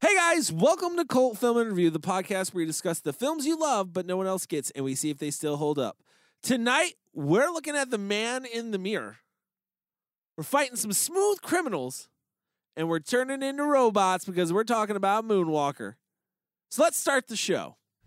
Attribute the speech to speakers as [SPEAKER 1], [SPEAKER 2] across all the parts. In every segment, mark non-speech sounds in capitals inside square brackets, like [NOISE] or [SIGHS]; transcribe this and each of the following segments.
[SPEAKER 1] guys, welcome to Cult Film Interview, the podcast where we discuss the films you love but no one else gets, and we see if they still hold up. Tonight, we're looking at The Man in the Mirror. We're fighting some smooth criminals, and we're turning into robots because we're talking about Moonwalker. So let's start the show.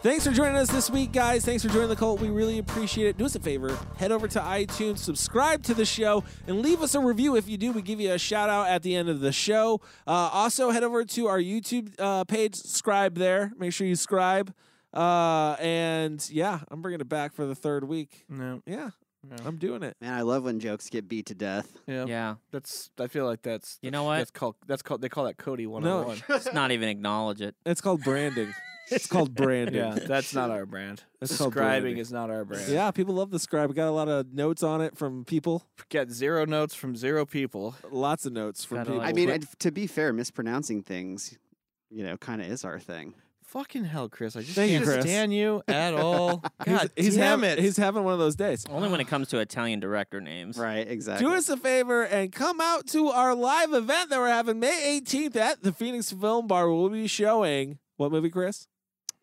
[SPEAKER 1] Thanks for joining us this week, guys. Thanks for joining the cult. We really appreciate it. Do us a favor head over to iTunes, subscribe to the show, and leave us a review. If you do, we give you a shout out at the end of the show. Uh, also, head over to our YouTube uh, page, subscribe there. Make sure you subscribe. Uh, and yeah, I'm bringing it back for the third week.
[SPEAKER 2] No.
[SPEAKER 1] Yeah, I'm doing it.
[SPEAKER 3] Man, I love when jokes get beat to death.
[SPEAKER 2] Yeah.
[SPEAKER 4] Yeah,
[SPEAKER 2] That's. I feel like that's.
[SPEAKER 4] You know what?
[SPEAKER 2] That's called. That's called. They call that Cody one
[SPEAKER 1] [LAUGHS]
[SPEAKER 2] on one.
[SPEAKER 4] let's not even acknowledge
[SPEAKER 3] [LAUGHS]
[SPEAKER 4] it.
[SPEAKER 1] It's called branding. it's [LAUGHS] called branding.
[SPEAKER 2] Yeah. That's not our brand.
[SPEAKER 1] [LAUGHS] That's called
[SPEAKER 2] Subscribing
[SPEAKER 1] branding.
[SPEAKER 2] is not our brand.
[SPEAKER 1] Yeah, people love the scribe. We got a lot of notes on it from people.
[SPEAKER 2] Got zero notes from zero people.
[SPEAKER 1] Lots of notes from
[SPEAKER 4] Gotta
[SPEAKER 1] people.
[SPEAKER 3] I mean, and to be fair, mispronouncing things, you know, kind of is our thing.
[SPEAKER 2] Fucking hell, Chris! I just
[SPEAKER 1] Thank you,
[SPEAKER 2] can't
[SPEAKER 1] Chris.
[SPEAKER 2] stand you at all. God
[SPEAKER 1] he's, he's
[SPEAKER 2] damn
[SPEAKER 1] hav-
[SPEAKER 2] it!
[SPEAKER 1] He's having one of those days.
[SPEAKER 4] Only when it comes to Italian director names.
[SPEAKER 3] Right, exactly.
[SPEAKER 1] Do us a favor and come out to our live event that we're having May 18th at the Phoenix Film Bar. We'll be showing what movie, Chris?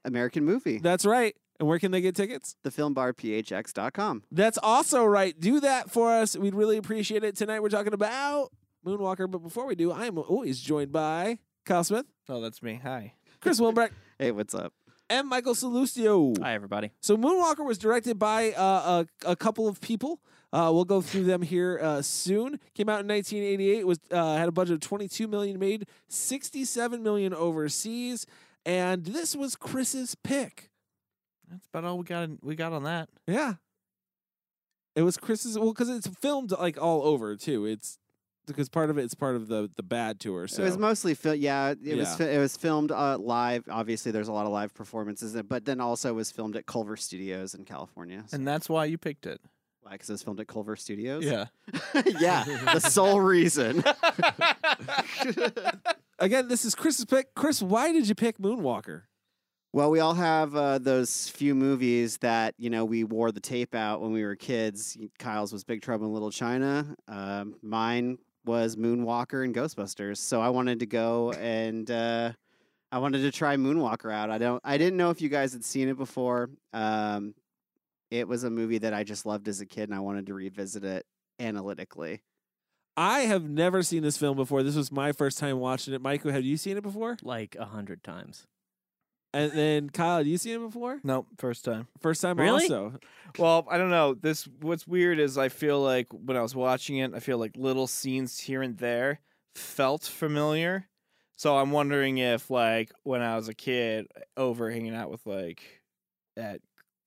[SPEAKER 3] American movie.
[SPEAKER 1] That's right. And where can they get tickets?
[SPEAKER 3] Thefilmbarphx.com.
[SPEAKER 1] That's also right. Do that for us. We'd really appreciate it. Tonight we're talking about Moonwalker. But before we do, I am always joined by Kyle Smith,
[SPEAKER 2] oh, that's me. Hi.
[SPEAKER 1] Chris Wilbrecht,
[SPEAKER 3] Hey, what's up?
[SPEAKER 1] and Michael Salustio.
[SPEAKER 4] Hi, everybody.
[SPEAKER 1] So Moonwalker was directed by uh, a, a couple of people. Uh, we'll go through them here uh, soon. Came out in 1988. Was uh, had a budget of 22 million made, 67 million overseas, and this was Chris's pick.
[SPEAKER 2] That's about all we got. We got on that.
[SPEAKER 1] Yeah, it was Chris's. Well, because it's filmed like all over too. It's because part of it's part of the the bad tour. So
[SPEAKER 3] It was mostly fil- yeah, it was
[SPEAKER 1] Yeah.
[SPEAKER 3] fi- it was filmed uh, live. Obviously, there's a lot of live performances, in it, but then also was filmed at Culver Studios in California. So,
[SPEAKER 2] And that's why you picked it.
[SPEAKER 3] because it was filmed at Culver Studios.
[SPEAKER 2] Yeah.
[SPEAKER 3] [LAUGHS] yeah, the sole reason.
[SPEAKER 1] again, this is Chris's pick. Chris, why did you pick Moonwalker?
[SPEAKER 3] Well, we all have uh, those few movies that you know we wore the tape out when we were kids. Kyle's was Big Trouble in Little China. Um, mine was Moonwalker and Ghostbusters. So I wanted to go and uh, I wanted to try Moonwalker out. I don't. I didn't know if you guys had seen it before. Um, it was a movie that I just loved as a kid, and I wanted to revisit it analytically.
[SPEAKER 1] I have never seen this film before. This was my first time watching it. Michael, have you seen it before?
[SPEAKER 4] Like a hundred times.
[SPEAKER 1] And then Kyle, had you seen it before?
[SPEAKER 2] Nope. First time.
[SPEAKER 1] First time
[SPEAKER 4] Really?
[SPEAKER 1] also.
[SPEAKER 2] Well, I don't know. This what's weird is I feel like when I was watching it, I feel like little scenes here and there felt familiar. So I'm wondering if like when I was a kid over hanging out with like at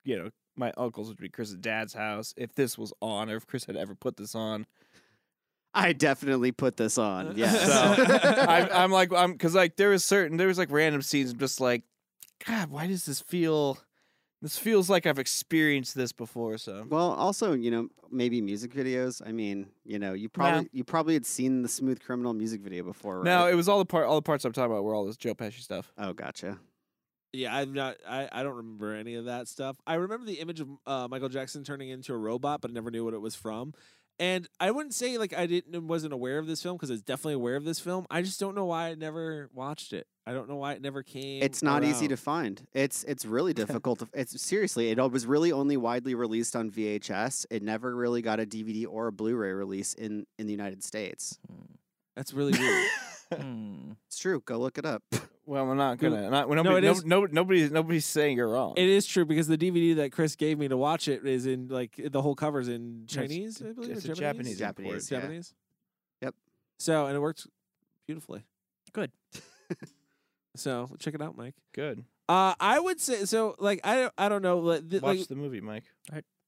[SPEAKER 2] you know, my uncle's would be Chris's dad's house, if this was on or if Chris had ever put this on.
[SPEAKER 3] I definitely put this
[SPEAKER 1] Uh, [LAUGHS]
[SPEAKER 3] on. Yes.
[SPEAKER 2] So I'm, I'm like I'm because like there was certain there was like random scenes I'm just like God, why does this feel this feels like I've experienced this before, so
[SPEAKER 3] Well, also, you know, maybe music videos. I mean, you know, you probably you probably had seen the Smooth Criminal music video before, right?
[SPEAKER 2] No, it was all the part, all the parts I'm talking about were all this Joe Pesci stuff.
[SPEAKER 3] oh, gotcha.
[SPEAKER 1] Yeah, I'm not. I, I don't remember any of that stuff. I remember the image of uh, Michael Jackson turning into a robot, but never knew what it was from. And I wouldn't say like I didn't wasn't aware of this film because I was definitely aware of this film. I just don't know why I never watched it. I don't know why it never came.
[SPEAKER 3] It's not easy to
[SPEAKER 1] around.
[SPEAKER 3] find. It's
[SPEAKER 2] [LAUGHS]
[SPEAKER 3] it's really difficult. to, it's seriously, it was really only widely released on VHS. It never really got a DVD or a Blu-ray release in in the United States.
[SPEAKER 1] That's really weird.
[SPEAKER 3] [LAUGHS]
[SPEAKER 4] Hmm.
[SPEAKER 3] It's true. Go look it up. [LAUGHS]
[SPEAKER 2] Well, we're not
[SPEAKER 1] Who-
[SPEAKER 2] gonna. Not, well,
[SPEAKER 1] No, it
[SPEAKER 2] nobody,
[SPEAKER 1] is-
[SPEAKER 2] no, no, nobody, nobody's saying you're wrong.
[SPEAKER 1] it is true because the DVD that Chris gave me to watch it is in like the whole cover's in
[SPEAKER 2] No, it's-
[SPEAKER 1] Chinese. I believe
[SPEAKER 2] it's
[SPEAKER 1] or
[SPEAKER 2] a Japanese
[SPEAKER 3] Japanese import.
[SPEAKER 1] It's
[SPEAKER 3] yeah.
[SPEAKER 1] Japanese.
[SPEAKER 3] Yep.
[SPEAKER 1] So and it worked beautifully.
[SPEAKER 4] Good.
[SPEAKER 1] [LAUGHS] so check it out, Mike.
[SPEAKER 2] Good.
[SPEAKER 1] Uh, I would say so. Like I, I don't know. Like, th-
[SPEAKER 2] Watch
[SPEAKER 1] like
[SPEAKER 2] the movie, Mike.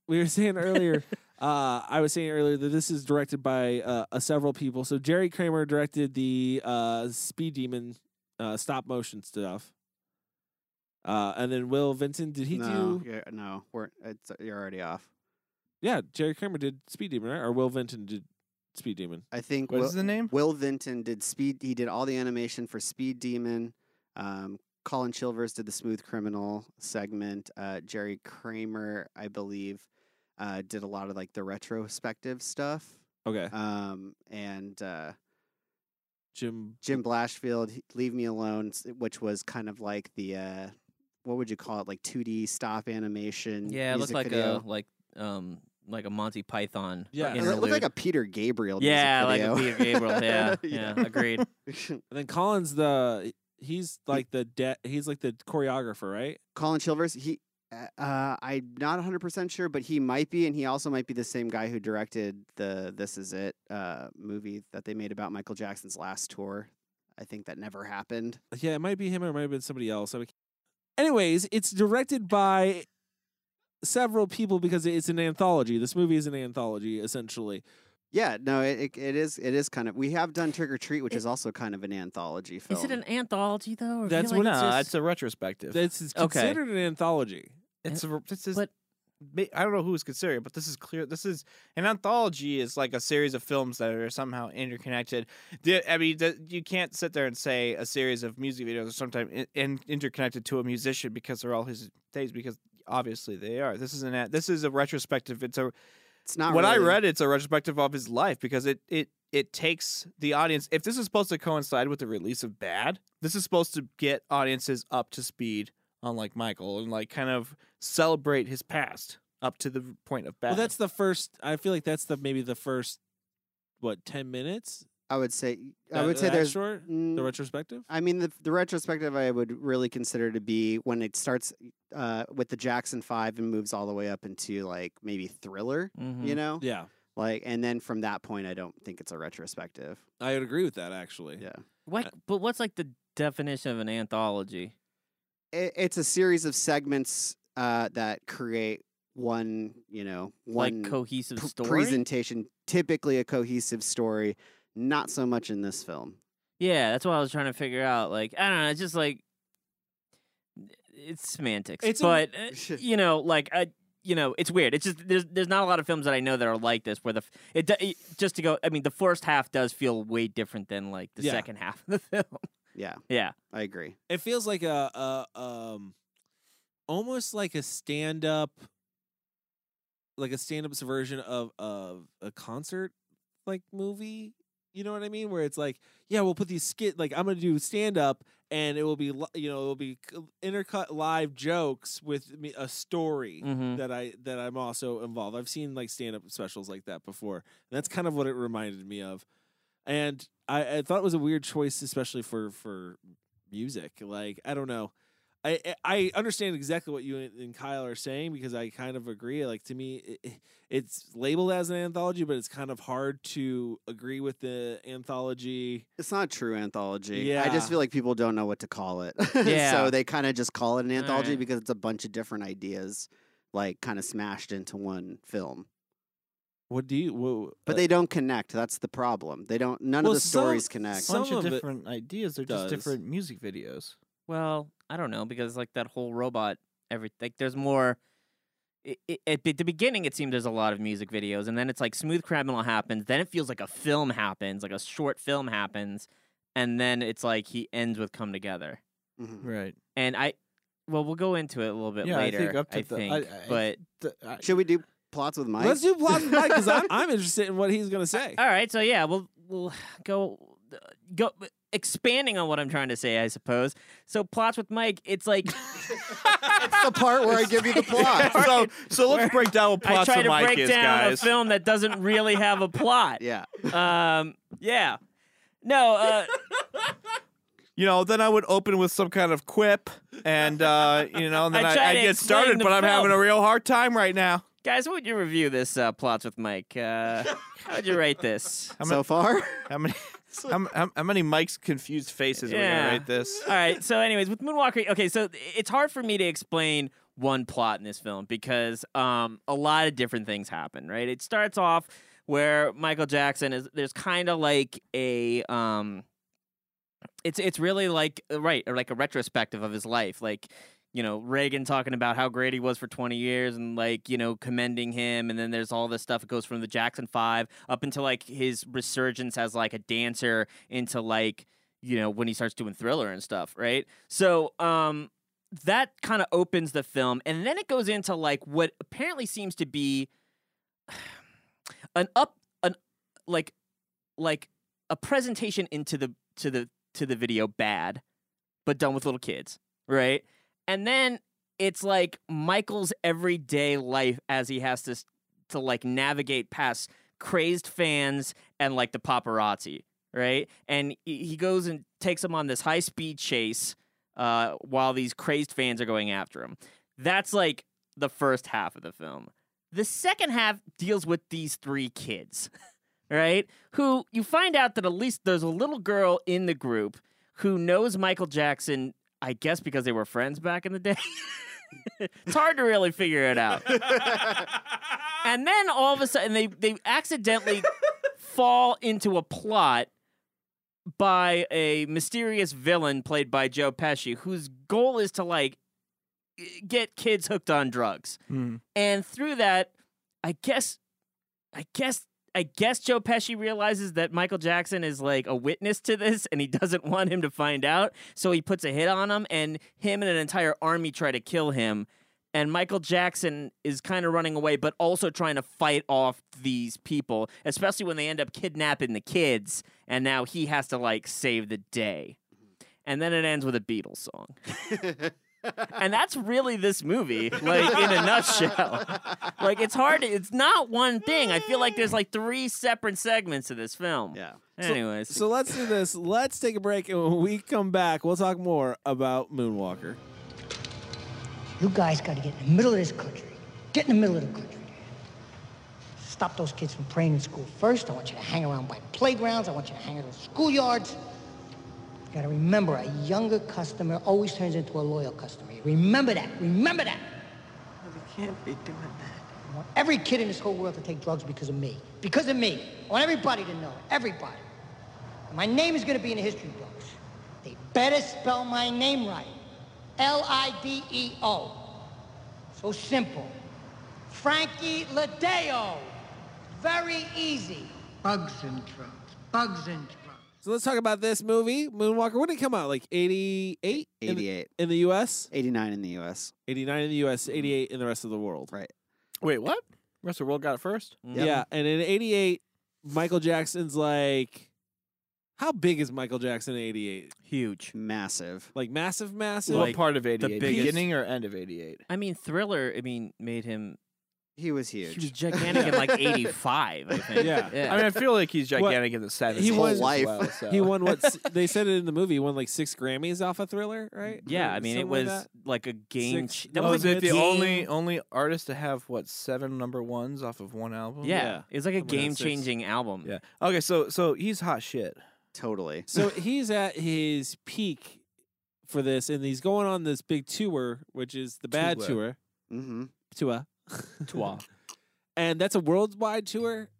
[SPEAKER 1] we were saying earlier. uh, I was saying earlier that this is directed by uh, uh, several people. So Jerry Kramer directed the uh, Speed Demon uh, stop motion stuff, uh, and then Will Vinton did he
[SPEAKER 3] no,
[SPEAKER 1] do?
[SPEAKER 3] you're- no, we're it's, you're already off.
[SPEAKER 1] Yeah, Jerry Kramer did Speed Demon, right? Or Will Vinton did Speed Demon.
[SPEAKER 3] I think
[SPEAKER 2] What
[SPEAKER 3] Will,
[SPEAKER 2] is the name?
[SPEAKER 3] Will Vinton did Speed. He did all the animation for Speed Demon. Um, Colin Chilvers did the Smooth Criminal segment. Uh, Jerry Kramer, I believe, uh, did a lot of like the retrospective stuff.
[SPEAKER 1] Okay,
[SPEAKER 3] Um, and uh,
[SPEAKER 1] Jim.
[SPEAKER 3] Jim Blashfield, he- Leave Me Alone, s- which was kind of like the uh, what would you call it? Like 2D stop animation.
[SPEAKER 4] Yeah, it looked
[SPEAKER 3] music
[SPEAKER 4] like
[SPEAKER 3] video.
[SPEAKER 4] a like um like a Monty Python.
[SPEAKER 1] Yeah.
[SPEAKER 3] It looked like
[SPEAKER 4] interlude.
[SPEAKER 3] a Peter Gabriel. music
[SPEAKER 4] yeah, like a
[SPEAKER 3] video.
[SPEAKER 4] Peter
[SPEAKER 3] [LAUGHS]
[SPEAKER 4] Gabriel. Yeah, yeah, agreed.
[SPEAKER 3] yeah.
[SPEAKER 1] And then Colin's the he's like the de- he's like the choreographer, right?
[SPEAKER 3] Colin Chilvers, he uh, uh, I'm not 100% sure, but he might be and he also might be the same guy who directed the This Is It uh, movie that they made about Michael Jackson's last tour. I think that never happened.
[SPEAKER 1] Yeah, it might be him or it might have been somebody else. I mean, anyways, it's directed by several people because it's an anthology. This movie is an anthology, essentially.
[SPEAKER 3] Yeah, no, it, it, it is it is kind of we have done Trick or Treat, which is also kind of an anthology film.
[SPEAKER 4] Is it an anthology though? Or I feel
[SPEAKER 1] That's
[SPEAKER 4] like
[SPEAKER 1] what-
[SPEAKER 2] no,
[SPEAKER 4] uh, it's just-
[SPEAKER 2] it's a retrospective.
[SPEAKER 1] It's it's
[SPEAKER 4] Okay.
[SPEAKER 1] considered an anthology.
[SPEAKER 2] It's a, this is.
[SPEAKER 4] but-
[SPEAKER 2] ma- I don't know who's considering, it, but this is clear. This is an anthology. Is like a series of films that are somehow interconnected. The- I mean, the, you can't sit there and say a series of music videos are sometimes in, in, interconnected to a musician because they're all his things. Because obviously they are. This is an. a- This is a retrospective. It's a
[SPEAKER 3] It's not
[SPEAKER 2] when
[SPEAKER 3] really-
[SPEAKER 2] I read it, it's a retrospective of his life because it it it takes the audience. If this is supposed to coincide with the release of Bad, this is supposed to get audiences up to speed on like Michael and like kind of celebrate his past up to the point of Bad.
[SPEAKER 1] Well, that's the first. I feel like that's the maybe the first what ten minutes.
[SPEAKER 3] I would say I
[SPEAKER 1] That-
[SPEAKER 3] would say
[SPEAKER 1] that
[SPEAKER 3] there's
[SPEAKER 1] short, the
[SPEAKER 3] mm,
[SPEAKER 1] retrospective.
[SPEAKER 3] I mean, the, the retrospective I would really consider to be when it starts uh, with the Jackson Five and moves all the way up into like maybe Thriller,
[SPEAKER 4] Mhm.
[SPEAKER 3] you know,
[SPEAKER 1] Yeah,
[SPEAKER 3] like, and then from that point, I don't think it's a retrospective.
[SPEAKER 1] I would agree with that actually.
[SPEAKER 3] Yeah,
[SPEAKER 4] What? But what's like the definition of an anthology?
[SPEAKER 3] it, it's a series of segments uh, that create one, you know, one
[SPEAKER 4] like cohesive
[SPEAKER 3] pr-
[SPEAKER 4] story.
[SPEAKER 3] presentation, typically a cohesive story. Not so much in this film.
[SPEAKER 4] Yeah, that's what I was trying to figure out. Like, I don't know, it's just like it's semantics.
[SPEAKER 1] It's a-
[SPEAKER 4] but
[SPEAKER 1] [LAUGHS]
[SPEAKER 4] uh, you know, like I you know, it's weird. It's just there's there's not a lot of films that I know that are like this where the f- it, do- it just to go I mean, the first half does feel way different than like the
[SPEAKER 1] Yeah.
[SPEAKER 4] second half of the [LAUGHS] film.
[SPEAKER 3] Yeah,
[SPEAKER 4] yeah.
[SPEAKER 3] I agree.
[SPEAKER 1] It feels like a, a um, almost like a stand up, like a stand up's version of of a concert like movie. You know what I mean? Where it's like, yeah, we'll put these skit. Like I'm gonna do stand up, and it will be li- you know it will be c- intercut live jokes with me, a story.
[SPEAKER 4] Mhm.
[SPEAKER 1] That I that I'm also involved. I've seen like stand up specials like that before. And that's kind of what it reminded me of, and I, I thought it was a weird choice, especially for for music. Like I don't know, I I I understand exactly what you and and Kyle are saying because I kind of agree. Like to me, it- it, it's labeled as an anthology, but it's kind of hard to agree with the anthology.
[SPEAKER 3] It's not a true anthology. I just
[SPEAKER 1] Yeah.
[SPEAKER 3] feel like people don't know what to call it. [LAUGHS]
[SPEAKER 4] Yeah.
[SPEAKER 3] so they kind of just call it an anthology
[SPEAKER 4] Alright.
[SPEAKER 3] because it's a bunch of different ideas like kind of smashed into one film.
[SPEAKER 1] What do you? uh, Whoa,
[SPEAKER 3] But they don't connect. That's the problem. They don't none
[SPEAKER 1] Well,
[SPEAKER 3] of the
[SPEAKER 1] some-
[SPEAKER 3] stories connect.
[SPEAKER 1] some-
[SPEAKER 2] bunch of
[SPEAKER 1] of it
[SPEAKER 2] different ideas. They're
[SPEAKER 1] does.
[SPEAKER 2] just different music videos.
[SPEAKER 4] Well, I don't know because like that whole robot, every like there's more. i i at the beginning, it seemed there's a lot of music videos, and then it's like Smooth Criminal happens. Then it feels like a film happens, like a short film happens, and then it's like he ends with Come Together.
[SPEAKER 3] Mhm.
[SPEAKER 2] Right.
[SPEAKER 4] And I, well, we'll go into it a little bit
[SPEAKER 2] Yeah,
[SPEAKER 4] later.
[SPEAKER 2] I think up to the.
[SPEAKER 4] think,
[SPEAKER 2] I, I,
[SPEAKER 4] but
[SPEAKER 2] the- I-
[SPEAKER 3] Should we do plots with Mike?
[SPEAKER 1] Let's do plot Mike because
[SPEAKER 3] [LAUGHS]
[SPEAKER 1] I'm, I'm interested in what he's gonna say.
[SPEAKER 4] all right, so yeah, we'll we'll [SIGHS] go go expanding on what I'm trying to say, I suppose. So plots with Mike, it's like.
[SPEAKER 3] That's the part where I give [LAUGHS] you
[SPEAKER 2] [LAUGHS]
[SPEAKER 3] the plot.
[SPEAKER 2] so so let's break down what
[SPEAKER 4] [LAUGHS] I
[SPEAKER 2] plots
[SPEAKER 4] try
[SPEAKER 2] of
[SPEAKER 4] to
[SPEAKER 2] Mike
[SPEAKER 4] break
[SPEAKER 2] is,
[SPEAKER 4] down
[SPEAKER 2] guys.
[SPEAKER 4] a film that doesn't really have a plot.
[SPEAKER 3] yeah.
[SPEAKER 4] um, yeah. No, uh,
[SPEAKER 2] you know, then I would open with some kind of quip, and uh, you know, and then
[SPEAKER 4] [LAUGHS] I
[SPEAKER 2] I,
[SPEAKER 4] try
[SPEAKER 2] I'd
[SPEAKER 4] to
[SPEAKER 2] get
[SPEAKER 4] explain
[SPEAKER 2] started.
[SPEAKER 4] the
[SPEAKER 2] But I'm having a
[SPEAKER 4] film.
[SPEAKER 2] real hard time right now.
[SPEAKER 4] guys, what would you review this uh, plots with Mike? Uh, how'd you rate this?
[SPEAKER 2] I'm
[SPEAKER 3] so
[SPEAKER 2] a-
[SPEAKER 3] far?
[SPEAKER 2] How [LAUGHS] many? How, how, how many Mike's confused faces are we
[SPEAKER 4] Yeah.
[SPEAKER 2] gonna rate this?
[SPEAKER 4] All right. So, anyways, with Moonwalker, okay, so it's hard for me to explain one plot in this film because um, a lot of different things happen. Right, it starts off where Michael Jackson is. There's kind of like a um, it's it's really like right or like a retrospective of his life, like. You know, Reagan talking about how great he was for 20 years and like, you know, commending him. And then there's all this stuff. It goes from the Jackson Five up into like his resurgence as like a dancer into like, you know, when he starts doing thriller and stuff, right? So, um, that kind of opens the film and then it goes into like what apparently seems to be [SIGHS] an up an like like a presentation into the to the to the video bad but done with little kids right and then it's like michael's everyday life as he has to s- to like navigate past crazed fans and like the paparazzi right and he he goes and takes them on this high speed chase uh, while these crazed fans are going after him. That's like the first half of the film. The second half deals with these three kids, [LAUGHS] right? Who you find out that at least there's a little girl in the group who knows Michael Jackson, I guess because they were friends back in the day. [LAUGHS] it's hard to really figure it out. and then all of a sudden they, they accidentally fall into a plot by a mysterious villain played by Joe Pesci, whose goal is to like get kids hooked on drugs. And through that, I guess, I guess, I guess Joe Pesci realizes that Michael Jackson is like a witness to this, and he doesn't want him to find out. So he puts a hit on him, and him and an entire army try to kill him. And Michael Jackson is kind of running away, but also trying to fight off these people, especially when they end up kidnapping the kids. And now he has to like save the day. And then it ends with a Beatles song.
[SPEAKER 3] [LAUGHS]
[SPEAKER 4] and that's really this movie, like in a nutshell. Like it's hard. To, it's not one thing. I feel like there's like three separate segments to this film.
[SPEAKER 3] Yeah.
[SPEAKER 4] Anyways,
[SPEAKER 1] So let's do this. Let's take a break, and when we come back, we'll talk more about Moonwalker.
[SPEAKER 5] You guys got to get in the middle of this country. Get in the middle of the country. Stop those kids from praying in school first. I want you to hang around by playgrounds. I want you to hang around schoolyards. You got to remember, a younger customer always turns into a loyal customer. You Remember that. Remember that.
[SPEAKER 6] We can't be doing that.
[SPEAKER 5] I want every kid in this whole world to take drugs because of me. Because of me. I want everybody to know it. Everybody. And my name is going to be in the history books. They better spell my name right. L-I-D-E-O. E So simple. Frankie Ladeo. Very easy. Bugs and drugs. Bugs and drugs.
[SPEAKER 1] So let's talk about this movie, Moonwalker. When did it come out? Like 88? In the,
[SPEAKER 3] 88.
[SPEAKER 1] in the US?
[SPEAKER 3] 89 in the US.
[SPEAKER 1] 89 in the US,
[SPEAKER 4] Mm-hmm.
[SPEAKER 1] 88 in the rest of the world.
[SPEAKER 3] Right.
[SPEAKER 2] Wait, what? Rest of the world got it first.
[SPEAKER 3] Yep.
[SPEAKER 1] Yeah. And in 88, Michael Jackson's like, how big is Michael Jackson in 88?
[SPEAKER 4] huge.
[SPEAKER 3] Massive.
[SPEAKER 1] Like massive, massive?
[SPEAKER 2] what
[SPEAKER 4] Like,
[SPEAKER 2] part of eighty eight?
[SPEAKER 4] biggest-
[SPEAKER 2] Beginning or end of eighty eight?
[SPEAKER 4] I mean, Thriller. I mean, made him.
[SPEAKER 3] He was
[SPEAKER 4] He
[SPEAKER 3] huge.
[SPEAKER 4] was gigantic in
[SPEAKER 3] [LAUGHS]
[SPEAKER 4] like '85. I think.
[SPEAKER 1] Yeah.
[SPEAKER 2] I mean, I feel like he's
[SPEAKER 1] Well,
[SPEAKER 2] gigantic in the seventies.
[SPEAKER 1] he was-
[SPEAKER 3] Life.
[SPEAKER 1] he won
[SPEAKER 4] [LAUGHS]
[SPEAKER 1] what? s- they said it in the movie. He won like six Grammys off a Thriller, right?
[SPEAKER 4] Yeah,
[SPEAKER 1] Or
[SPEAKER 4] I mean, it
[SPEAKER 1] something like
[SPEAKER 4] was
[SPEAKER 1] that.
[SPEAKER 4] like, a game.
[SPEAKER 1] Six-
[SPEAKER 4] ch-
[SPEAKER 1] that
[SPEAKER 2] was
[SPEAKER 1] was
[SPEAKER 2] Oh, it the
[SPEAKER 1] Mitzi.
[SPEAKER 2] only only artist to have what seven number ones off of one album?
[SPEAKER 4] Yeah,
[SPEAKER 1] Yeah.
[SPEAKER 4] it was like a
[SPEAKER 1] Something like
[SPEAKER 4] game
[SPEAKER 1] that, six.
[SPEAKER 4] changing album.
[SPEAKER 2] Yeah. Okay, so so he's hot shit.
[SPEAKER 3] Totally.
[SPEAKER 1] So he's at his peak for this, and he's going on this big tour, which is the bad
[SPEAKER 2] Tour.
[SPEAKER 1] tour.
[SPEAKER 3] Mm-hmm.
[SPEAKER 1] Tour. Tour. and that's a worldwide tour.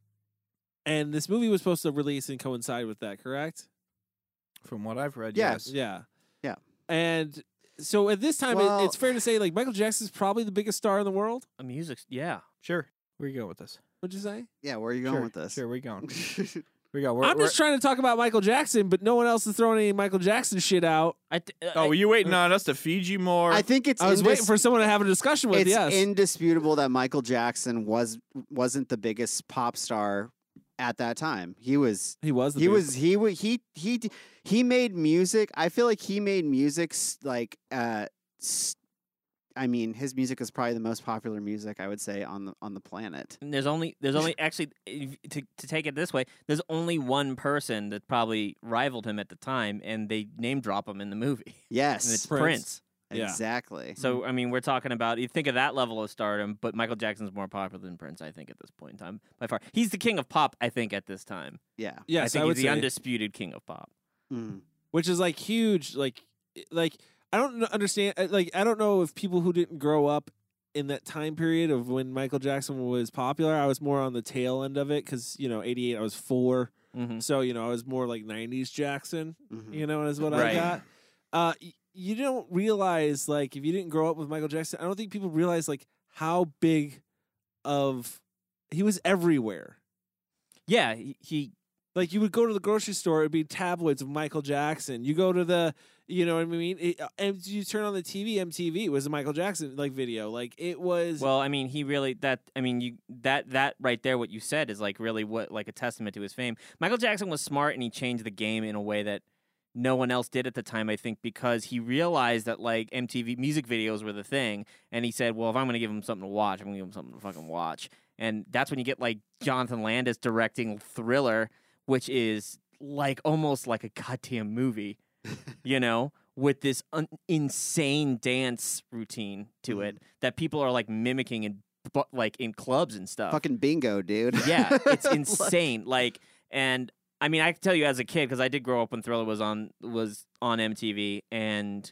[SPEAKER 1] And this movie was supposed to release and coincide with that, correct?
[SPEAKER 2] [LAUGHS] From what I've read,
[SPEAKER 3] Yeah.
[SPEAKER 2] yes.
[SPEAKER 1] Yeah.
[SPEAKER 3] Yeah.
[SPEAKER 1] And so at this time, it-
[SPEAKER 3] Well-
[SPEAKER 1] it's fair to say, like, Michael Jackson's probably the biggest star in the world,
[SPEAKER 4] A music. Yeah,
[SPEAKER 2] Sure. Where you going with this?
[SPEAKER 1] would you say?
[SPEAKER 3] Yeah, where are you going
[SPEAKER 2] sure.
[SPEAKER 3] with this?
[SPEAKER 2] Sure, where you going? Where you going? We're,
[SPEAKER 1] I'm just trying to talk about Michael Jackson, but no one else is throwing any Michael Jackson shit out.
[SPEAKER 4] I. Th-
[SPEAKER 2] Oh,
[SPEAKER 4] I-
[SPEAKER 2] were you waiting on us to feed you more?
[SPEAKER 3] [LAUGHS] I think it's
[SPEAKER 1] I was waiting
[SPEAKER 3] indis-
[SPEAKER 1] for someone to have a discussion with,
[SPEAKER 3] it's
[SPEAKER 1] yes.
[SPEAKER 3] indisputable that Michael Jackson was wasn't the biggest pop star at that time. He was
[SPEAKER 1] he was the
[SPEAKER 3] he
[SPEAKER 1] biggest-
[SPEAKER 3] was he wa- he he d- he made music. I feel like he made music s- like uh s- I mean, his music is probably the most popular music I would say on the on the planet.
[SPEAKER 4] And there's only there's only actually if- to to take it this way, there's only one person that probably rivaled him at the time, and they name drop him in the movie. [LAUGHS] And it's
[SPEAKER 3] Yes.
[SPEAKER 1] Prince.
[SPEAKER 4] Prince.
[SPEAKER 1] yeah.
[SPEAKER 3] Exactly.
[SPEAKER 4] So I mean, we're talking about you think of that level of stardom, but Michael Jackson's more popular than Prince, I think, at this point in time by far. He's the king of pop, I think, at this time.
[SPEAKER 3] Yeah.
[SPEAKER 1] Yes,
[SPEAKER 4] I think
[SPEAKER 1] would
[SPEAKER 4] he's
[SPEAKER 1] say.
[SPEAKER 4] the undisputed king of pop.
[SPEAKER 3] Mm.
[SPEAKER 1] which is eh, like huge like i- like I don't kn- understand. I- Like, I don't know if people who didn't grow up in that time period of when Michael Jackson was popular, I was more on the tail end of it because you know, '88, I was 4
[SPEAKER 4] Mhm.
[SPEAKER 1] so you know, I was more like '90s Jackson.
[SPEAKER 3] Mhm.
[SPEAKER 1] You know, is what I
[SPEAKER 4] Right.
[SPEAKER 1] got. Uh, y- you don't realize like if you didn't grow up with Michael Jackson, I don't think people realize like how big of he was everywhere.
[SPEAKER 4] Yeah, he, he
[SPEAKER 1] Like you would go to the grocery store, it'd be tabloids of Michael Jackson. You go to the, you know what I mean? It, uh, and you turn on the TV, MTV was a Michael Jackson like video. Like it was.
[SPEAKER 4] well, I mean, he really that I mean, you that that right there what you said is like really what like a testament to his fame. Michael Jackson was smart and he changed the game in a way that no one else did at the time, I think, because he realized that like MTV music videos were the thing and he said, "Well, if I'm going to give him something to watch, I'm going to give him something to fucking watch." And that's when you get like Jonathan Landis directing Thriller, which is like almost like a goddamn movie. you know, with this un- insane dance routine to it that people are like mimicking in bu- like in clubs and stuff.
[SPEAKER 3] Fucking bingo, dude.
[SPEAKER 4] Yeah,
[SPEAKER 3] [LAUGHS]
[SPEAKER 4] it's insane. like, and I mean, I can tell you as a kid because I did grow up when Thriller was on was on MTV, and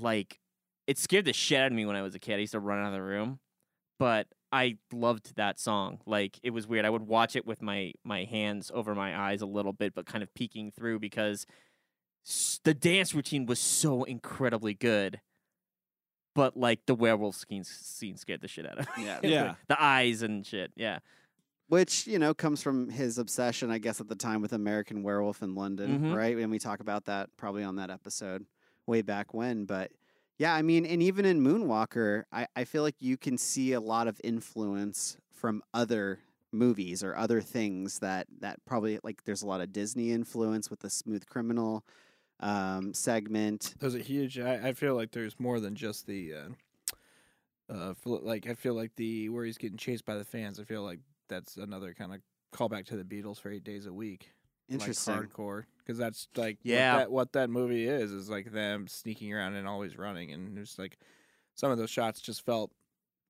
[SPEAKER 4] like, it scared the shit out of me when I was a kid. I used to run out of the room, but I loved that song. Like, it was weird. I would watch it with my my hands over my eyes a little bit, but kind of peeking through because s- the dance routine was so incredibly good. But like the werewolf scene, scene scared the shit out of me. [LAUGHS]
[SPEAKER 3] Yeah.
[SPEAKER 1] Yeah.
[SPEAKER 4] the eyes and shit. Yeah.
[SPEAKER 3] Which, you know, comes from his obsession, I guess, at the time with American Werewolf in London,
[SPEAKER 4] Mhm.
[SPEAKER 3] right? And we talk about that probably on that episode way back when. But yeah, I mean, and even in Moonwalker, I, I feel like you can see a lot of influence from other movies or other things that that probably like there's a lot of Disney influence with the smooth criminal um segment.
[SPEAKER 2] There's a huge. I, I feel like there's more than just the. Uh, uh, fl- like I feel like the where he's getting chased by the fans. I feel like that's another kind of callback to the Beatles for eight days a week.
[SPEAKER 3] Interesting.
[SPEAKER 2] Like hardcore, because that's like
[SPEAKER 4] Yeah.
[SPEAKER 2] what that, what that movie is is like them sneaking around and always running, and there's like some of those shots just felt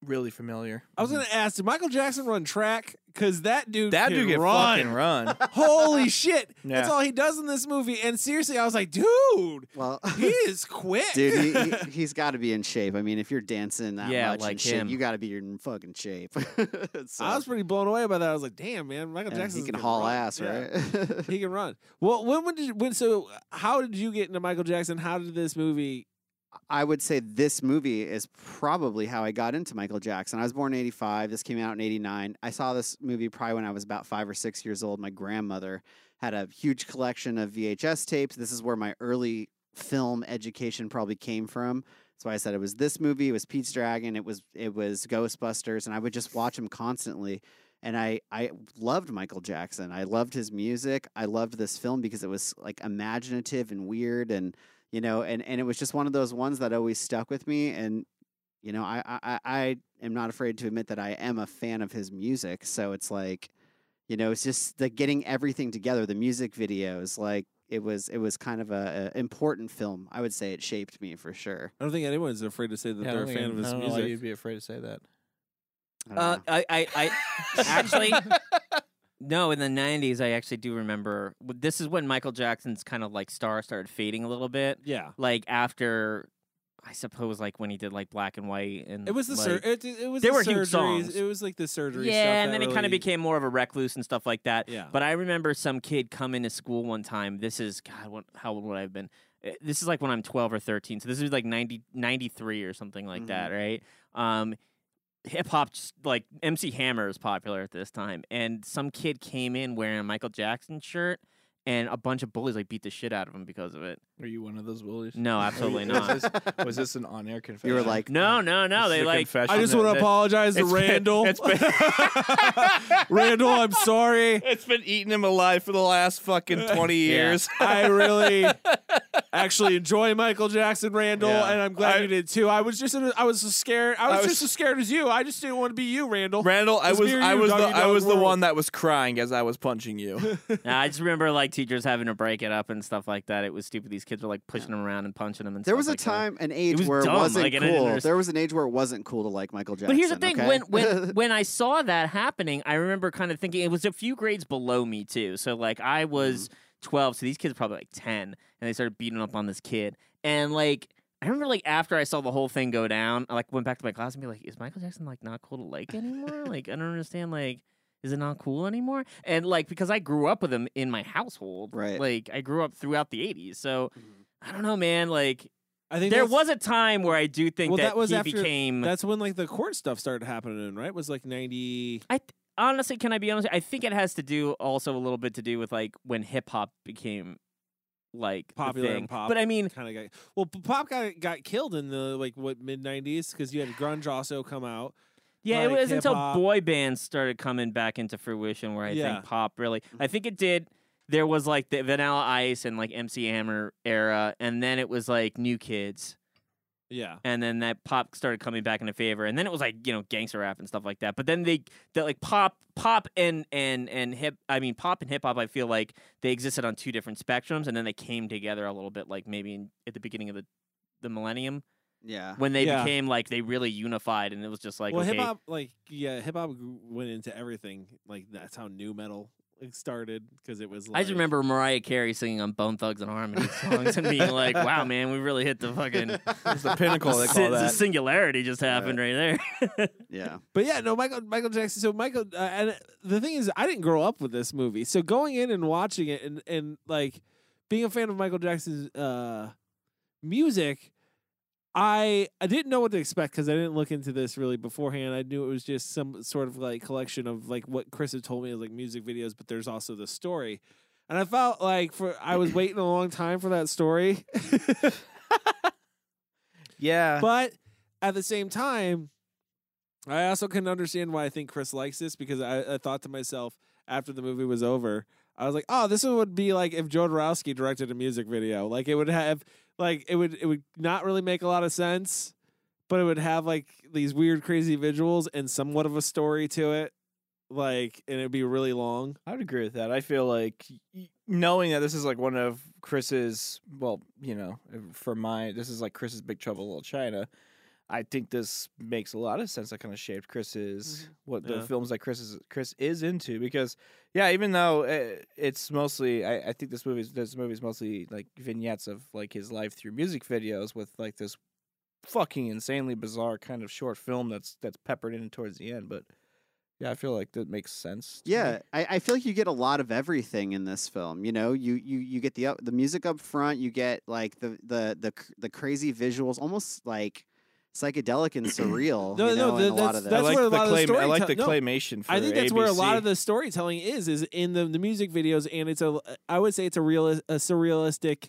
[SPEAKER 2] really familiar.
[SPEAKER 1] I
[SPEAKER 2] [LAUGHS]
[SPEAKER 1] was gonna ask, did Michael Jackson run track? Because that dude,
[SPEAKER 2] that
[SPEAKER 1] can
[SPEAKER 2] dude can
[SPEAKER 1] run. [LAUGHS]
[SPEAKER 2] fucking run.
[SPEAKER 1] Holy shit! That's
[SPEAKER 2] Yeah.
[SPEAKER 1] all he does in this movie. And seriously, I was like, dude,
[SPEAKER 3] Well, [LAUGHS]
[SPEAKER 1] he is quick.
[SPEAKER 3] dude, he, he, he's got to be in shape. I mean, if you're dancing that
[SPEAKER 4] Yeah,
[SPEAKER 3] much
[SPEAKER 4] like
[SPEAKER 3] and shit,
[SPEAKER 4] him.
[SPEAKER 3] you got to be in fucking shape. [LAUGHS]
[SPEAKER 1] [LAUGHS]
[SPEAKER 3] so,
[SPEAKER 1] I was pretty blown away by that. I was like, damn, man, Michael
[SPEAKER 3] and
[SPEAKER 1] Jackson
[SPEAKER 3] he can haul
[SPEAKER 1] run.
[SPEAKER 3] ass,
[SPEAKER 1] Yeah.
[SPEAKER 3] right? [LAUGHS]
[SPEAKER 1] he can run. Well, when, when did you, when? So, how did you get into Michael Jackson? How did this movie?
[SPEAKER 3] I would say this movie is probably how I got into Michael Jackson. I was born in 85. This came out in 89. I saw this movie probably when I was about five or six years old. My grandmother had a huge collection of VHS tapes. This is where my early film education probably came from. That's why I said it was this movie, it was Pete's Dragon, it was it was Ghostbusters, and I would just watch them constantly. And I I loved Michael Jackson. I loved his music. I loved this film because it was like imaginative and weird and you know, and, and it was just one of those ones that always stuck with me. And, you know, I, I, I- I am not afraid to admit that I am a fan of his music. So it's like, you know, it's just the getting everything together, the music videos, like it was, it was kind of a, a important film. I would say it shaped me for sure.
[SPEAKER 1] I don't think anyone's afraid to say that
[SPEAKER 2] Yeah, I
[SPEAKER 1] they're a
[SPEAKER 2] don't think-
[SPEAKER 1] fan of
[SPEAKER 2] I
[SPEAKER 1] his
[SPEAKER 2] don't know why
[SPEAKER 1] music.
[SPEAKER 2] you'd be afraid to say that.
[SPEAKER 3] I don't
[SPEAKER 4] Uh,
[SPEAKER 3] know.
[SPEAKER 1] Uh-huh.
[SPEAKER 4] I, I, I
[SPEAKER 1] [LAUGHS]
[SPEAKER 4] actually no. In the '90s, I actually do remember. w- This is when Michael Jackson's kind of like star started fading a little bit.
[SPEAKER 1] Yeah,
[SPEAKER 4] Like after, I suppose, like when he did like Black and White, and
[SPEAKER 1] it was the
[SPEAKER 4] like,
[SPEAKER 1] sur- it, it was
[SPEAKER 4] They
[SPEAKER 1] the
[SPEAKER 4] were
[SPEAKER 1] surgeries.
[SPEAKER 4] huge songs.
[SPEAKER 1] It was like the surgery.
[SPEAKER 4] yeah,
[SPEAKER 1] stuff
[SPEAKER 4] and
[SPEAKER 1] that
[SPEAKER 4] then he kind
[SPEAKER 1] really-
[SPEAKER 4] of became more of a recluse and stuff like that.
[SPEAKER 1] Yeah.
[SPEAKER 4] But I remember some kid coming to school one time. This is God, what, how old would I have been? Uh, This is like when I'm 12 or 13. So this is like 90, 93 or something like that, right? Um, hip hop, just, like MC Hammer, is popular at this time, and some kid came in wearing a Michael Jackson shirt. And a bunch of bullies like beat the shit out of him because of it.
[SPEAKER 2] Are you one of those bullies? [LAUGHS]
[SPEAKER 4] No, absolutely
[SPEAKER 2] Was
[SPEAKER 4] not.
[SPEAKER 2] this, was this an on-air confession?
[SPEAKER 3] you were like,
[SPEAKER 4] No, no, no.
[SPEAKER 2] This is
[SPEAKER 4] They
[SPEAKER 2] a
[SPEAKER 4] like
[SPEAKER 2] confession
[SPEAKER 1] I just
[SPEAKER 2] that-
[SPEAKER 1] want to
[SPEAKER 2] that-
[SPEAKER 1] apologize to
[SPEAKER 2] It's been- [LAUGHS]
[SPEAKER 1] Randall.
[SPEAKER 2] it's been-
[SPEAKER 1] Randall, I'm
[SPEAKER 2] [LAUGHS]
[SPEAKER 1] sorry.
[SPEAKER 2] It's been eating him alive for the last fucking 20
[SPEAKER 4] [LAUGHS]
[SPEAKER 2] years. [LAUGHS]
[SPEAKER 1] I really actually enjoy Michael Jackson, Randall,
[SPEAKER 2] Yeah.
[SPEAKER 1] and I'm glad
[SPEAKER 2] I-
[SPEAKER 1] you did too. I was just in a, I was so scared. I was,
[SPEAKER 2] was-
[SPEAKER 1] just as scared as you. I just didn't want to be you, Randall.
[SPEAKER 2] Randall, I
[SPEAKER 1] It's
[SPEAKER 2] was
[SPEAKER 1] me or
[SPEAKER 2] I
[SPEAKER 1] you,
[SPEAKER 2] was the
[SPEAKER 1] doggy
[SPEAKER 2] I
[SPEAKER 1] dog
[SPEAKER 2] was the
[SPEAKER 1] world.
[SPEAKER 2] one that was crying as I was
[SPEAKER 1] [LAUGHS]
[SPEAKER 2] punching you.
[SPEAKER 4] Nah, I just remember like teachers having to break it up and stuff like that. It was stupid. These kids were like pushing them around and punching them. And
[SPEAKER 3] there
[SPEAKER 4] stuff
[SPEAKER 3] was a
[SPEAKER 4] like that.
[SPEAKER 3] time, an age
[SPEAKER 4] was
[SPEAKER 3] where
[SPEAKER 4] dumb,
[SPEAKER 3] it wasn't
[SPEAKER 4] like, and I didn't
[SPEAKER 3] cool.
[SPEAKER 4] underst-
[SPEAKER 3] There was an age where it wasn't cool to like Michael Jackson.
[SPEAKER 4] But here's the thing:
[SPEAKER 3] okay?
[SPEAKER 4] when
[SPEAKER 1] [LAUGHS]
[SPEAKER 4] when when I saw that happening, I remember kind of thinking it was a few grades below me too. So like I
[SPEAKER 1] Mm-hmm.
[SPEAKER 4] was twelve, so these kids were probably like ten, and they started beating up on this kid, and like I remember like after I saw the whole thing go down, I like went back to my class and be like, is Michael Jackson like not cool to like
[SPEAKER 1] [LAUGHS]
[SPEAKER 4] anymore? like I don't understand like is it not cool anymore? And like because I grew up with him in my household.
[SPEAKER 3] Right.
[SPEAKER 4] Like I grew up throughout the 80s. So I don't know, man, like
[SPEAKER 1] I think
[SPEAKER 4] there
[SPEAKER 1] Mm-hmm. that's-
[SPEAKER 4] was a time where I do think
[SPEAKER 1] well,
[SPEAKER 4] that,
[SPEAKER 1] that, was
[SPEAKER 4] he
[SPEAKER 1] after
[SPEAKER 4] became
[SPEAKER 1] that's when like the court stuff started happening, right? Was like ninety.
[SPEAKER 4] I th- honestly, can I be honest? I think it has to do also a little bit to do with like when hip hop became like the
[SPEAKER 1] popular
[SPEAKER 4] thing.
[SPEAKER 1] and pop.
[SPEAKER 4] But I mean,
[SPEAKER 1] kind of got well, p- pop got got killed in the like what mid nineties because you had grunge also come out.
[SPEAKER 4] yeah, it
[SPEAKER 1] like,
[SPEAKER 4] was until
[SPEAKER 1] hip-hop.
[SPEAKER 4] boy bands started coming back into fruition where I
[SPEAKER 1] Yeah.
[SPEAKER 4] think pop really. I think it did. There was like the Vanilla Ice and like MC Hammer era, and then it was like New Kids,
[SPEAKER 1] Yeah,
[SPEAKER 4] and then that pop started coming back into favor, and then it was like you know gangster rap and stuff like that. But then they that like pop, pop and and and hip. I mean, pop and hip hop. I feel like they existed on two different spectrums, and then they came together a little bit, like maybe in, at the beginning of the the millennium
[SPEAKER 3] [LAUGHS] Yeah.
[SPEAKER 4] when they
[SPEAKER 1] Yeah.
[SPEAKER 4] became like they really unified, and it was just like
[SPEAKER 1] well,
[SPEAKER 4] okay,
[SPEAKER 1] hip hop like yeah, hip hop went into everything. Like that's how new metal like, started because it was. Like,
[SPEAKER 4] I just remember Mariah Carey singing on Bone Thugs and Harmony songs and being like, "Wow, man, we really hit the fucking
[SPEAKER 2] [LAUGHS] It's the pinnacle.
[SPEAKER 4] [LAUGHS]
[SPEAKER 2] They
[SPEAKER 4] sin-
[SPEAKER 2] call
[SPEAKER 4] the
[SPEAKER 2] that.
[SPEAKER 4] singularity just happened right there."
[SPEAKER 3] Yeah.
[SPEAKER 1] But yeah, no, Michael Michael Jackson. So Michael, uh, and the thing is, I didn't grow up with this movie. So going in and watching it, and and like being a fan of Michael Jackson's uh, music, I I didn't know what to expect because I didn't look into this really beforehand. I knew it was just some sort of like collection of like what Chris had told me was like music videos, but there's also the story. And I felt like for I was waiting a long time for that story. [LAUGHS]
[SPEAKER 2] Yeah.
[SPEAKER 1] but at the same time, I also can understand why I think Chris likes this because I, I thought to myself after the movie was over, I was like, oh, this would be like if Jodorowsky directed a music video. Like it would have like it would it would not really make a lot of sense, but it would have like these weird, crazy visuals and somewhat of a story to it. Like and it'd be really long.
[SPEAKER 2] I would agree with that. I feel like y- knowing that this is like one of Chris's, well, you know, uh, for my, this is like Chris's Big Trouble in Little China. I think this makes a lot of sense. That kind of shaped Chris's what the
[SPEAKER 1] Yeah.
[SPEAKER 2] films that Chris is Chris is into because yeah, even though uh, it's mostly I, I think this movie this movie is mostly like vignettes of like his life through music videos with like this fucking insanely bizarre kind of short film that's that's peppered in towards the end. But yeah, I feel like that makes sense. to me.
[SPEAKER 3] Yeah, I, I feel like you get a lot of everything in this film. You know, you you you get the up, the music up front. You get like the the the cr- the crazy visuals, almost like
[SPEAKER 1] [CLEARS THROAT]
[SPEAKER 3] psychedelic and surreal.
[SPEAKER 1] No,
[SPEAKER 3] you
[SPEAKER 1] no,
[SPEAKER 3] know,
[SPEAKER 1] that-
[SPEAKER 3] in a lot
[SPEAKER 1] that's-
[SPEAKER 3] of this.
[SPEAKER 2] I like
[SPEAKER 1] where a
[SPEAKER 2] the
[SPEAKER 1] lot of the
[SPEAKER 2] claim. I like the
[SPEAKER 1] storytell- no,
[SPEAKER 2] claymation. For
[SPEAKER 1] I think that's where a lot of
[SPEAKER 2] ABC.
[SPEAKER 1] the storytelling is, is in the the music videos, and it's a I would say it's a real a surrealistic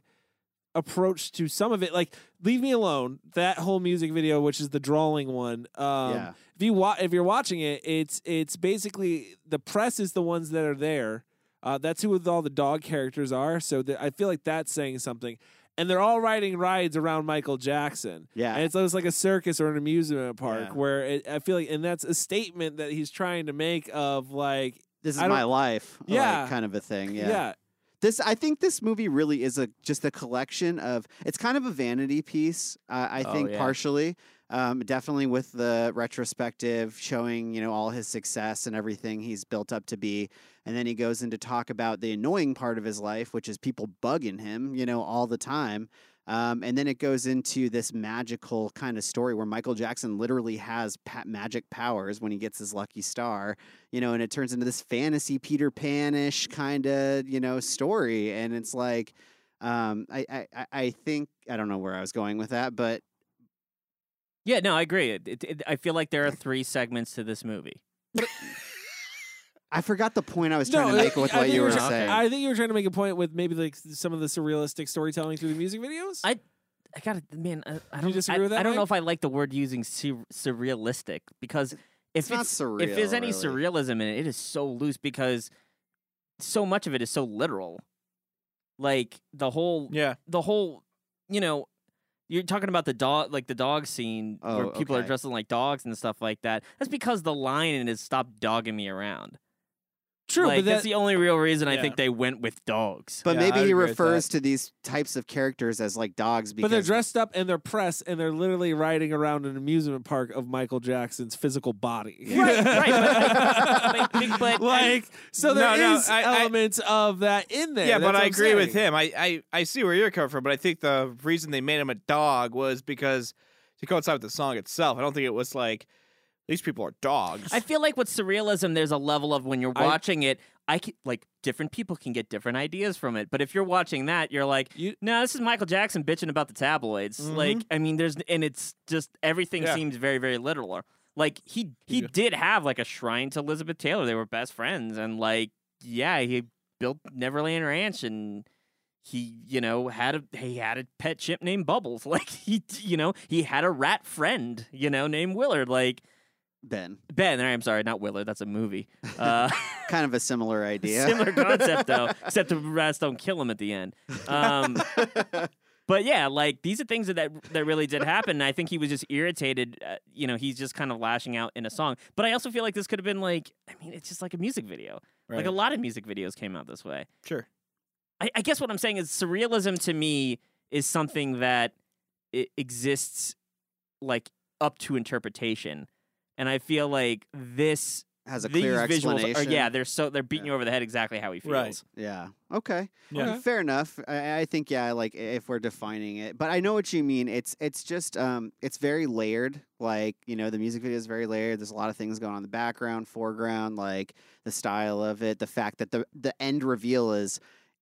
[SPEAKER 1] approach to some of it. Like "Leave Me Alone," that whole music video, which is the drawing one. Um,
[SPEAKER 3] Yeah.
[SPEAKER 1] If you wa- if you're watching it, it's it's basically the press is the ones that are there. Uh, that's who all the dog characters are. So that I feel like that's saying something. And they're all riding rides around Michael Jackson.
[SPEAKER 3] Yeah.
[SPEAKER 1] And it's, it's like a circus or an amusement park
[SPEAKER 3] Yeah.
[SPEAKER 1] where it, I feel like, and that's a statement that he's trying to make of like,
[SPEAKER 3] This is
[SPEAKER 1] I don't-
[SPEAKER 3] my life. like,
[SPEAKER 1] Yeah.
[SPEAKER 3] kind of a thing.
[SPEAKER 1] yeah,
[SPEAKER 3] this i think this movie really is a just a collection of it's kind of a vanity piece uh, i
[SPEAKER 4] Oh,
[SPEAKER 3] think
[SPEAKER 4] yeah.
[SPEAKER 3] partially um, definitely with the retrospective showing you know all his success and everything he's built up to be and then he goes into talk about the annoying part of his life which is people bugging him you know all the time um, and then it goes into this magical kind of story where Michael Jackson literally has pa- magic powers when he gets his lucky star, you know, and it turns into this fantasy Peter Panish kind of, you know, story. And it's like, um, I, I, I- I think, I don't know where I was going with that, but
[SPEAKER 4] yeah, no, I agree. It, it, it- I feel like there are three segments to this movie.
[SPEAKER 3] I forgot the point I was trying to make with
[SPEAKER 1] I
[SPEAKER 3] what
[SPEAKER 1] think
[SPEAKER 3] you were
[SPEAKER 1] try-
[SPEAKER 3] saying.
[SPEAKER 1] I think you were trying to make a point with maybe like some of the surrealistic storytelling through the music videos.
[SPEAKER 4] I- I gotta, man, I, I
[SPEAKER 1] you
[SPEAKER 4] don't
[SPEAKER 1] disagree
[SPEAKER 4] I,
[SPEAKER 1] with that,
[SPEAKER 4] I don't know
[SPEAKER 1] Mike?
[SPEAKER 4] if I like the word using sur- surrealistic because
[SPEAKER 3] It's
[SPEAKER 4] if
[SPEAKER 3] not
[SPEAKER 4] it's, if there's
[SPEAKER 3] surreal,
[SPEAKER 4] any
[SPEAKER 3] really.
[SPEAKER 4] surrealism in it, it is so loose because so much of it is so literal. Like the whole
[SPEAKER 2] yeah.
[SPEAKER 4] the whole you know you're talking about the dog like the dog scene where
[SPEAKER 3] Oh,
[SPEAKER 4] people are
[SPEAKER 3] okay.
[SPEAKER 4] dressing like dogs and stuff like that that's because the lion is stop dogging me around
[SPEAKER 1] True,
[SPEAKER 4] Like,
[SPEAKER 1] but
[SPEAKER 4] that's
[SPEAKER 1] that-
[SPEAKER 4] the only real reason I
[SPEAKER 1] Yeah.
[SPEAKER 4] think they went with dogs.
[SPEAKER 3] But
[SPEAKER 2] Yeah, I
[SPEAKER 3] maybe
[SPEAKER 2] would
[SPEAKER 3] he
[SPEAKER 2] agree with
[SPEAKER 3] refers to these types of characters as like dogs because
[SPEAKER 1] But they're dressed up and they're pressed and they're literally riding around an amusement park of Michael Jackson's physical body.
[SPEAKER 4] Right, right. But,
[SPEAKER 1] [LAUGHS]
[SPEAKER 4] but, but, but-
[SPEAKER 1] like so there
[SPEAKER 2] No,
[SPEAKER 1] is
[SPEAKER 2] no, I- I-
[SPEAKER 1] elements of that in there.
[SPEAKER 2] Yeah,
[SPEAKER 1] That's
[SPEAKER 2] but
[SPEAKER 1] what
[SPEAKER 2] I
[SPEAKER 1] I'm
[SPEAKER 2] agree with
[SPEAKER 1] saying.
[SPEAKER 2] him. I, I, I see where you're coming from, but I think the reason they made him a dog was because to coincide with the song itself. I don't think it was like these people are dogs.
[SPEAKER 4] I feel like with surrealism, there's a level of when you're
[SPEAKER 1] I-
[SPEAKER 4] watching it, I can, like different people can get different ideas from it. But if you're watching that, you're like,
[SPEAKER 1] You- Mm-hmm.
[SPEAKER 4] no, this is Michael Jackson bitching about the tabloids. Like, I mean, there's and it's just everything
[SPEAKER 2] Yeah.
[SPEAKER 4] seems very, very literal. Like he he did have like a shrine to Elizabeth Taylor. They were best friends, and like yeah, he built Neverland Ranch and. He, you know, had a he had a pet chimp named Bubbles. [LAUGHS] Like he, you know, he had a rat friend, you know, named Willard. Like
[SPEAKER 3] Ben.
[SPEAKER 4] Ben, I'm sorry, not Willard. That's a movie.
[SPEAKER 2] [LAUGHS]
[SPEAKER 4] Uh,
[SPEAKER 3] Kind of a similar idea.
[SPEAKER 4] Similar
[SPEAKER 2] [LAUGHS]
[SPEAKER 4] concept though, except the rats don't kill him at the end. Um, but yeah, like these are things that that, that really did happen. And I think he was just irritated. Uh, you know, he's just kind of lashing out in a song. But I also feel like this could have been like, I mean, it's just like a music video. Like a
[SPEAKER 2] Right.
[SPEAKER 4] lot of music videos came out this way.
[SPEAKER 2] sure.
[SPEAKER 4] I, I guess what I'm saying is surrealism to me is something that i exists like up to interpretation, and I feel like this
[SPEAKER 3] Has a
[SPEAKER 4] these
[SPEAKER 3] clear
[SPEAKER 4] visuals
[SPEAKER 3] explanation.
[SPEAKER 4] are yeah they're so they're beating you over the head exactly how he feels.
[SPEAKER 2] Right.
[SPEAKER 3] Yeah. Okay.
[SPEAKER 2] Yeah.
[SPEAKER 3] Okay, Fair enough. I, I think yeah, like if we're defining it, but I know what you mean. It's it's just um, it's very layered. Like you know, the music video is very layered. There's a lot of things going on in the background, foreground, like the style of it, the fact that the the end reveal is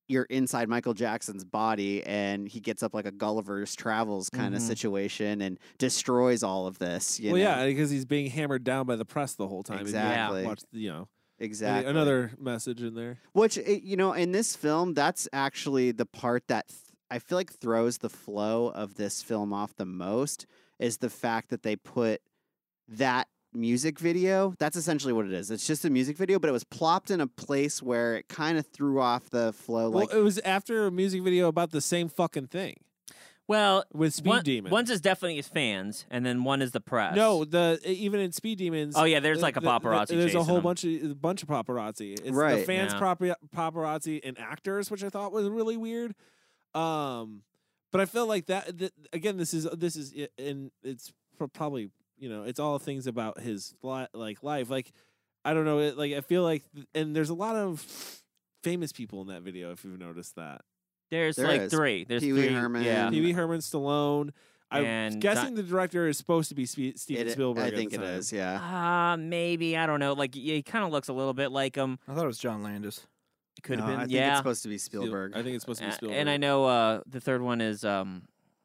[SPEAKER 3] you're inside Michael Jackson's body and he gets up like a Gulliver's Travels kind of
[SPEAKER 2] Mhm.
[SPEAKER 3] situation and destroys all of this.
[SPEAKER 1] Mm-hmm.
[SPEAKER 3] You
[SPEAKER 1] Well,
[SPEAKER 3] know?
[SPEAKER 1] yeah, because he's being hammered down by the press the whole time. and you
[SPEAKER 3] Exactly.
[SPEAKER 1] Watch, you know,
[SPEAKER 3] exactly.
[SPEAKER 1] another message in there.
[SPEAKER 3] Which it, you know, in this film, that's actually the part that th- I feel like throws the flow of this film off the most is the fact that they put that music video. That's essentially what it is. It's just a music video, but it was plopped in a place where it kind of threw off the flow. Like,
[SPEAKER 1] well, it was after a music video about the same fucking thing
[SPEAKER 4] Well,
[SPEAKER 1] with Speed
[SPEAKER 4] one,
[SPEAKER 1] Demon.
[SPEAKER 4] one's is definitely his fans, and then one is the press.
[SPEAKER 1] no, the e, even in Speed Demons.
[SPEAKER 4] Oh yeah, there's like a
[SPEAKER 1] the- the-
[SPEAKER 4] paparazzi.
[SPEAKER 1] there's a
[SPEAKER 4] chasing
[SPEAKER 1] whole
[SPEAKER 4] him.
[SPEAKER 1] bunch of a bunch of paparazzi. It's the
[SPEAKER 3] Right.
[SPEAKER 1] fans,
[SPEAKER 4] Yeah.
[SPEAKER 1] papi- paparazzi, and actors, which I thought was really weird. Um, but I feel like that, that again. This is this is i- and it's pro- probably you know it's all things about his li- like life. Like I don't know. It, like I feel like th- and there's a lot of famous people in that video. If you've noticed that,
[SPEAKER 4] There's
[SPEAKER 3] There
[SPEAKER 4] like
[SPEAKER 3] is.
[SPEAKER 4] three. There's
[SPEAKER 3] Pee Wee
[SPEAKER 4] three.
[SPEAKER 3] Herman.
[SPEAKER 4] Yeah.
[SPEAKER 1] Pee Wee Herman, Stallone. I'm
[SPEAKER 4] And
[SPEAKER 1] guessing the director is supposed to be Spe- Steven
[SPEAKER 3] it-
[SPEAKER 1] Spielberg.
[SPEAKER 3] I
[SPEAKER 1] at the
[SPEAKER 3] think it
[SPEAKER 1] time.
[SPEAKER 3] is. Yeah.
[SPEAKER 4] Uh, maybe I don't know. Like yeah, he kind of looks a little bit like him.
[SPEAKER 2] I thought it was John Landis.
[SPEAKER 4] Could have
[SPEAKER 3] No,
[SPEAKER 4] been.
[SPEAKER 3] I think
[SPEAKER 4] yeah.
[SPEAKER 3] it's supposed to be
[SPEAKER 1] Spiel-
[SPEAKER 3] Spielberg.
[SPEAKER 1] I think it's supposed to be
[SPEAKER 4] Uh,
[SPEAKER 1] Spielberg.
[SPEAKER 4] and I know uh, the third one is um,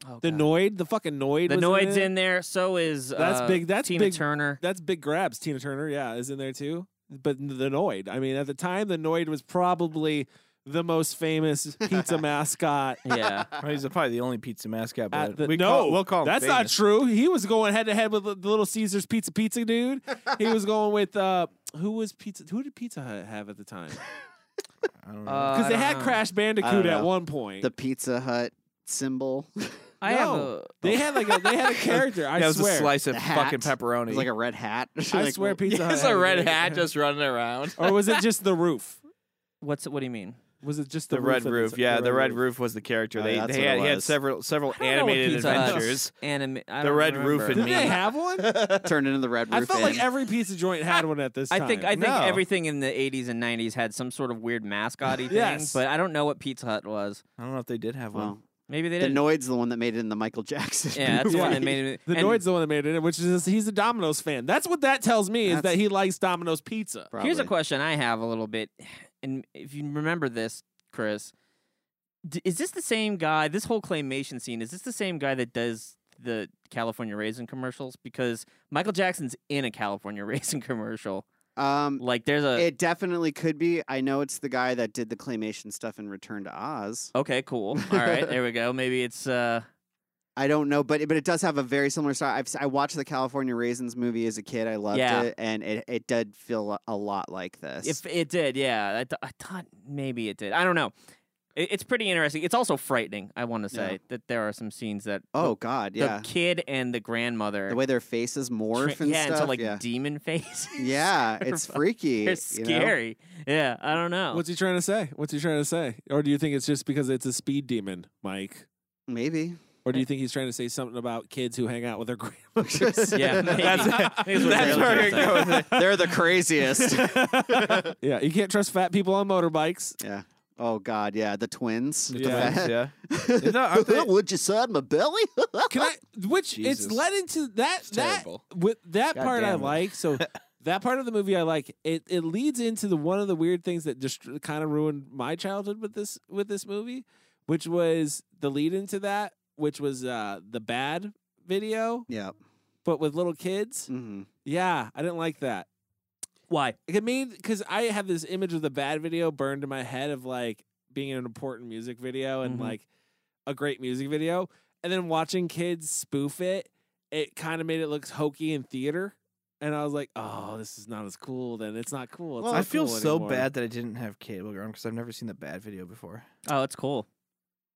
[SPEAKER 4] oh,
[SPEAKER 1] The
[SPEAKER 4] God.
[SPEAKER 1] Noid, the fucking Noid.
[SPEAKER 4] The
[SPEAKER 1] was
[SPEAKER 4] Noid's
[SPEAKER 1] it.
[SPEAKER 4] in there. So is
[SPEAKER 1] That's
[SPEAKER 4] uh,
[SPEAKER 1] big- that's
[SPEAKER 4] Tina
[SPEAKER 1] big-
[SPEAKER 4] Turner.
[SPEAKER 1] That's big grabs. Tina Turner, yeah, is in there too. But the Noid. I mean, at the time, the Noid was probably the most famous
[SPEAKER 4] [LAUGHS]
[SPEAKER 1] pizza mascot.
[SPEAKER 2] [LAUGHS]
[SPEAKER 4] yeah.
[SPEAKER 2] Well, he's probably the only pizza mascot.
[SPEAKER 1] At
[SPEAKER 2] But
[SPEAKER 1] the,
[SPEAKER 2] we
[SPEAKER 1] no,
[SPEAKER 2] call, we'll call him.
[SPEAKER 1] that's not
[SPEAKER 2] famous.
[SPEAKER 1] true. He was going head to head with the Little Caesars Pizza Pizza dude. He was going with uh, who was pizza? Who did Pizza Hut have at the time?
[SPEAKER 2] Uh, I don't know.
[SPEAKER 1] Because they
[SPEAKER 4] I don't
[SPEAKER 1] had
[SPEAKER 4] know.
[SPEAKER 1] Crash
[SPEAKER 3] I don't
[SPEAKER 1] Bandicoot at
[SPEAKER 3] know.
[SPEAKER 1] one point.
[SPEAKER 3] The Pizza Hut symbol. [LAUGHS] it
[SPEAKER 4] I have
[SPEAKER 1] No.
[SPEAKER 4] a-
[SPEAKER 1] they had like a, they
[SPEAKER 2] [LAUGHS]
[SPEAKER 1] had a character. I
[SPEAKER 2] that was
[SPEAKER 1] swear.
[SPEAKER 2] a slice of
[SPEAKER 3] The hat.
[SPEAKER 2] fucking pepperoni.
[SPEAKER 3] was like
[SPEAKER 2] [LAUGHS]
[SPEAKER 3] a red hat. [LAUGHS]
[SPEAKER 1] I
[SPEAKER 3] Like,
[SPEAKER 1] swear, Pizza Hut. [LAUGHS]
[SPEAKER 2] It's
[SPEAKER 1] had
[SPEAKER 2] a red
[SPEAKER 1] character.
[SPEAKER 2] hat just running around.
[SPEAKER 1] or was it
[SPEAKER 2] [LAUGHS]
[SPEAKER 1] just the roof?
[SPEAKER 4] What's what do you mean?
[SPEAKER 1] Was it just the,
[SPEAKER 2] The, red
[SPEAKER 1] of the-
[SPEAKER 2] roof, yeah, the, red roof. was the character.
[SPEAKER 3] Oh,
[SPEAKER 2] they
[SPEAKER 3] that's
[SPEAKER 2] they
[SPEAKER 3] what it
[SPEAKER 2] had, he had
[SPEAKER 3] was.
[SPEAKER 2] several several
[SPEAKER 4] I don't know what
[SPEAKER 2] animated
[SPEAKER 4] Pizza Hut's
[SPEAKER 2] adventures.
[SPEAKER 4] anima- I
[SPEAKER 2] The
[SPEAKER 4] don't
[SPEAKER 2] Red
[SPEAKER 4] remember.
[SPEAKER 2] Roof and
[SPEAKER 1] Didn't
[SPEAKER 2] Me.
[SPEAKER 1] they have
[SPEAKER 2] [LAUGHS]
[SPEAKER 1] one?
[SPEAKER 3] Turned into the red
[SPEAKER 1] I
[SPEAKER 3] roof.
[SPEAKER 1] felt like
[SPEAKER 3] Inn.
[SPEAKER 1] every pizza joint had one at this
[SPEAKER 4] I
[SPEAKER 1] time.
[SPEAKER 4] think I think
[SPEAKER 2] No.
[SPEAKER 4] everything in the '80s and '90s had some sort of weird mascot thing,
[SPEAKER 1] Yes.
[SPEAKER 4] but I don't know what Pizza Hut was.
[SPEAKER 2] I don't know if they did have
[SPEAKER 3] Well,
[SPEAKER 2] one.
[SPEAKER 4] Maybe they
[SPEAKER 3] the
[SPEAKER 4] didn't.
[SPEAKER 3] Noid's the one that made it in the Michael Jackson.
[SPEAKER 4] yeah, that's the one
[SPEAKER 1] Yeah. [LAUGHS]
[SPEAKER 4] that made it.
[SPEAKER 1] the
[SPEAKER 4] and
[SPEAKER 1] Noid's the one that made it, which is he's a Domino's fan. That's what that tells me is
[SPEAKER 3] That's-
[SPEAKER 1] that he likes Domino's pizza.
[SPEAKER 3] Probably.
[SPEAKER 4] Here's a question I have a little bit, and if you remember this, Chris, d- is this the same guy? This whole claymation scene is this the same guy that does the California raisin commercials? Because Michael Jackson's in a California [LAUGHS] raisin commercial.
[SPEAKER 3] Um,
[SPEAKER 4] Like, there's a
[SPEAKER 3] it definitely could be. I know it's the guy that did the claymation stuff in Return to Oz.
[SPEAKER 4] okay,
[SPEAKER 3] [LAUGHS]
[SPEAKER 4] cool. All right, there we go. Maybe it's uh,
[SPEAKER 3] I don't know, but it, but it does have a very similar style. I've, s- I watched the California Raisins movie as a kid. I loved
[SPEAKER 4] Yeah.
[SPEAKER 3] it, and it, it did feel a- a lot like this.
[SPEAKER 4] If it did, yeah. I, th- I thought maybe it did. I don't know. It- It's pretty interesting. It's also frightening. I want to
[SPEAKER 3] Yeah.
[SPEAKER 4] say that there are some scenes that
[SPEAKER 3] Oh
[SPEAKER 4] the-
[SPEAKER 3] God,
[SPEAKER 4] the
[SPEAKER 3] yeah.
[SPEAKER 4] kid and the grandmother
[SPEAKER 3] The way their faces morph
[SPEAKER 4] tra-
[SPEAKER 3] and
[SPEAKER 4] yeah,
[SPEAKER 3] stuff.
[SPEAKER 4] into like
[SPEAKER 3] yeah.
[SPEAKER 4] demon [LAUGHS] faces. [LAUGHS]
[SPEAKER 3] yeah, it's freaky.
[SPEAKER 4] It's
[SPEAKER 3] you know?
[SPEAKER 4] scary. Yeah, I don't know. [LAUGHS]
[SPEAKER 1] What's he trying to say? What's he trying to say? Or do you think it's just because it's a speed demon, Mike?
[SPEAKER 4] [LAUGHS]
[SPEAKER 3] Maybe.
[SPEAKER 1] Or do you think he's trying to say something about kids who hang out with their [LAUGHS] grandmothers?
[SPEAKER 4] yeah,
[SPEAKER 2] [LAUGHS]
[SPEAKER 4] maybe.
[SPEAKER 2] That's-
[SPEAKER 4] I think what
[SPEAKER 2] that's where
[SPEAKER 4] Taylor's trying
[SPEAKER 2] it
[SPEAKER 4] to say.
[SPEAKER 2] goes.
[SPEAKER 3] They're the craziest.
[SPEAKER 1] yeah, you can't trust fat people on motorbikes.
[SPEAKER 3] [LAUGHS] yeah. Oh God, yeah. The twins.
[SPEAKER 4] [LAUGHS]
[SPEAKER 3] The
[SPEAKER 1] Yeah.
[SPEAKER 3] fat-
[SPEAKER 2] yeah. [LAUGHS] Isn't that- aren't they-
[SPEAKER 3] Would you side my belly? [LAUGHS]
[SPEAKER 1] Can I? Which
[SPEAKER 2] Jesus.
[SPEAKER 1] it's led into that that
[SPEAKER 2] terrible.
[SPEAKER 1] with that
[SPEAKER 2] God
[SPEAKER 1] part I
[SPEAKER 2] damn it.
[SPEAKER 1] like.
[SPEAKER 2] [LAUGHS]
[SPEAKER 1] So that part of the movie I like. It it leads into the one of the weird things that just kind of ruined my childhood with this with this movie, which was the lead into that, which was uh the bad video,
[SPEAKER 3] yeah.
[SPEAKER 1] but with little kids.
[SPEAKER 2] Mm.
[SPEAKER 3] hmm
[SPEAKER 1] Yeah, I didn't like that.
[SPEAKER 4] Why?
[SPEAKER 1] I mean, because I have this image of the bad video burned in my head of like being an important music video and
[SPEAKER 4] Mhm.
[SPEAKER 1] like a great music video, and then watching kids spoof it, it kind of made it look hokey in theater, and I was like, oh, this is not as cool. Then it's not cool. It's
[SPEAKER 3] Well,
[SPEAKER 1] not
[SPEAKER 2] I feel
[SPEAKER 1] cool
[SPEAKER 2] so
[SPEAKER 1] anymore.
[SPEAKER 2] bad that I didn't have cable grown because I've never seen the bad video before.
[SPEAKER 4] Oh, it's cool.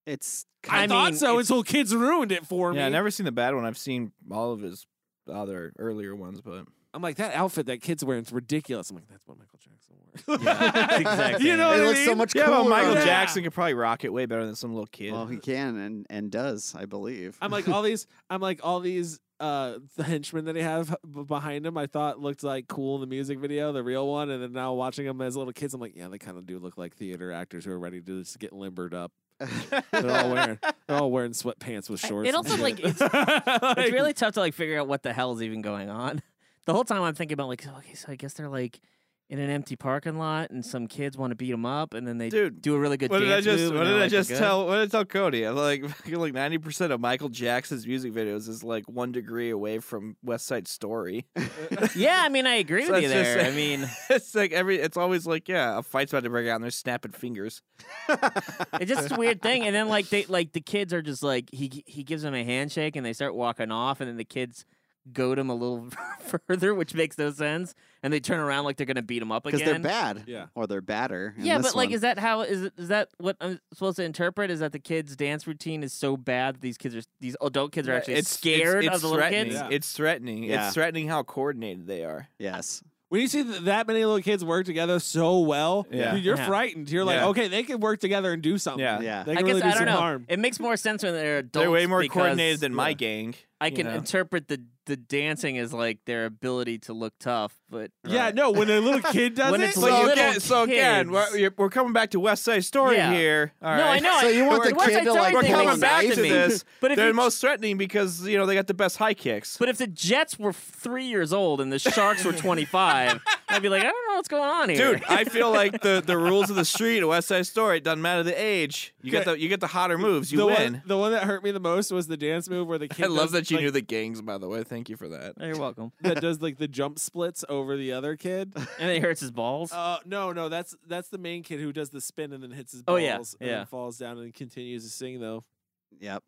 [SPEAKER 3] It's
[SPEAKER 1] I,
[SPEAKER 4] I
[SPEAKER 1] thought
[SPEAKER 4] mean,
[SPEAKER 1] so
[SPEAKER 4] it's-
[SPEAKER 1] until kids ruined it for me.
[SPEAKER 2] yeah, i never seen the bad one. I've seen all of his other earlier ones, but
[SPEAKER 1] I'm like that outfit that kid's wearing is ridiculous. I'm like, that's what Michael Jackson wore. [LAUGHS]
[SPEAKER 4] exact
[SPEAKER 1] You
[SPEAKER 4] same.
[SPEAKER 1] know what
[SPEAKER 3] it
[SPEAKER 1] I
[SPEAKER 3] looks so
[SPEAKER 1] mean?
[SPEAKER 3] much
[SPEAKER 2] yeah,
[SPEAKER 3] cooler.
[SPEAKER 2] but Michael
[SPEAKER 1] Yeah.
[SPEAKER 3] on-
[SPEAKER 2] Jackson could probably rock it way better than some little kid.
[SPEAKER 4] Oh,
[SPEAKER 3] Well, he can and and does, I believe.
[SPEAKER 1] I'm like all these. I'm like all these uh [LAUGHS] the henchmen that he have b- behind him. I thought looked like cool in the music video, the real one, and then now watching them as little kids, I'm like, yeah, they kind of do look like theater actors who are ready to just get limbered
[SPEAKER 2] [LAUGHS]
[SPEAKER 1] up. They're all wearing they're all wearing sweatpants with
[SPEAKER 4] I-
[SPEAKER 1] shorts.
[SPEAKER 4] it
[SPEAKER 1] and
[SPEAKER 4] also,
[SPEAKER 1] shit. [LAUGHS]
[SPEAKER 4] like, it's-
[SPEAKER 1] Like,
[SPEAKER 4] It's really tough to like figure out what the hell is even going on. [LAUGHS] The whole time I'm thinking about like, okay, so I guess they're like in an empty parking lot, and some kids want to beat them up, and then they
[SPEAKER 2] Dude,
[SPEAKER 4] do a really good
[SPEAKER 2] what did I
[SPEAKER 4] dance
[SPEAKER 2] just
[SPEAKER 4] move, and
[SPEAKER 2] What
[SPEAKER 4] they're,
[SPEAKER 2] did I
[SPEAKER 4] like,
[SPEAKER 2] just
[SPEAKER 4] good.
[SPEAKER 2] tell? What did I tell Cody? I'm like, [LAUGHS] like ninety percent of Michael Jackson's music videos is like one degree away from West Side Story. [LAUGHS]
[SPEAKER 4] Yeah, I mean, I agree
[SPEAKER 2] So
[SPEAKER 4] with you
[SPEAKER 2] it's just-
[SPEAKER 4] there. I mean,
[SPEAKER 2] it's like every. It's always like, yeah, a fight's about to break out, and they're snapping fingers.
[SPEAKER 4] it's just a weird thing. And then like they like the kids are just like he he gives them a handshake, and they start walking off, and then the kids goad him a little [LAUGHS] further, which makes no sense. And they turn around like they're gonna beat him up
[SPEAKER 3] Because
[SPEAKER 4] again.
[SPEAKER 3] they're bad.
[SPEAKER 1] Yeah.
[SPEAKER 3] Or they're badder. in
[SPEAKER 4] Yeah,
[SPEAKER 3] this
[SPEAKER 4] but like,
[SPEAKER 3] one.
[SPEAKER 4] is that how is it- is that what I'm supposed to interpret? Is that the kids' dance routine is so bad that these kids are these adult kids are actually
[SPEAKER 2] it's
[SPEAKER 4] scared
[SPEAKER 2] it's, it's
[SPEAKER 4] of the little
[SPEAKER 2] threatening.
[SPEAKER 4] kids?
[SPEAKER 1] Yeah.
[SPEAKER 2] It's threatening.
[SPEAKER 3] Yeah.
[SPEAKER 2] It's threatening how coordinated they are.
[SPEAKER 3] Yes.
[SPEAKER 1] when you see th- that many little kids work together so well,
[SPEAKER 2] Yeah.
[SPEAKER 1] dude, you're
[SPEAKER 4] Yeah.
[SPEAKER 1] frightened. You're like,
[SPEAKER 2] Yeah.
[SPEAKER 1] okay, they can work together and do
[SPEAKER 4] Oh,
[SPEAKER 1] something.
[SPEAKER 2] Yeah.
[SPEAKER 3] Yeah.
[SPEAKER 1] they
[SPEAKER 4] I
[SPEAKER 1] can
[SPEAKER 4] guess
[SPEAKER 1] really do
[SPEAKER 4] I don't
[SPEAKER 1] some
[SPEAKER 4] know.
[SPEAKER 1] harm.
[SPEAKER 4] It makes more sense when they're adults.
[SPEAKER 2] They're way more
[SPEAKER 4] because
[SPEAKER 2] coordinated than my
[SPEAKER 1] Yeah.
[SPEAKER 2] gang.
[SPEAKER 4] I
[SPEAKER 2] you
[SPEAKER 4] can
[SPEAKER 2] know?
[SPEAKER 4] interpret the the dancing as like their ability to look tough, but uh,
[SPEAKER 1] Yeah, no, when a little
[SPEAKER 4] [LAUGHS]
[SPEAKER 1] kid does
[SPEAKER 4] When
[SPEAKER 1] it,
[SPEAKER 4] it's
[SPEAKER 1] like,
[SPEAKER 4] like-
[SPEAKER 2] So
[SPEAKER 4] little
[SPEAKER 2] again, so again,
[SPEAKER 4] kids.
[SPEAKER 2] we're, you're- we're coming back to West Side Story
[SPEAKER 4] Yeah.
[SPEAKER 2] here. All
[SPEAKER 4] no, I
[SPEAKER 2] right?
[SPEAKER 4] know.
[SPEAKER 3] So you want
[SPEAKER 4] We're-
[SPEAKER 3] the
[SPEAKER 4] we're-
[SPEAKER 3] kid
[SPEAKER 4] we're
[SPEAKER 3] to, like,
[SPEAKER 2] We're
[SPEAKER 4] totally
[SPEAKER 3] They
[SPEAKER 4] makes
[SPEAKER 2] coming
[SPEAKER 3] look
[SPEAKER 2] back
[SPEAKER 4] sense
[SPEAKER 2] to
[SPEAKER 4] me.
[SPEAKER 2] this.
[SPEAKER 4] [LAUGHS] But if
[SPEAKER 2] They're
[SPEAKER 4] you-
[SPEAKER 2] most threatening because you know they got the best high kicks.
[SPEAKER 4] But if the Jets were three years old and the Sharks were twenty five, I'd be like, I don't know what's going on here,
[SPEAKER 2] Dude, I feel like the, the rules of the street at West Side Story it doesn't matter the age. You get the you get the hotter moves. You
[SPEAKER 1] the
[SPEAKER 2] win.
[SPEAKER 1] one, the one that hurt me the most was the dance move
[SPEAKER 2] [LAUGHS]
[SPEAKER 1] where the kid.
[SPEAKER 2] I love
[SPEAKER 1] does,
[SPEAKER 2] that you
[SPEAKER 1] like,
[SPEAKER 2] knew the gangs. By the way, thank you for that.
[SPEAKER 4] Oh, You're welcome.
[SPEAKER 1] that does like the jump splits over the other
[SPEAKER 2] [LAUGHS]
[SPEAKER 1] kid.
[SPEAKER 4] And it hurts his balls.
[SPEAKER 1] Uh, no, no, that's that's the main kid who does the spin and then hits his balls
[SPEAKER 4] Oh, yeah,
[SPEAKER 1] and
[SPEAKER 4] yeah.
[SPEAKER 1] then falls down and continues to sing though.
[SPEAKER 3] Yep.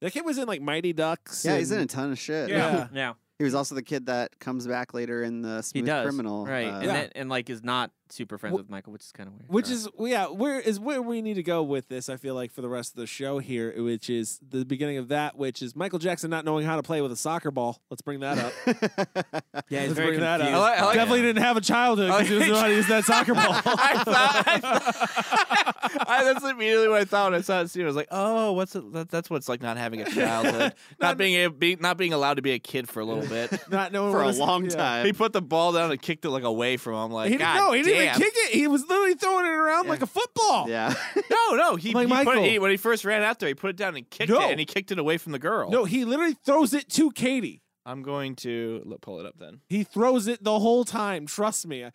[SPEAKER 1] That kid was in like Mighty Ducks.
[SPEAKER 3] Yeah, he's in a
[SPEAKER 1] and-
[SPEAKER 3] ton of shit. [LAUGHS]
[SPEAKER 1] Yeah.
[SPEAKER 4] yeah.
[SPEAKER 3] He was also the kid that comes back later in the
[SPEAKER 4] he
[SPEAKER 3] Smooth
[SPEAKER 4] does
[SPEAKER 3] Criminal.
[SPEAKER 4] right
[SPEAKER 3] uh,
[SPEAKER 4] and
[SPEAKER 1] Yeah.
[SPEAKER 4] then, and like is not super friends
[SPEAKER 1] Wh-
[SPEAKER 4] with michael which is kind of weird
[SPEAKER 1] Which
[SPEAKER 4] Sorry.
[SPEAKER 1] is yeah, where is where we need to go with this? I feel like for the rest of the show here, which is the beginning of that, which is Michael Jackson not knowing how to play with a soccer ball. Let's bring that
[SPEAKER 3] [LAUGHS]
[SPEAKER 1] up.
[SPEAKER 4] yeah he's
[SPEAKER 1] Let's
[SPEAKER 4] very
[SPEAKER 1] bring that up.
[SPEAKER 4] confused.
[SPEAKER 2] I like- I like-
[SPEAKER 1] Definitely didn't have a childhood because he
[SPEAKER 2] [LAUGHS]
[SPEAKER 1] doesn't know how to use that soccer ball. [LAUGHS]
[SPEAKER 2] I thought, I thought- [LAUGHS] I- that's immediately what I thought when I saw it. scene. I was like, "Oh, what's it, that, that's what's like not having
[SPEAKER 1] [LAUGHS]
[SPEAKER 2] a childhood, not being a, be, not being allowed to be a kid for a little bit."
[SPEAKER 1] not knowing
[SPEAKER 3] For
[SPEAKER 1] what
[SPEAKER 3] a
[SPEAKER 1] to-
[SPEAKER 3] long
[SPEAKER 1] yeah.
[SPEAKER 3] time.
[SPEAKER 2] he put the ball down and kicked it like away from him. Like,
[SPEAKER 1] He didn't,
[SPEAKER 2] God
[SPEAKER 1] no, he didn't even
[SPEAKER 2] damn."
[SPEAKER 1] kick it. He was literally throwing it around like a football.
[SPEAKER 3] Yeah.
[SPEAKER 2] [LAUGHS]
[SPEAKER 3] [LAUGHS]
[SPEAKER 2] No, no, he,
[SPEAKER 1] Like
[SPEAKER 2] he put
[SPEAKER 1] Michael.
[SPEAKER 2] it, he- when he first ran out there, he put it down and kicked
[SPEAKER 1] No.
[SPEAKER 2] it, and he kicked it away from the girl.
[SPEAKER 1] No, he literally throws it to Katie.
[SPEAKER 2] I'm going to l- pull it up then.
[SPEAKER 1] He throws it the whole time. Trust me. I-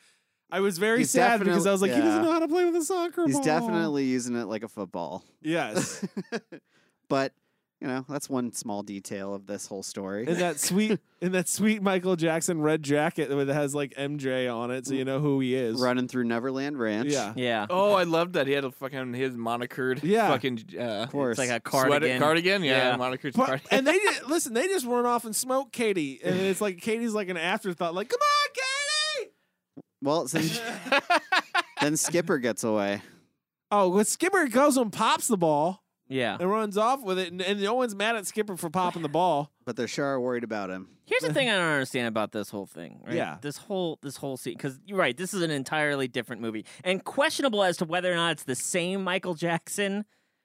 [SPEAKER 1] I was very
[SPEAKER 3] He's
[SPEAKER 1] sad because
[SPEAKER 3] definite-
[SPEAKER 1] I was like, he doesn't
[SPEAKER 3] yeah.
[SPEAKER 1] know how to play with a soccer
[SPEAKER 3] He's
[SPEAKER 1] ball.
[SPEAKER 3] definitely using it like a football. [LAUGHS]
[SPEAKER 1] yes.
[SPEAKER 3] but, you know, that's one small detail of this whole story.
[SPEAKER 1] In that sweet, in that sweet Michael Jackson red jacket that has like MJ on it, so you know who he is.
[SPEAKER 3] Running through Neverland Ranch.
[SPEAKER 1] Yeah.
[SPEAKER 4] yeah
[SPEAKER 2] Oh, I loved that. He had a fucking his monikered
[SPEAKER 1] Yeah.
[SPEAKER 2] fucking uh,
[SPEAKER 3] Of course.
[SPEAKER 4] it's like a
[SPEAKER 2] sweater
[SPEAKER 4] cardigan
[SPEAKER 2] cardigan. Yeah,
[SPEAKER 4] Yeah.
[SPEAKER 2] monikered
[SPEAKER 1] But-
[SPEAKER 2] cardigan.
[SPEAKER 3] [LAUGHS]
[SPEAKER 1] and they did, listen. They just run off and smoke Katie, and it's like Katie's like an afterthought. Like, come on, Katie.
[SPEAKER 4] [LAUGHS]
[SPEAKER 3] well, then, then Skipper gets away.
[SPEAKER 1] Oh, when Skipper goes and pops the ball
[SPEAKER 4] Yeah.
[SPEAKER 1] [LAUGHS] and runs off with it, and, and no one's mad at Skipper for popping the ball.
[SPEAKER 3] But they're sure worried about him.
[SPEAKER 4] Here's the thing I don't understand about this whole thing. Right?
[SPEAKER 1] Yeah.
[SPEAKER 4] This whole this whole scene because you're right. This is an entirely different movie and questionable as to whether or not it's the same Michael Jackson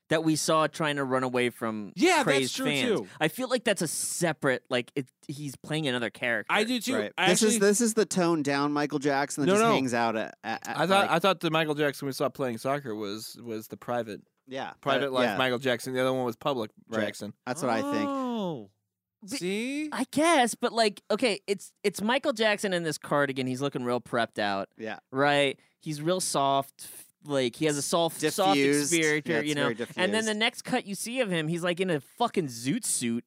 [SPEAKER 4] that we saw trying to run away from.
[SPEAKER 1] Yeah, that's
[SPEAKER 4] crazed
[SPEAKER 1] true,
[SPEAKER 4] fans.
[SPEAKER 1] too.
[SPEAKER 4] I feel like that's a separate like it. He's playing another character.
[SPEAKER 1] I do too.
[SPEAKER 3] Right.
[SPEAKER 1] I
[SPEAKER 3] this is
[SPEAKER 1] actually-
[SPEAKER 3] this is the toned down Michael Jackson that
[SPEAKER 1] No,
[SPEAKER 3] just
[SPEAKER 1] no.
[SPEAKER 3] hangs out at. at,
[SPEAKER 2] [LAUGHS]
[SPEAKER 3] at
[SPEAKER 2] I thought
[SPEAKER 3] like-
[SPEAKER 2] I thought the Michael Jackson we saw playing soccer was was the private
[SPEAKER 3] yeah,
[SPEAKER 2] private
[SPEAKER 3] uh,
[SPEAKER 2] life
[SPEAKER 3] yeah,
[SPEAKER 2] Michael Jackson. The other one was public
[SPEAKER 3] Right.
[SPEAKER 2] Jackson.
[SPEAKER 3] That's what I think.
[SPEAKER 1] Oh. See?
[SPEAKER 4] I guess, but like, okay, it's it's Michael Jackson in this cardigan. He's looking real prepped out,
[SPEAKER 3] Yeah,
[SPEAKER 4] right? He's real soft. f- Like he has a soft, soft
[SPEAKER 3] Diffused.
[SPEAKER 4] exterior,
[SPEAKER 3] Yeah, it's
[SPEAKER 4] you know.
[SPEAKER 3] very
[SPEAKER 4] And then the
[SPEAKER 3] diffused.
[SPEAKER 4] next cut you see of him, he's like in a fucking zoot suit,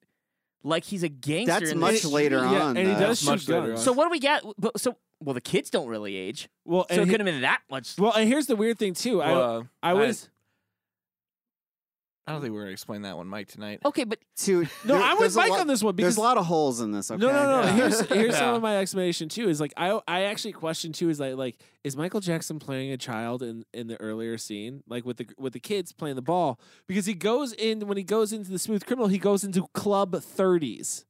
[SPEAKER 4] like he's a gangster.
[SPEAKER 3] that's
[SPEAKER 4] in the
[SPEAKER 3] much
[SPEAKER 4] street.
[SPEAKER 3] later
[SPEAKER 1] yeah,
[SPEAKER 3] on.
[SPEAKER 1] and he
[SPEAKER 3] though.
[SPEAKER 1] does
[SPEAKER 2] much
[SPEAKER 1] shoot
[SPEAKER 2] later
[SPEAKER 1] guns.
[SPEAKER 2] on.
[SPEAKER 4] So what do we got? But so well, the kids don't really age,
[SPEAKER 1] Well,
[SPEAKER 4] so
[SPEAKER 1] and
[SPEAKER 4] it
[SPEAKER 1] he-
[SPEAKER 4] could have been that much.
[SPEAKER 1] well, and here's the weird thing too.
[SPEAKER 2] Well,
[SPEAKER 1] I I
[SPEAKER 2] I-
[SPEAKER 1] was
[SPEAKER 2] I don't think we're gonna explain that one, Mike, tonight.
[SPEAKER 4] Okay, but
[SPEAKER 3] Dude,
[SPEAKER 1] no,
[SPEAKER 3] there-
[SPEAKER 1] I'm with
[SPEAKER 3] there's a
[SPEAKER 1] Mike
[SPEAKER 3] lot-
[SPEAKER 1] on this one because
[SPEAKER 3] There's a lot of holes in this. Okay?
[SPEAKER 1] No, no, no.
[SPEAKER 2] Yeah.
[SPEAKER 1] Here's here's some
[SPEAKER 2] Yeah.
[SPEAKER 1] of my explanation too. Is like I I actually question too. Is like like is Michael Jackson playing a child in in the earlier scene, like with the with the kids playing the ball, because he goes in when he goes into the smooth criminal, he goes into club thirties.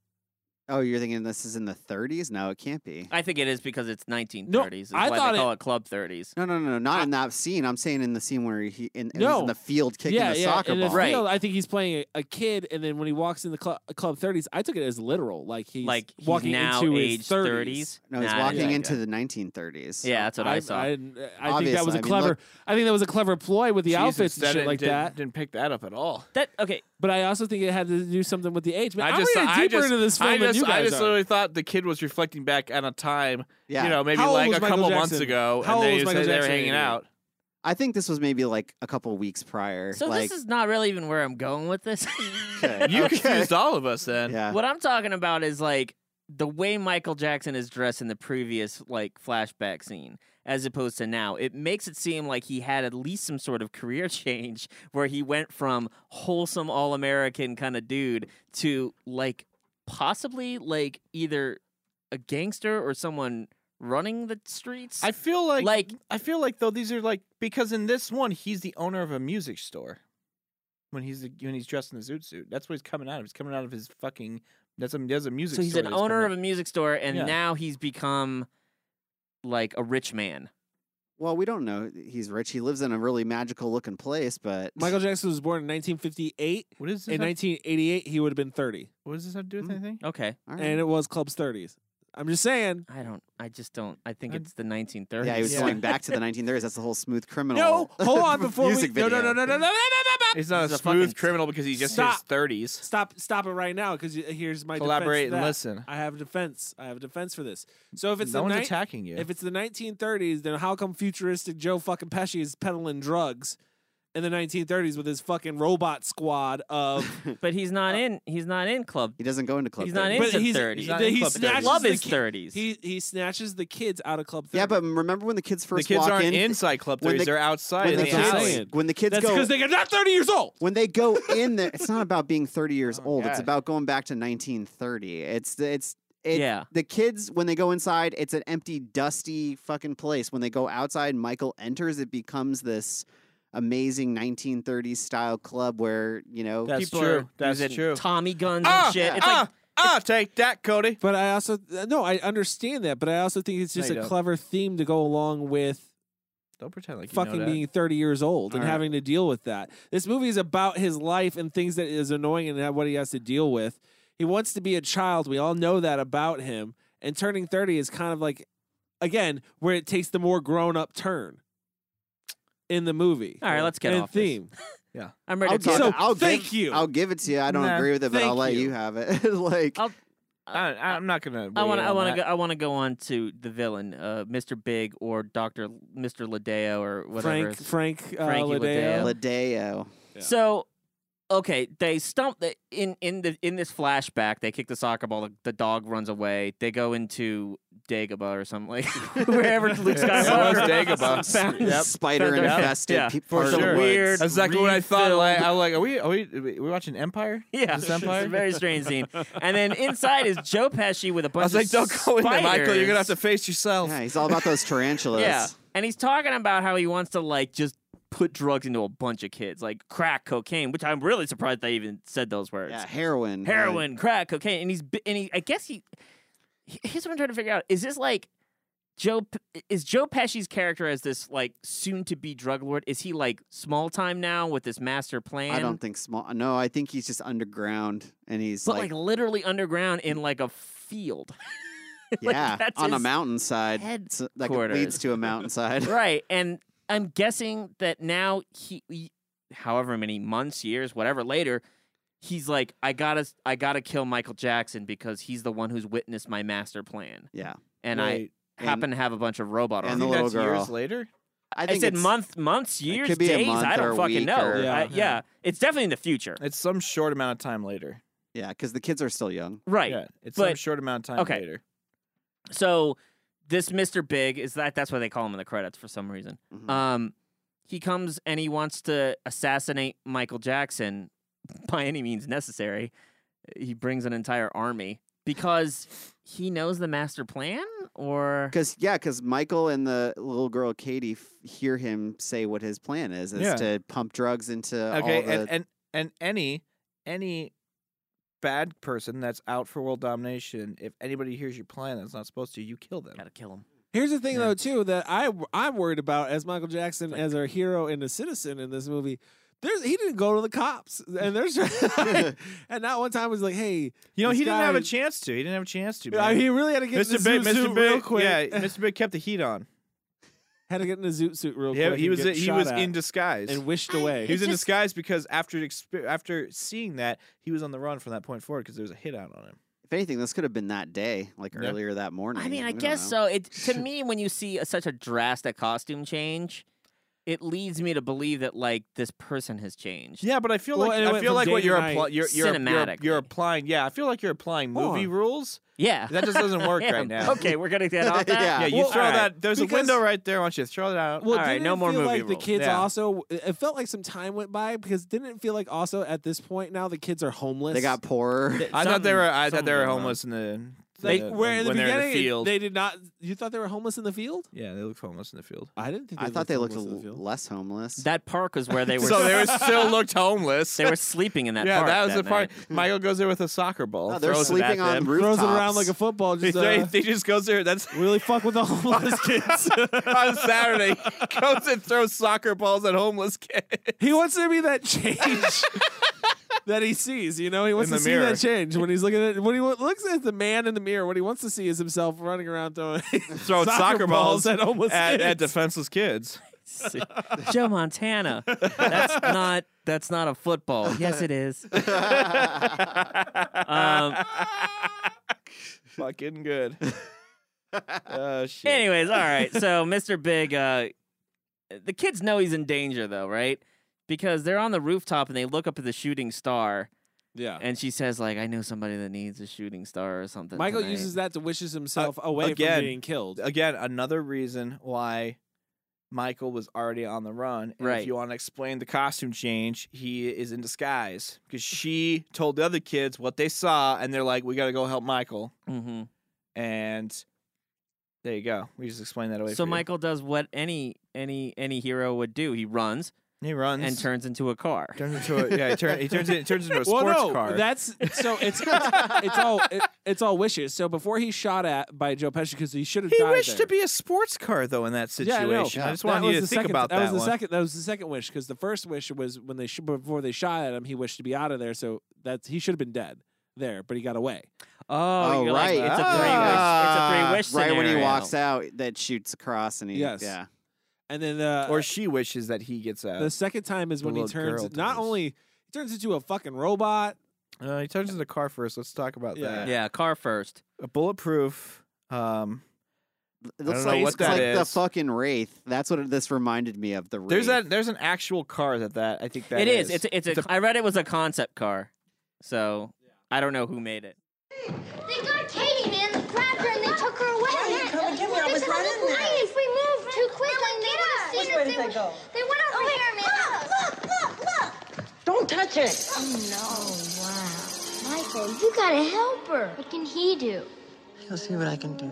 [SPEAKER 3] Oh, you're thinking this is in the 30s? No, it can't be.
[SPEAKER 4] I think it is because it's 1930s. is
[SPEAKER 1] I
[SPEAKER 4] why
[SPEAKER 1] thought
[SPEAKER 4] they
[SPEAKER 1] it-
[SPEAKER 4] call it Club 30s.
[SPEAKER 3] No, no, no, no, not in that scene. I'm saying in the scene where he in, and he's
[SPEAKER 1] No.
[SPEAKER 3] in the field kicking
[SPEAKER 1] yeah,
[SPEAKER 3] the
[SPEAKER 1] yeah.
[SPEAKER 3] soccer
[SPEAKER 1] in the
[SPEAKER 3] ball.
[SPEAKER 4] Right.
[SPEAKER 1] field, I think he's playing a, a kid, and then when he walks in the club club thirties, I took it as literal, like he's
[SPEAKER 4] like he's
[SPEAKER 1] walking
[SPEAKER 4] now
[SPEAKER 1] into
[SPEAKER 4] age
[SPEAKER 1] his thirties.
[SPEAKER 3] No, he's
[SPEAKER 4] Nah, I didn't
[SPEAKER 3] walking
[SPEAKER 4] like
[SPEAKER 3] into
[SPEAKER 4] that.
[SPEAKER 3] the 1930s.
[SPEAKER 4] Yeah, that's what I, saw.
[SPEAKER 1] I, I think that
[SPEAKER 3] Obviously,
[SPEAKER 1] was
[SPEAKER 3] I
[SPEAKER 1] a
[SPEAKER 3] mean,
[SPEAKER 1] clever.
[SPEAKER 3] look-
[SPEAKER 1] I think that was a clever ploy with the
[SPEAKER 2] Jesus,
[SPEAKER 1] outfits and
[SPEAKER 2] that
[SPEAKER 1] shit
[SPEAKER 2] didn't-
[SPEAKER 1] like
[SPEAKER 2] didn't-
[SPEAKER 1] that.
[SPEAKER 2] Didn't pick that up at all.
[SPEAKER 4] that okay.
[SPEAKER 1] But I also think it had to do something with the age. Man,
[SPEAKER 2] I
[SPEAKER 1] I'm
[SPEAKER 2] just,
[SPEAKER 1] reading
[SPEAKER 2] I
[SPEAKER 1] deeper
[SPEAKER 2] just,
[SPEAKER 1] into this film
[SPEAKER 2] I
[SPEAKER 1] than
[SPEAKER 2] just,
[SPEAKER 1] you
[SPEAKER 2] I
[SPEAKER 1] guys
[SPEAKER 2] just
[SPEAKER 1] are.
[SPEAKER 2] literally thought the kid was reflecting back on a time,
[SPEAKER 3] Yeah.
[SPEAKER 2] you know, maybe
[SPEAKER 1] How old
[SPEAKER 2] like
[SPEAKER 1] was
[SPEAKER 2] a
[SPEAKER 1] Michael
[SPEAKER 2] couple months
[SPEAKER 1] Jackson?
[SPEAKER 2] ago,
[SPEAKER 1] How
[SPEAKER 2] and
[SPEAKER 1] old
[SPEAKER 2] they,
[SPEAKER 1] was
[SPEAKER 2] said
[SPEAKER 1] Michael
[SPEAKER 2] they were
[SPEAKER 1] Jackson?
[SPEAKER 2] hanging
[SPEAKER 3] [LAUGHS]
[SPEAKER 2] out.
[SPEAKER 3] I think this was maybe like a couple weeks prior.
[SPEAKER 4] So
[SPEAKER 3] like,
[SPEAKER 4] this is not really even where I'm going with
[SPEAKER 3] [LAUGHS]
[SPEAKER 4] this. [LAUGHS]
[SPEAKER 3] Okay.
[SPEAKER 2] You
[SPEAKER 3] Okay.
[SPEAKER 2] confused all of us then.
[SPEAKER 3] yeah.
[SPEAKER 4] what I'm talking about is like the way Michael Jackson is dressed in the previous like flashback scene as opposed to now. It makes it seem like he had at least some sort of career [LAUGHS] change where he went from wholesome all-American kind of dude to like possibly like either a gangster or someone running the streets.
[SPEAKER 2] I feel like,
[SPEAKER 4] Like-
[SPEAKER 2] I feel like though these are like because in this one he's the owner of a music store when he's the, when he's dressed in the zoot suit. That's what he's coming out of. He's coming out of his fucking. That's a that's a music.
[SPEAKER 4] so he's
[SPEAKER 2] store
[SPEAKER 4] an
[SPEAKER 2] that's
[SPEAKER 4] owner of
[SPEAKER 2] coming
[SPEAKER 4] a music store and
[SPEAKER 2] Yeah.
[SPEAKER 4] now he's become like a rich man.
[SPEAKER 3] Well, we don't know. He's rich. He lives in a really magical looking place, but
[SPEAKER 1] Michael Jackson was born in 1958.
[SPEAKER 2] out. What is this?
[SPEAKER 1] In
[SPEAKER 2] have-
[SPEAKER 1] 1988, he would have been 30,
[SPEAKER 2] what does this have to do with
[SPEAKER 3] Mm.
[SPEAKER 2] anything?
[SPEAKER 4] Okay.
[SPEAKER 3] All right.
[SPEAKER 1] and it was club's 30s. I'm just saying.
[SPEAKER 4] I don't. I just don't. I think
[SPEAKER 2] I-
[SPEAKER 4] it's the 1930s.
[SPEAKER 3] yeah, he was
[SPEAKER 2] Yeah.
[SPEAKER 3] going back
[SPEAKER 1] [LAUGHS]
[SPEAKER 3] to the 1930s. That's the whole smooth criminal.
[SPEAKER 1] No, hold
[SPEAKER 3] [LAUGHS]
[SPEAKER 1] on before we.
[SPEAKER 3] music
[SPEAKER 1] No, no, no, no,
[SPEAKER 3] video.
[SPEAKER 1] no, no, no, no, no, no.
[SPEAKER 2] He's not
[SPEAKER 4] He's
[SPEAKER 2] a
[SPEAKER 4] a fucking
[SPEAKER 2] smooth criminal because he's just in his
[SPEAKER 1] Stop.
[SPEAKER 2] thirties.
[SPEAKER 1] Stop, stop it right now, because here's my defense
[SPEAKER 2] Collaborate
[SPEAKER 1] to
[SPEAKER 2] and
[SPEAKER 1] that.
[SPEAKER 2] listen.
[SPEAKER 1] I have a defense. I have a defense for this. So if it's
[SPEAKER 2] no
[SPEAKER 1] the
[SPEAKER 2] one's
[SPEAKER 1] ni-
[SPEAKER 2] attacking you.
[SPEAKER 1] if it's the 1930s, then how come futuristic Joe fucking Pesci is peddling drugs in the 1930s with his fucking robot squad of
[SPEAKER 4] but he's not in. He's not in club.
[SPEAKER 3] He doesn't go into club.
[SPEAKER 4] He's not
[SPEAKER 3] 30s.
[SPEAKER 4] in
[SPEAKER 1] But
[SPEAKER 4] the
[SPEAKER 1] he's-
[SPEAKER 4] 30s.
[SPEAKER 2] he's not in
[SPEAKER 4] he
[SPEAKER 2] club
[SPEAKER 4] snatches
[SPEAKER 2] 30s.
[SPEAKER 4] club
[SPEAKER 1] the
[SPEAKER 4] is
[SPEAKER 1] ki-
[SPEAKER 4] 30s.
[SPEAKER 1] He he snatches the kids out of club 30.
[SPEAKER 3] Yeah, but remember when the kids
[SPEAKER 2] the
[SPEAKER 3] first
[SPEAKER 2] kids
[SPEAKER 3] walk
[SPEAKER 2] aren't
[SPEAKER 3] in?
[SPEAKER 2] inside Club
[SPEAKER 3] when
[SPEAKER 2] 30s.
[SPEAKER 3] the-
[SPEAKER 2] they're outside
[SPEAKER 3] when
[SPEAKER 2] in
[SPEAKER 3] the
[SPEAKER 2] the
[SPEAKER 1] That's what I'm
[SPEAKER 2] alley.
[SPEAKER 1] saying.
[SPEAKER 3] kids, when the kids
[SPEAKER 1] that's
[SPEAKER 3] go
[SPEAKER 1] because they're not 30 years old.
[SPEAKER 3] when they go in there, it's not about being 30 years
[SPEAKER 2] Oh,
[SPEAKER 3] old. It's
[SPEAKER 2] God.
[SPEAKER 3] about going back to 1930. It's it's it,
[SPEAKER 4] Yeah.
[SPEAKER 3] The kids when they go inside, it's an empty, dusty fucking place. When they go outside, Michael enters. It becomes this amazing 1930s style club where you know.
[SPEAKER 2] That's
[SPEAKER 4] People
[SPEAKER 2] true.
[SPEAKER 4] are
[SPEAKER 2] That's
[SPEAKER 4] using
[SPEAKER 2] true.
[SPEAKER 4] Tommy guns
[SPEAKER 2] Ah,
[SPEAKER 4] and shit. It's
[SPEAKER 2] ah,
[SPEAKER 4] like
[SPEAKER 2] ah, take that, Cody.
[SPEAKER 1] But I also no, I understand that, but I also think it's
[SPEAKER 2] No,
[SPEAKER 1] just
[SPEAKER 2] you
[SPEAKER 1] a
[SPEAKER 2] don't.
[SPEAKER 1] clever theme to go along with
[SPEAKER 2] Don't pretend like you know
[SPEAKER 1] fucking
[SPEAKER 2] that.
[SPEAKER 1] being 30 years old and
[SPEAKER 3] All right.
[SPEAKER 1] having to deal with that. This movie is about his life and things that is annoying and what he has to deal with. He wants to be a child. We all know that about him. And turning 30 is kind of like again where it takes the more grown-up turn in the movie.
[SPEAKER 4] All right, let's get
[SPEAKER 1] and
[SPEAKER 4] off this.
[SPEAKER 1] theme.
[SPEAKER 4] I'm ready
[SPEAKER 3] I'll
[SPEAKER 4] to
[SPEAKER 3] give,
[SPEAKER 4] talk.
[SPEAKER 1] So,
[SPEAKER 3] I'll
[SPEAKER 1] thank
[SPEAKER 3] give,
[SPEAKER 1] you.
[SPEAKER 3] I'll give it to you. I don't
[SPEAKER 2] Nah,
[SPEAKER 3] agree with it, but I'll
[SPEAKER 1] thank
[SPEAKER 3] let
[SPEAKER 1] you.
[SPEAKER 3] you, have it. [LAUGHS] like
[SPEAKER 4] I'll-
[SPEAKER 2] I, I'm not gonna.
[SPEAKER 4] I want.
[SPEAKER 2] weigh
[SPEAKER 4] to.
[SPEAKER 2] in
[SPEAKER 4] I
[SPEAKER 2] on
[SPEAKER 4] want
[SPEAKER 2] that.
[SPEAKER 4] to. Go, I want to go on to the villain, uh, Mr. Big or Doctor Mr. Ladeo or whatever.
[SPEAKER 1] Frank Frank uh,
[SPEAKER 4] Frankie
[SPEAKER 1] Ladeo.
[SPEAKER 4] Ladeo.
[SPEAKER 3] Ladeo.
[SPEAKER 1] Yeah.
[SPEAKER 4] So, okay, they stump the, in in the in this flashback. They kick the soccer ball. The, the dog runs away. They go into Dagobah or something like [LAUGHS] wherever Luke
[SPEAKER 2] Yeah,
[SPEAKER 4] Skywalker
[SPEAKER 2] it was Dagobah.
[SPEAKER 4] found-
[SPEAKER 2] Yep.
[SPEAKER 3] Spider
[SPEAKER 4] Yep.
[SPEAKER 3] infested
[SPEAKER 4] Yeah,
[SPEAKER 3] people.
[SPEAKER 2] for
[SPEAKER 3] part of the
[SPEAKER 2] sure.
[SPEAKER 4] Weird.
[SPEAKER 3] woods.
[SPEAKER 2] That's exactly what I thought.
[SPEAKER 4] refilled-
[SPEAKER 2] Like, I'm like, are we? Are we? Are we watching [LAUGHS] Empire?
[SPEAKER 4] [LAUGHS] Yeah,
[SPEAKER 2] This Empire?
[SPEAKER 4] it's a very strange scene. And then inside is Joe Pesci with a
[SPEAKER 2] I
[SPEAKER 4] bunch
[SPEAKER 2] was
[SPEAKER 4] of
[SPEAKER 2] like, don't go in there, Michael. You're gonna have to
[SPEAKER 4] spiders.
[SPEAKER 2] face yourself.
[SPEAKER 3] Yeah, he's all about those tarantulas.
[SPEAKER 4] Yeah, and he's talking about how he wants to like just put drugs into a bunch of kids, like crack, cocaine, which I'm really surprised they even said those words.
[SPEAKER 3] Yeah, heroin.
[SPEAKER 4] heroin, crack, cocaine, and he's bi- and he. I guess he. he- Here's what I'm trying to figure out: Is this like Joe? P- Is Joe Pesci's character as this like soon-to-be drug lord? Is he like small time now with this master plan?
[SPEAKER 3] I don't think small. uh, No, I think he's just underground and he's
[SPEAKER 4] But like, [LAUGHS] literally underground in like a field. [LAUGHS] like,
[SPEAKER 3] yeah,
[SPEAKER 4] that's
[SPEAKER 3] on a
[SPEAKER 4] his
[SPEAKER 3] mountainside.
[SPEAKER 4] head
[SPEAKER 3] so- like it
[SPEAKER 4] quarters.
[SPEAKER 3] leads to a [LAUGHS] mountainside.
[SPEAKER 4] right. And I'm guessing that now he, he- however many months, years, whatever later, he's like, I gotta, I gotta kill Michael Jackson because he's the one who's witnessed my master plan,
[SPEAKER 3] Yeah.
[SPEAKER 4] and
[SPEAKER 2] Right.
[SPEAKER 4] I happen to have a bunch of robot
[SPEAKER 3] and
[SPEAKER 4] arms.
[SPEAKER 3] the
[SPEAKER 2] think
[SPEAKER 3] little
[SPEAKER 2] that's years
[SPEAKER 3] girl.
[SPEAKER 2] later.
[SPEAKER 3] I
[SPEAKER 4] I
[SPEAKER 3] think
[SPEAKER 4] said
[SPEAKER 3] it's-
[SPEAKER 4] month, months, years,
[SPEAKER 3] could be a
[SPEAKER 4] days. I
[SPEAKER 3] month or
[SPEAKER 4] don't
[SPEAKER 3] a
[SPEAKER 4] fucking
[SPEAKER 3] week
[SPEAKER 4] know.
[SPEAKER 3] or-
[SPEAKER 4] I-
[SPEAKER 1] Yeah.
[SPEAKER 4] yeah, it's definitely in the future.
[SPEAKER 2] It's some short amount of time later.
[SPEAKER 3] Yeah, because the kids are still young.
[SPEAKER 4] Right.
[SPEAKER 2] Yeah, it's some
[SPEAKER 4] but-
[SPEAKER 2] short amount of time
[SPEAKER 4] okay.
[SPEAKER 2] later.
[SPEAKER 4] So this Mr. Big is that that's why they call him in the credits for some reason.
[SPEAKER 2] Mm-hmm.
[SPEAKER 3] Mhm.
[SPEAKER 4] Um he comes and he wants to assassinate Michael Jackson [LAUGHS] by any means necessary. He brings an entire army because he knows the master plan or
[SPEAKER 3] Because yeah, because Michael and the little girl Katie f- hear him say what his plan is: is
[SPEAKER 2] Yeah.
[SPEAKER 3] to pump drugs into
[SPEAKER 2] Okay,
[SPEAKER 3] all the
[SPEAKER 2] and, and and any any bad person that's out for world domination, if anybody hears your plan that's not supposed to, you kill them.
[SPEAKER 4] got to kill him.
[SPEAKER 1] Here's the thing,
[SPEAKER 2] Yeah.
[SPEAKER 1] though, too, that I I'm worried about as Michael Jackson as our hero and a citizen in this movie. There's he didn't go to the cops, and
[SPEAKER 2] [LAUGHS]
[SPEAKER 1] there's and not one time was like, hey,
[SPEAKER 2] You know,
[SPEAKER 1] this
[SPEAKER 2] he didn't have a
[SPEAKER 1] guy-
[SPEAKER 2] chance to. He didn't have a chance to.
[SPEAKER 1] I-
[SPEAKER 2] man.
[SPEAKER 1] he really had to get in the
[SPEAKER 2] Mr. Big,
[SPEAKER 1] zoot
[SPEAKER 2] Mr.
[SPEAKER 1] suit real
[SPEAKER 2] Big,
[SPEAKER 1] quick. [LAUGHS]
[SPEAKER 2] yeah, Mr. Big kept the heat on.
[SPEAKER 1] had to get in the zoot suit real
[SPEAKER 2] Yeah,
[SPEAKER 1] quick.
[SPEAKER 2] he
[SPEAKER 1] and
[SPEAKER 2] was
[SPEAKER 1] get
[SPEAKER 2] he
[SPEAKER 1] shot
[SPEAKER 2] was
[SPEAKER 1] at
[SPEAKER 2] in disguise.
[SPEAKER 1] and wished away.
[SPEAKER 2] he was in
[SPEAKER 4] just-
[SPEAKER 2] disguise because after exp- after seeing that, he was on the run from that point forward because there was a hit out on him.
[SPEAKER 3] If anything, this could have been that day, like
[SPEAKER 2] Yeah.
[SPEAKER 3] earlier that morning.
[SPEAKER 4] I mean, I
[SPEAKER 3] We don't
[SPEAKER 4] guess
[SPEAKER 3] know.
[SPEAKER 4] so.
[SPEAKER 2] [LAUGHS]
[SPEAKER 4] It to me when you see a, such a drastic costume change, it leads me to believe that like this person has changed.
[SPEAKER 2] Yeah, but I feel
[SPEAKER 1] Well,
[SPEAKER 2] like
[SPEAKER 1] and it
[SPEAKER 2] I
[SPEAKER 1] went
[SPEAKER 2] feel
[SPEAKER 1] from
[SPEAKER 2] like
[SPEAKER 1] day
[SPEAKER 2] what
[SPEAKER 1] to
[SPEAKER 2] you're
[SPEAKER 1] night.
[SPEAKER 2] applying, you're, you're, you're, you're
[SPEAKER 4] Cinematically.
[SPEAKER 2] applying. Yeah, I feel like you're applying movie
[SPEAKER 1] Hold
[SPEAKER 2] rules.
[SPEAKER 4] Yeah.
[SPEAKER 2] That just doesn't
[SPEAKER 4] [LAUGHS]
[SPEAKER 2] work
[SPEAKER 4] Yeah.
[SPEAKER 2] right now.
[SPEAKER 4] Okay, we're gonna
[SPEAKER 2] [LAUGHS]
[SPEAKER 4] get off that.
[SPEAKER 3] Yeah.
[SPEAKER 2] Yeah, you
[SPEAKER 1] Well,
[SPEAKER 2] throw
[SPEAKER 1] all right,
[SPEAKER 2] that. There's a
[SPEAKER 1] because-
[SPEAKER 2] window right there. Why don't you throw it out?
[SPEAKER 1] Well,
[SPEAKER 4] All right,
[SPEAKER 1] didn't
[SPEAKER 4] no
[SPEAKER 1] it
[SPEAKER 4] more
[SPEAKER 1] feel
[SPEAKER 4] movie
[SPEAKER 1] like the
[SPEAKER 4] rules.
[SPEAKER 1] kids
[SPEAKER 2] Yeah.
[SPEAKER 1] also. It felt like some time went by because didn't it feel like also at this point now the kids are homeless.
[SPEAKER 3] They got poorer.
[SPEAKER 2] I thought they
[SPEAKER 4] Something-
[SPEAKER 2] were. I thought they
[SPEAKER 4] something
[SPEAKER 2] were
[SPEAKER 4] going on.
[SPEAKER 2] homeless in the.
[SPEAKER 1] They,
[SPEAKER 2] the-
[SPEAKER 1] where in the
[SPEAKER 2] when they're
[SPEAKER 1] beginning
[SPEAKER 2] in the field.
[SPEAKER 1] they did not. You thought they were homeless in the field?
[SPEAKER 2] yeah, they looked homeless in the field.
[SPEAKER 1] I didn't think. They
[SPEAKER 3] I thought they looked
[SPEAKER 1] homeless in the
[SPEAKER 3] l-
[SPEAKER 1] field.
[SPEAKER 3] less homeless.
[SPEAKER 4] That park
[SPEAKER 2] [LAUGHS]
[SPEAKER 4] was where they were.
[SPEAKER 2] So they were still looked homeless.
[SPEAKER 4] [LAUGHS] they were sleeping in that
[SPEAKER 2] yeah,
[SPEAKER 4] park.
[SPEAKER 2] that Hmm. was the
[SPEAKER 4] night. [LAUGHS]
[SPEAKER 2] part. Michael goes there with a soccer ball.
[SPEAKER 3] No, Oh, they're
[SPEAKER 2] throws it
[SPEAKER 3] sleeping
[SPEAKER 2] at
[SPEAKER 3] on
[SPEAKER 2] them.
[SPEAKER 3] [LAUGHS] rooftops.
[SPEAKER 1] throws it around like a football.
[SPEAKER 2] He,
[SPEAKER 1] Just
[SPEAKER 2] they-
[SPEAKER 1] uh,
[SPEAKER 2] he just goes there. That's
[SPEAKER 3] [LAUGHS]
[SPEAKER 1] really fuck with the [LAUGHS] homeless kids.
[SPEAKER 2] [LAUGHS] on
[SPEAKER 3] [LAUGHS]
[SPEAKER 2] Saturday. He goes and throws soccer balls at homeless kids.
[SPEAKER 1] he wants to be that change [LAUGHS] that he sees. You know, he wants
[SPEAKER 2] In
[SPEAKER 1] to
[SPEAKER 2] the
[SPEAKER 1] see
[SPEAKER 2] mirror.
[SPEAKER 1] that change when he's looking at when he wa- looks at the man in the mirror. What he wants to see is himself running around throwing [LAUGHS]
[SPEAKER 2] Throwing soccer, balls,
[SPEAKER 1] at homeless
[SPEAKER 2] at,
[SPEAKER 1] kids.
[SPEAKER 2] at defenseless kids.
[SPEAKER 4] Joe Montana.
[SPEAKER 2] [LAUGHS]
[SPEAKER 4] That's not that's not a football. Yes, it is. um,
[SPEAKER 2] [LAUGHS] Fucking good. Oh shit.
[SPEAKER 4] anyways, all right. So Mr. Big, uh, the kids know he's in danger though, right? Because they're on the rooftop and they look up at the shooting star,
[SPEAKER 1] yeah.
[SPEAKER 4] and she says like, "I know somebody that needs a shooting star or something."
[SPEAKER 1] Michael
[SPEAKER 4] tonight."
[SPEAKER 1] uses that to wishes himself away
[SPEAKER 2] Uh, again.
[SPEAKER 1] from being killed.
[SPEAKER 2] Again, another reason why Michael was already on the run. And
[SPEAKER 4] Right.
[SPEAKER 2] If you want to explain the costume change, he is in disguise because she told the other kids what they saw, and they're like, "We got to go help Michael."
[SPEAKER 4] Mhm.
[SPEAKER 2] And there you go. We just explained that away.
[SPEAKER 4] So
[SPEAKER 2] for you.
[SPEAKER 4] Michael does what any any any hero would do. He runs
[SPEAKER 2] he runs
[SPEAKER 4] and turns into a car.
[SPEAKER 2] turns into a, yeah. He, turn, he turns it turns into a
[SPEAKER 1] [LAUGHS]
[SPEAKER 2] sports
[SPEAKER 1] well, no,
[SPEAKER 2] car.
[SPEAKER 1] that's
[SPEAKER 2] [LAUGHS]
[SPEAKER 1] so it's it's, it's all it, it's all wishes. So before he's shot at by Joe Pesci because he should have
[SPEAKER 2] he
[SPEAKER 1] died
[SPEAKER 2] wished
[SPEAKER 1] there.
[SPEAKER 2] to be a sports car though in that
[SPEAKER 1] Yeah, I
[SPEAKER 2] situation.
[SPEAKER 1] know.
[SPEAKER 2] I, just
[SPEAKER 1] That
[SPEAKER 2] wanted
[SPEAKER 1] was
[SPEAKER 2] you to
[SPEAKER 1] the
[SPEAKER 2] think
[SPEAKER 1] second,
[SPEAKER 2] about that,
[SPEAKER 1] that was
[SPEAKER 2] one.
[SPEAKER 1] the second. That was the second wish because the first wish was when they sh- before they shot at him, he wished to be out of there. So that's he should have been dead there, but he got away.
[SPEAKER 4] Oh,
[SPEAKER 3] Oh,
[SPEAKER 4] you're like,
[SPEAKER 3] right.
[SPEAKER 4] it's a three
[SPEAKER 2] Ah,
[SPEAKER 4] wish. It's a three wish
[SPEAKER 3] right when he
[SPEAKER 4] scenario.
[SPEAKER 3] walks out, that shoots across and he.
[SPEAKER 1] Yes.
[SPEAKER 3] Yeah.
[SPEAKER 1] And then uh,
[SPEAKER 2] or she wishes that he gets out.
[SPEAKER 1] the second time is
[SPEAKER 2] the
[SPEAKER 1] when he
[SPEAKER 2] little girl
[SPEAKER 1] turns. Not
[SPEAKER 2] does.
[SPEAKER 1] only he turns into a fucking robot.
[SPEAKER 2] Uh, he turns into a car first. Let's talk about
[SPEAKER 1] Yeah.
[SPEAKER 2] that.
[SPEAKER 4] Yeah, car first.
[SPEAKER 2] A bulletproof. Um,
[SPEAKER 3] It
[SPEAKER 2] don't
[SPEAKER 3] looks
[SPEAKER 2] know
[SPEAKER 3] like,
[SPEAKER 2] what
[SPEAKER 3] it's like
[SPEAKER 2] that
[SPEAKER 3] the
[SPEAKER 2] is.
[SPEAKER 3] fucking wraith. That's what this reminded me of. The wraith.
[SPEAKER 2] there's that. There's an actual car that that I think that
[SPEAKER 4] it is.
[SPEAKER 2] is.
[SPEAKER 4] It's a, it's a. I read it was a concept car, so I don't know who made it.
[SPEAKER 7] They got Katie, man. They grabbed her and they took her away.
[SPEAKER 6] Why are you coming here? I
[SPEAKER 7] They
[SPEAKER 6] was
[SPEAKER 7] said,
[SPEAKER 6] right in
[SPEAKER 7] "Look,
[SPEAKER 6] there."
[SPEAKER 7] If we move too quickly, they would have seen
[SPEAKER 6] Which
[SPEAKER 7] us.
[SPEAKER 6] way did they
[SPEAKER 7] would-
[SPEAKER 6] go? Oh,
[SPEAKER 7] They went over here, man. Look, look, look,
[SPEAKER 6] Don't touch it.
[SPEAKER 7] Oh, wow. Michael, you gotta help her. What can he do?
[SPEAKER 6] You'll see what I can do.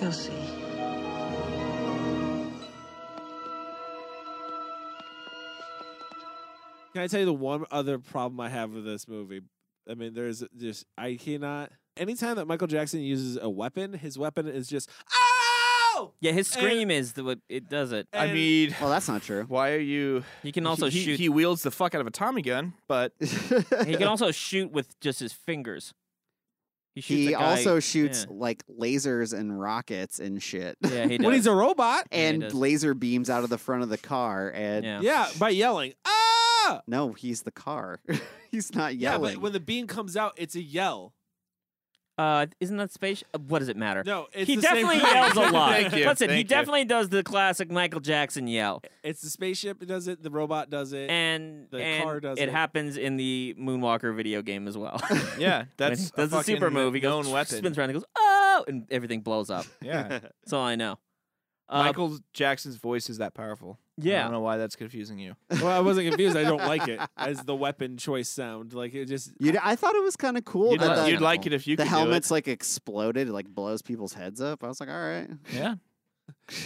[SPEAKER 6] You'll see.
[SPEAKER 1] Can I tell you the one other problem I have with this movie? I mean, there's just I cannot. Anytime that Michael Jackson uses a weapon, his weapon is just oh.
[SPEAKER 4] Yeah, his scream is the what it does it.
[SPEAKER 2] I mean,
[SPEAKER 3] well, that's
[SPEAKER 2] [LAUGHS]
[SPEAKER 3] not true.
[SPEAKER 2] Why are you?
[SPEAKER 4] He can also
[SPEAKER 2] he,
[SPEAKER 4] shoot-
[SPEAKER 2] He wields the fuck out of a Tommy gun, but
[SPEAKER 4] [LAUGHS] he
[SPEAKER 2] [LAUGHS]
[SPEAKER 4] can also shoot with just his fingers. He, shoots
[SPEAKER 3] He
[SPEAKER 4] a guy-
[SPEAKER 3] also shoots
[SPEAKER 4] yeah.
[SPEAKER 3] like lasers and rockets and shit.
[SPEAKER 4] Yeah, he does.
[SPEAKER 1] When he's a robot.
[SPEAKER 4] he
[SPEAKER 3] [LAUGHS] and
[SPEAKER 4] does.
[SPEAKER 3] laser beams out of the front of the car. And
[SPEAKER 4] Yeah.
[SPEAKER 1] Yeah, by yelling ah.
[SPEAKER 3] no, he's the car. [LAUGHS] he's not
[SPEAKER 1] Yeah,
[SPEAKER 3] yelling.
[SPEAKER 1] but when the beam comes out, it's a yell.
[SPEAKER 4] Uh, isn't that space? uh, What does it matter?
[SPEAKER 1] No, it's
[SPEAKER 4] he
[SPEAKER 1] the same
[SPEAKER 4] definitely
[SPEAKER 1] thing. [LAUGHS]
[SPEAKER 4] yells a lot.
[SPEAKER 2] Thank you,
[SPEAKER 4] Listen, he
[SPEAKER 2] thank you.
[SPEAKER 4] definitely does the classic Michael Jackson yell,
[SPEAKER 1] It's the spaceship that does it. The robot does it.
[SPEAKER 4] and
[SPEAKER 1] The
[SPEAKER 4] and
[SPEAKER 1] car does it.
[SPEAKER 4] happens in the Moonwalker video game as well. [LAUGHS]
[SPEAKER 2] yeah,
[SPEAKER 4] When
[SPEAKER 2] that's
[SPEAKER 4] he does
[SPEAKER 2] a
[SPEAKER 4] the super
[SPEAKER 2] fucking
[SPEAKER 4] move. He goes
[SPEAKER 2] known weapon.
[SPEAKER 4] spins around, and goes oh, and everything blows up.
[SPEAKER 2] Yeah,
[SPEAKER 4] That's all I know. [LAUGHS] Uh,
[SPEAKER 2] Michael Jackson's voice is that powerful. I
[SPEAKER 4] Yeah.
[SPEAKER 2] don't know why that's confusing you.
[SPEAKER 1] well, I wasn't confused. I don't like it as the weapon choice sound. Like it just
[SPEAKER 3] you know, I thought it was kind of cool.
[SPEAKER 2] You'd,
[SPEAKER 3] that
[SPEAKER 2] li-
[SPEAKER 3] the,
[SPEAKER 2] you'd like it if you
[SPEAKER 3] the
[SPEAKER 2] could
[SPEAKER 3] helmet's like exploded, it, like blows people's heads up. I was like, all right.
[SPEAKER 2] do it. Yeah,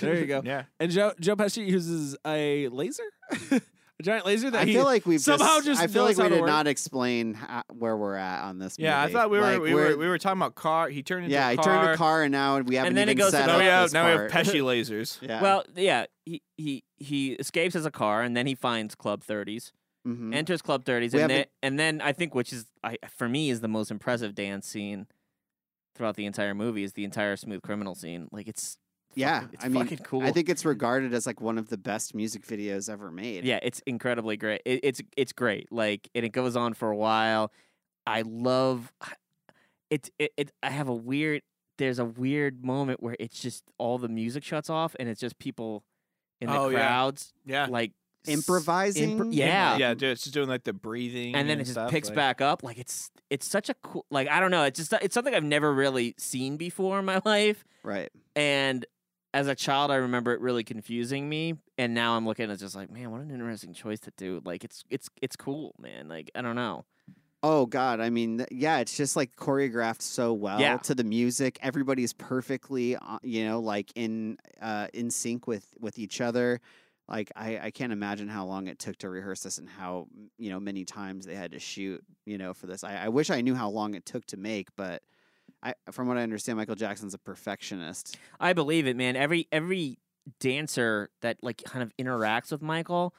[SPEAKER 1] there you go.
[SPEAKER 2] yeah.
[SPEAKER 1] And Joe Joe Pesci uses a laser, [LAUGHS] a giant laser that
[SPEAKER 3] I
[SPEAKER 1] he
[SPEAKER 3] feel like we've
[SPEAKER 1] somehow just,
[SPEAKER 3] I feel
[SPEAKER 1] knows
[SPEAKER 3] like we
[SPEAKER 1] how to
[SPEAKER 3] did
[SPEAKER 1] work.
[SPEAKER 3] not explain ho- where we're at on this.
[SPEAKER 2] Yeah, I
[SPEAKER 3] movie.
[SPEAKER 2] thought we were
[SPEAKER 3] Like,
[SPEAKER 2] we
[SPEAKER 3] we're-
[SPEAKER 2] were we were talking about car. He turned into
[SPEAKER 3] yeah,
[SPEAKER 2] a
[SPEAKER 3] he
[SPEAKER 2] car.
[SPEAKER 3] turned a car, and now we haven't
[SPEAKER 4] then it
[SPEAKER 3] even
[SPEAKER 4] goes to the-
[SPEAKER 3] set
[SPEAKER 2] Now
[SPEAKER 3] up
[SPEAKER 2] we
[SPEAKER 3] this
[SPEAKER 2] have now we have
[SPEAKER 3] part.
[SPEAKER 2] Pesci lasers.
[SPEAKER 3] yeah.
[SPEAKER 4] Well, yeah, he he he escapes as a car, and then he finds Club Thirties,
[SPEAKER 3] Mhm.
[SPEAKER 4] enters Club Thirties,
[SPEAKER 3] We
[SPEAKER 4] and then
[SPEAKER 3] haven't-
[SPEAKER 4] and then I think which is I for me is the most impressive dance scene throughout the entire movie is the entire Smooth Criminal scene. Like it's
[SPEAKER 3] yeah,
[SPEAKER 4] fucking- it's
[SPEAKER 3] I mean,
[SPEAKER 4] fucking cool.
[SPEAKER 3] I think it's regarded as like one of the best music videos ever made.
[SPEAKER 4] yeah, it's incredibly great. It, it's it's great. Like and it goes on for a while. I love it, it. It I have a weird. There's a weird moment where it's just all the music shuts off and it's just people in the
[SPEAKER 2] Oh, yeah.
[SPEAKER 4] crowds
[SPEAKER 2] Yeah,
[SPEAKER 4] like s-
[SPEAKER 3] Improvising?
[SPEAKER 4] impro- yeah,
[SPEAKER 2] yeah. Dude, it's just doing like the breathing,
[SPEAKER 4] and then it just
[SPEAKER 2] stuff,
[SPEAKER 4] picks
[SPEAKER 2] like-
[SPEAKER 4] back up. Like it's it's such a cool like I don't know. It's just it's something I've never really seen before in my [LAUGHS] life.
[SPEAKER 3] Right.
[SPEAKER 4] And as a child, I remember it really confusing me, and now I'm looking at it just like, man, what an interesting choice to do. Like it's it's it's cool, man. Like I don't know.
[SPEAKER 3] Oh God! I mean, th- yeah, it's just like choreographed so well
[SPEAKER 4] Yeah.
[SPEAKER 3] to the music. Everybody's perfectly, uh, you know, like in uh, in sync with with each other. Like I, I can't imagine how long it took to rehearse this and how m- you know many times they had to shoot, you know, for this. I, I wish I knew how long it took to make, but I, from what I understand, Michael Jackson's a perfectionist.
[SPEAKER 4] I believe it, man. Every every dancer that like kind of interacts with Michael,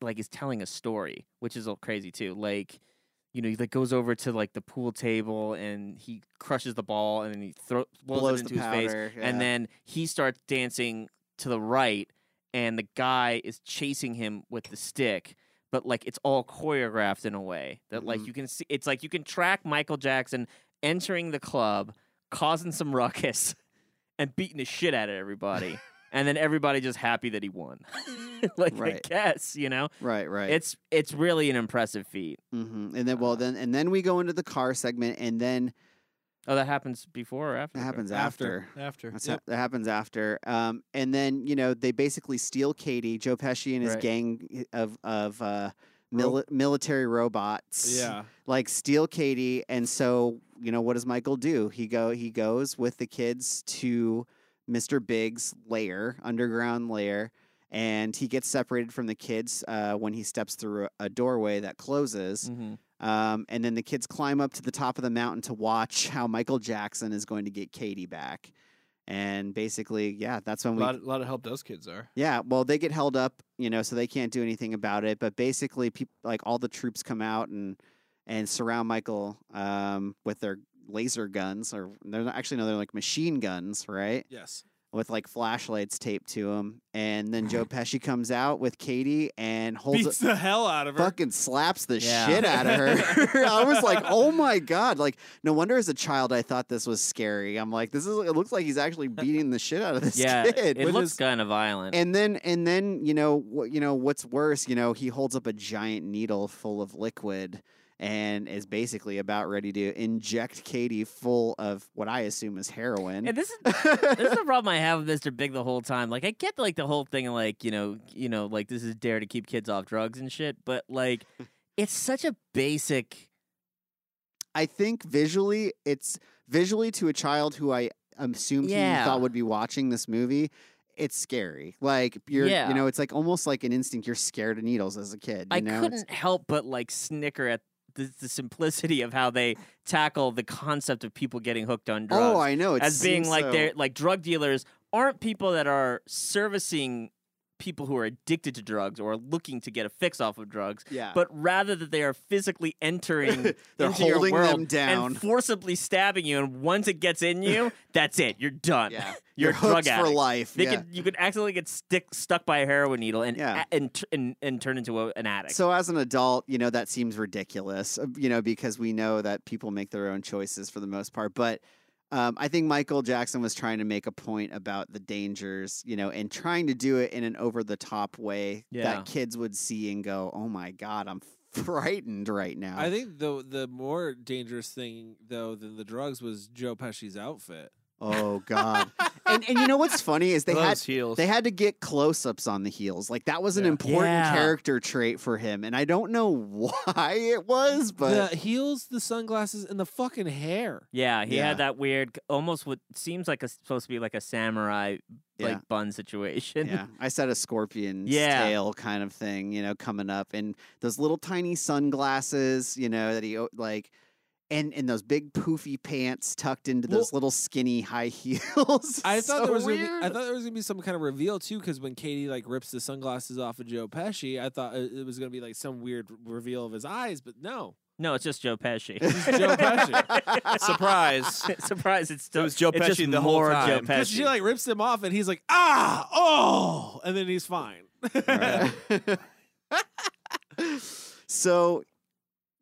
[SPEAKER 4] like is telling a story, which is all crazy too. Like, you know, he like goes over to like the pool table and he crushes the ball and then he throws blows,
[SPEAKER 3] Blows
[SPEAKER 4] it
[SPEAKER 3] the
[SPEAKER 4] into his face,
[SPEAKER 3] powder, yeah.
[SPEAKER 4] and then he starts dancing to the right, and the guy is chasing him with the stick. But like it's all choreographed in a way that like
[SPEAKER 3] Mhm.
[SPEAKER 4] you can see it's like you can track Michael Jackson entering the club, causing some ruckus, [LAUGHS] and beating the shit out of
[SPEAKER 3] [LAUGHS]
[SPEAKER 4] everybody. and then everybody just happy that he won. [LAUGHS] like I
[SPEAKER 3] Mm-hmm. Right.
[SPEAKER 4] guess, you know?
[SPEAKER 3] Right, right.
[SPEAKER 4] It's Uh it's really an impressive feat.
[SPEAKER 3] hmm and then well then and then we go into the car segment, and then
[SPEAKER 4] Oh, that happens before or after?
[SPEAKER 3] it happens
[SPEAKER 1] After.
[SPEAKER 3] after.
[SPEAKER 2] after.
[SPEAKER 3] That's hap- that happens after. Um, and then you know they basically steal Katie, Joe Pesci and his
[SPEAKER 4] Right.
[SPEAKER 3] gang eh, of of uh, mili- military robots.
[SPEAKER 1] Yeah,
[SPEAKER 3] like steal Katie. And so you know what does Michael do? He go he goes with the kids to Mr. Big's lair, underground lair. And he gets separated from the kids uh, when he steps through a- a doorway that closes.
[SPEAKER 4] Mm-hmm.
[SPEAKER 3] Um, and then the kids climb up to the top of the mountain to watch [LAUGHS] how Michael Jackson is going to get Katie back. And basically, yeah, that's
[SPEAKER 2] A
[SPEAKER 3] when we.
[SPEAKER 2] lot, a lot of help those kids are.
[SPEAKER 3] yeah, well, they get held up, you know, so they can't do anything about it. But basically, peop like all the troops come out and and surround Michael um, with their laser guns, or they're not, actually no, they're like machine guns, right?
[SPEAKER 1] yes.
[SPEAKER 3] With like flashlights taped to them. And then Joe Pesci comes out with Katie and holds
[SPEAKER 1] Beats the hell out of her.
[SPEAKER 3] fucking slaps the
[SPEAKER 4] Yeah.
[SPEAKER 3] shit out of her. [LAUGHS] I was like,
[SPEAKER 4] [LAUGHS]
[SPEAKER 3] oh my god! Like, no wonder as a child I thought this was scary. I'm like, this is. It looks like he's actually beating the shit out of this
[SPEAKER 4] Yeah.
[SPEAKER 3] [LAUGHS] kid.
[SPEAKER 4] It
[SPEAKER 3] With
[SPEAKER 4] looks
[SPEAKER 3] his-
[SPEAKER 4] kind of violent.
[SPEAKER 3] and then, and then, you know, wh- you know what's worse? You know, he holds up a giant needle full of liquid and is basically about ready to inject Katie full of what I assume is heroin.
[SPEAKER 4] Yeah, this
[SPEAKER 3] [LAUGHS]
[SPEAKER 4] is this is the problem I have with Mr. Big the whole time. Like I get like the whole thing of like, you know, you know, like this is dare to keep kids off drugs and shit, but
[SPEAKER 3] [LAUGHS]
[SPEAKER 4] like it's such a basic
[SPEAKER 3] I think visually, it's visually to a child who I assumed
[SPEAKER 4] Yeah.
[SPEAKER 3] he thought would be watching this movie. it's scary. Like you're,
[SPEAKER 4] Yeah.
[SPEAKER 3] you know, it's like almost like an instinct. You're scared of needles as a kid. You
[SPEAKER 4] I
[SPEAKER 3] know? It's-
[SPEAKER 4] couldn't help but like snicker at the, the simplicity of how they tackle the concept of people getting hooked on drugs.
[SPEAKER 3] Oh, I know. It
[SPEAKER 4] as being
[SPEAKER 3] seems
[SPEAKER 4] like
[SPEAKER 3] so-
[SPEAKER 4] they're like drug dealers aren't people that are servicing people who are addicted to drugs or looking to get a fix off of drugs.
[SPEAKER 3] Yeah.
[SPEAKER 4] But rather that they are physically entering
[SPEAKER 3] [LAUGHS] They're
[SPEAKER 4] into your
[SPEAKER 3] holding them
[SPEAKER 4] world
[SPEAKER 3] down.
[SPEAKER 4] and forcibly stabbing you. And once it gets in
[SPEAKER 3] [LAUGHS]
[SPEAKER 4] you, that's it. You're done.
[SPEAKER 3] Yeah.
[SPEAKER 4] [LAUGHS] You're,
[SPEAKER 3] [LAUGHS] You're
[SPEAKER 4] a drug
[SPEAKER 3] hooked for
[SPEAKER 4] addict.
[SPEAKER 3] life,
[SPEAKER 4] They
[SPEAKER 3] yeah.
[SPEAKER 4] could, you could accidentally get stick, stuck by a heroin needle and
[SPEAKER 3] Yeah.
[SPEAKER 4] a- and, t- and and turn into a, an addict.
[SPEAKER 3] So as an adult, you know that seems ridiculous, uh, you know, because we know that people make their own choices for the most part. But um, I think Michael Jackson was trying to make a point about the dangers, you know, and trying to do it in an over the top way
[SPEAKER 4] Yeah.
[SPEAKER 3] that kids would see and go, "Oh my god, I'm [LAUGHS] frightened right now."
[SPEAKER 1] [LAUGHS] I think the the more dangerous thing though than the drugs was Joe Pesci's outfit.
[SPEAKER 3] Oh God! and and you know what's funny is they had
[SPEAKER 2] Those heels.
[SPEAKER 3] they had to get close ups on the heels. Like that was an important
[SPEAKER 4] Yeah.
[SPEAKER 3] character trait for him, and I don't know [LAUGHS] why it was, but
[SPEAKER 1] the heels, the sunglasses, and the fucking hair.
[SPEAKER 4] Yeah, he
[SPEAKER 3] Yeah.
[SPEAKER 4] had that weird, almost what seems like a supposed to be like a samurai like
[SPEAKER 3] Yeah.
[SPEAKER 4] bun situation.
[SPEAKER 3] yeah, I said a scorpion's
[SPEAKER 4] Yeah.
[SPEAKER 3] tail kind of thing, you know, coming up, and those little tiny sunglasses, you know, that he o- like. And, and those big poofy pants tucked into those little skinny high [LAUGHS] heels.
[SPEAKER 1] I thought
[SPEAKER 3] [LAUGHS] So
[SPEAKER 1] there was
[SPEAKER 3] weird.
[SPEAKER 1] Gonna be, I thought there was gonna be some kind of reveal too, because when Katie like rips the sunglasses off of Joe Pesci, I thought it it was gonna be like some weird reveal of his eyes, but no,
[SPEAKER 4] No, it's just Joe Pesci.
[SPEAKER 1] it's Joe Pesci.
[SPEAKER 4] [LAUGHS]
[SPEAKER 2] Surprise.
[SPEAKER 4] Surprise! It's still,
[SPEAKER 2] was Joe
[SPEAKER 4] it's just
[SPEAKER 2] Pesci the whole
[SPEAKER 4] more
[SPEAKER 2] time.
[SPEAKER 4] Joe
[SPEAKER 1] Because
[SPEAKER 4] Pesci.
[SPEAKER 1] she like rips them off, and he's like, ah, oh, and then he's fine.
[SPEAKER 3] [LAUGHS] so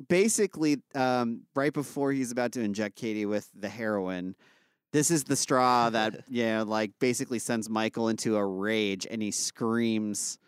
[SPEAKER 3] basically, um, right before he's about to inject Katie with the heroin, this is the straw that, you know, like basically sends Michael into a rage and he screams.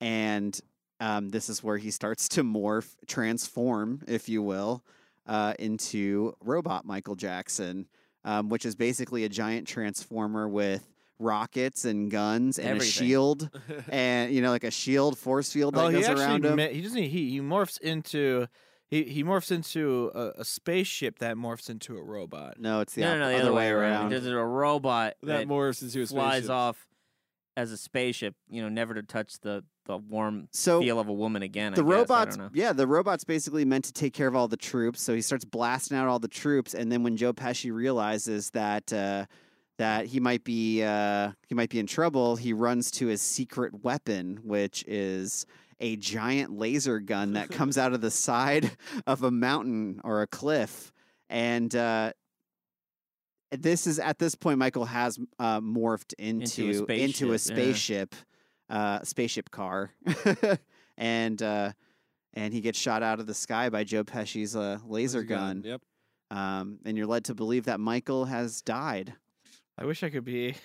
[SPEAKER 3] And um, this is where he starts to morph, transform, if you will, uh, into robot Michael Jackson, um, which is basically a giant transformer with rockets and guns and a
[SPEAKER 4] Everything.
[SPEAKER 3] shield and you know, like a shield force field that
[SPEAKER 2] oh, he
[SPEAKER 3] goes
[SPEAKER 2] actually
[SPEAKER 3] around him.
[SPEAKER 2] ma- he doesn't. He he morphs into he he morphs into a, a spaceship that morphs into a robot.
[SPEAKER 3] no, it's the,
[SPEAKER 4] no,
[SPEAKER 3] op-
[SPEAKER 4] no, no, the other way around. There's a robot
[SPEAKER 1] that
[SPEAKER 4] that,
[SPEAKER 1] morphs into a
[SPEAKER 4] flies
[SPEAKER 1] spaceship.
[SPEAKER 4] off as a spaceship. You know, never to touch the the warm
[SPEAKER 3] So,
[SPEAKER 4] feel of a woman again. I
[SPEAKER 3] The
[SPEAKER 4] guess. I
[SPEAKER 3] robots,
[SPEAKER 4] don't know.
[SPEAKER 3] yeah, the robot's basically meant to take care of all the troops. So he starts blasting out all the troops, and then when Joe Pesci realizes that uh, that he might be uh, he might be in trouble, he runs to his secret weapon, which is a giant laser
[SPEAKER 4] [LAUGHS]
[SPEAKER 3] gun that comes out of the side of a mountain or a cliff, and. Uh, this is at this point Michael has uh, morphed
[SPEAKER 4] Into a
[SPEAKER 3] into into a
[SPEAKER 4] spaceship, yeah.
[SPEAKER 3] spaceship, uh, spaceship car, [LAUGHS] and uh, and he gets shot out of the sky by Joe Pesci's uh, laser gun.
[SPEAKER 1] Yep.
[SPEAKER 3] Um, and you're led to believe that Michael has
[SPEAKER 4] [LAUGHS]
[SPEAKER 3] died.
[SPEAKER 2] I wish I could be. [LAUGHS]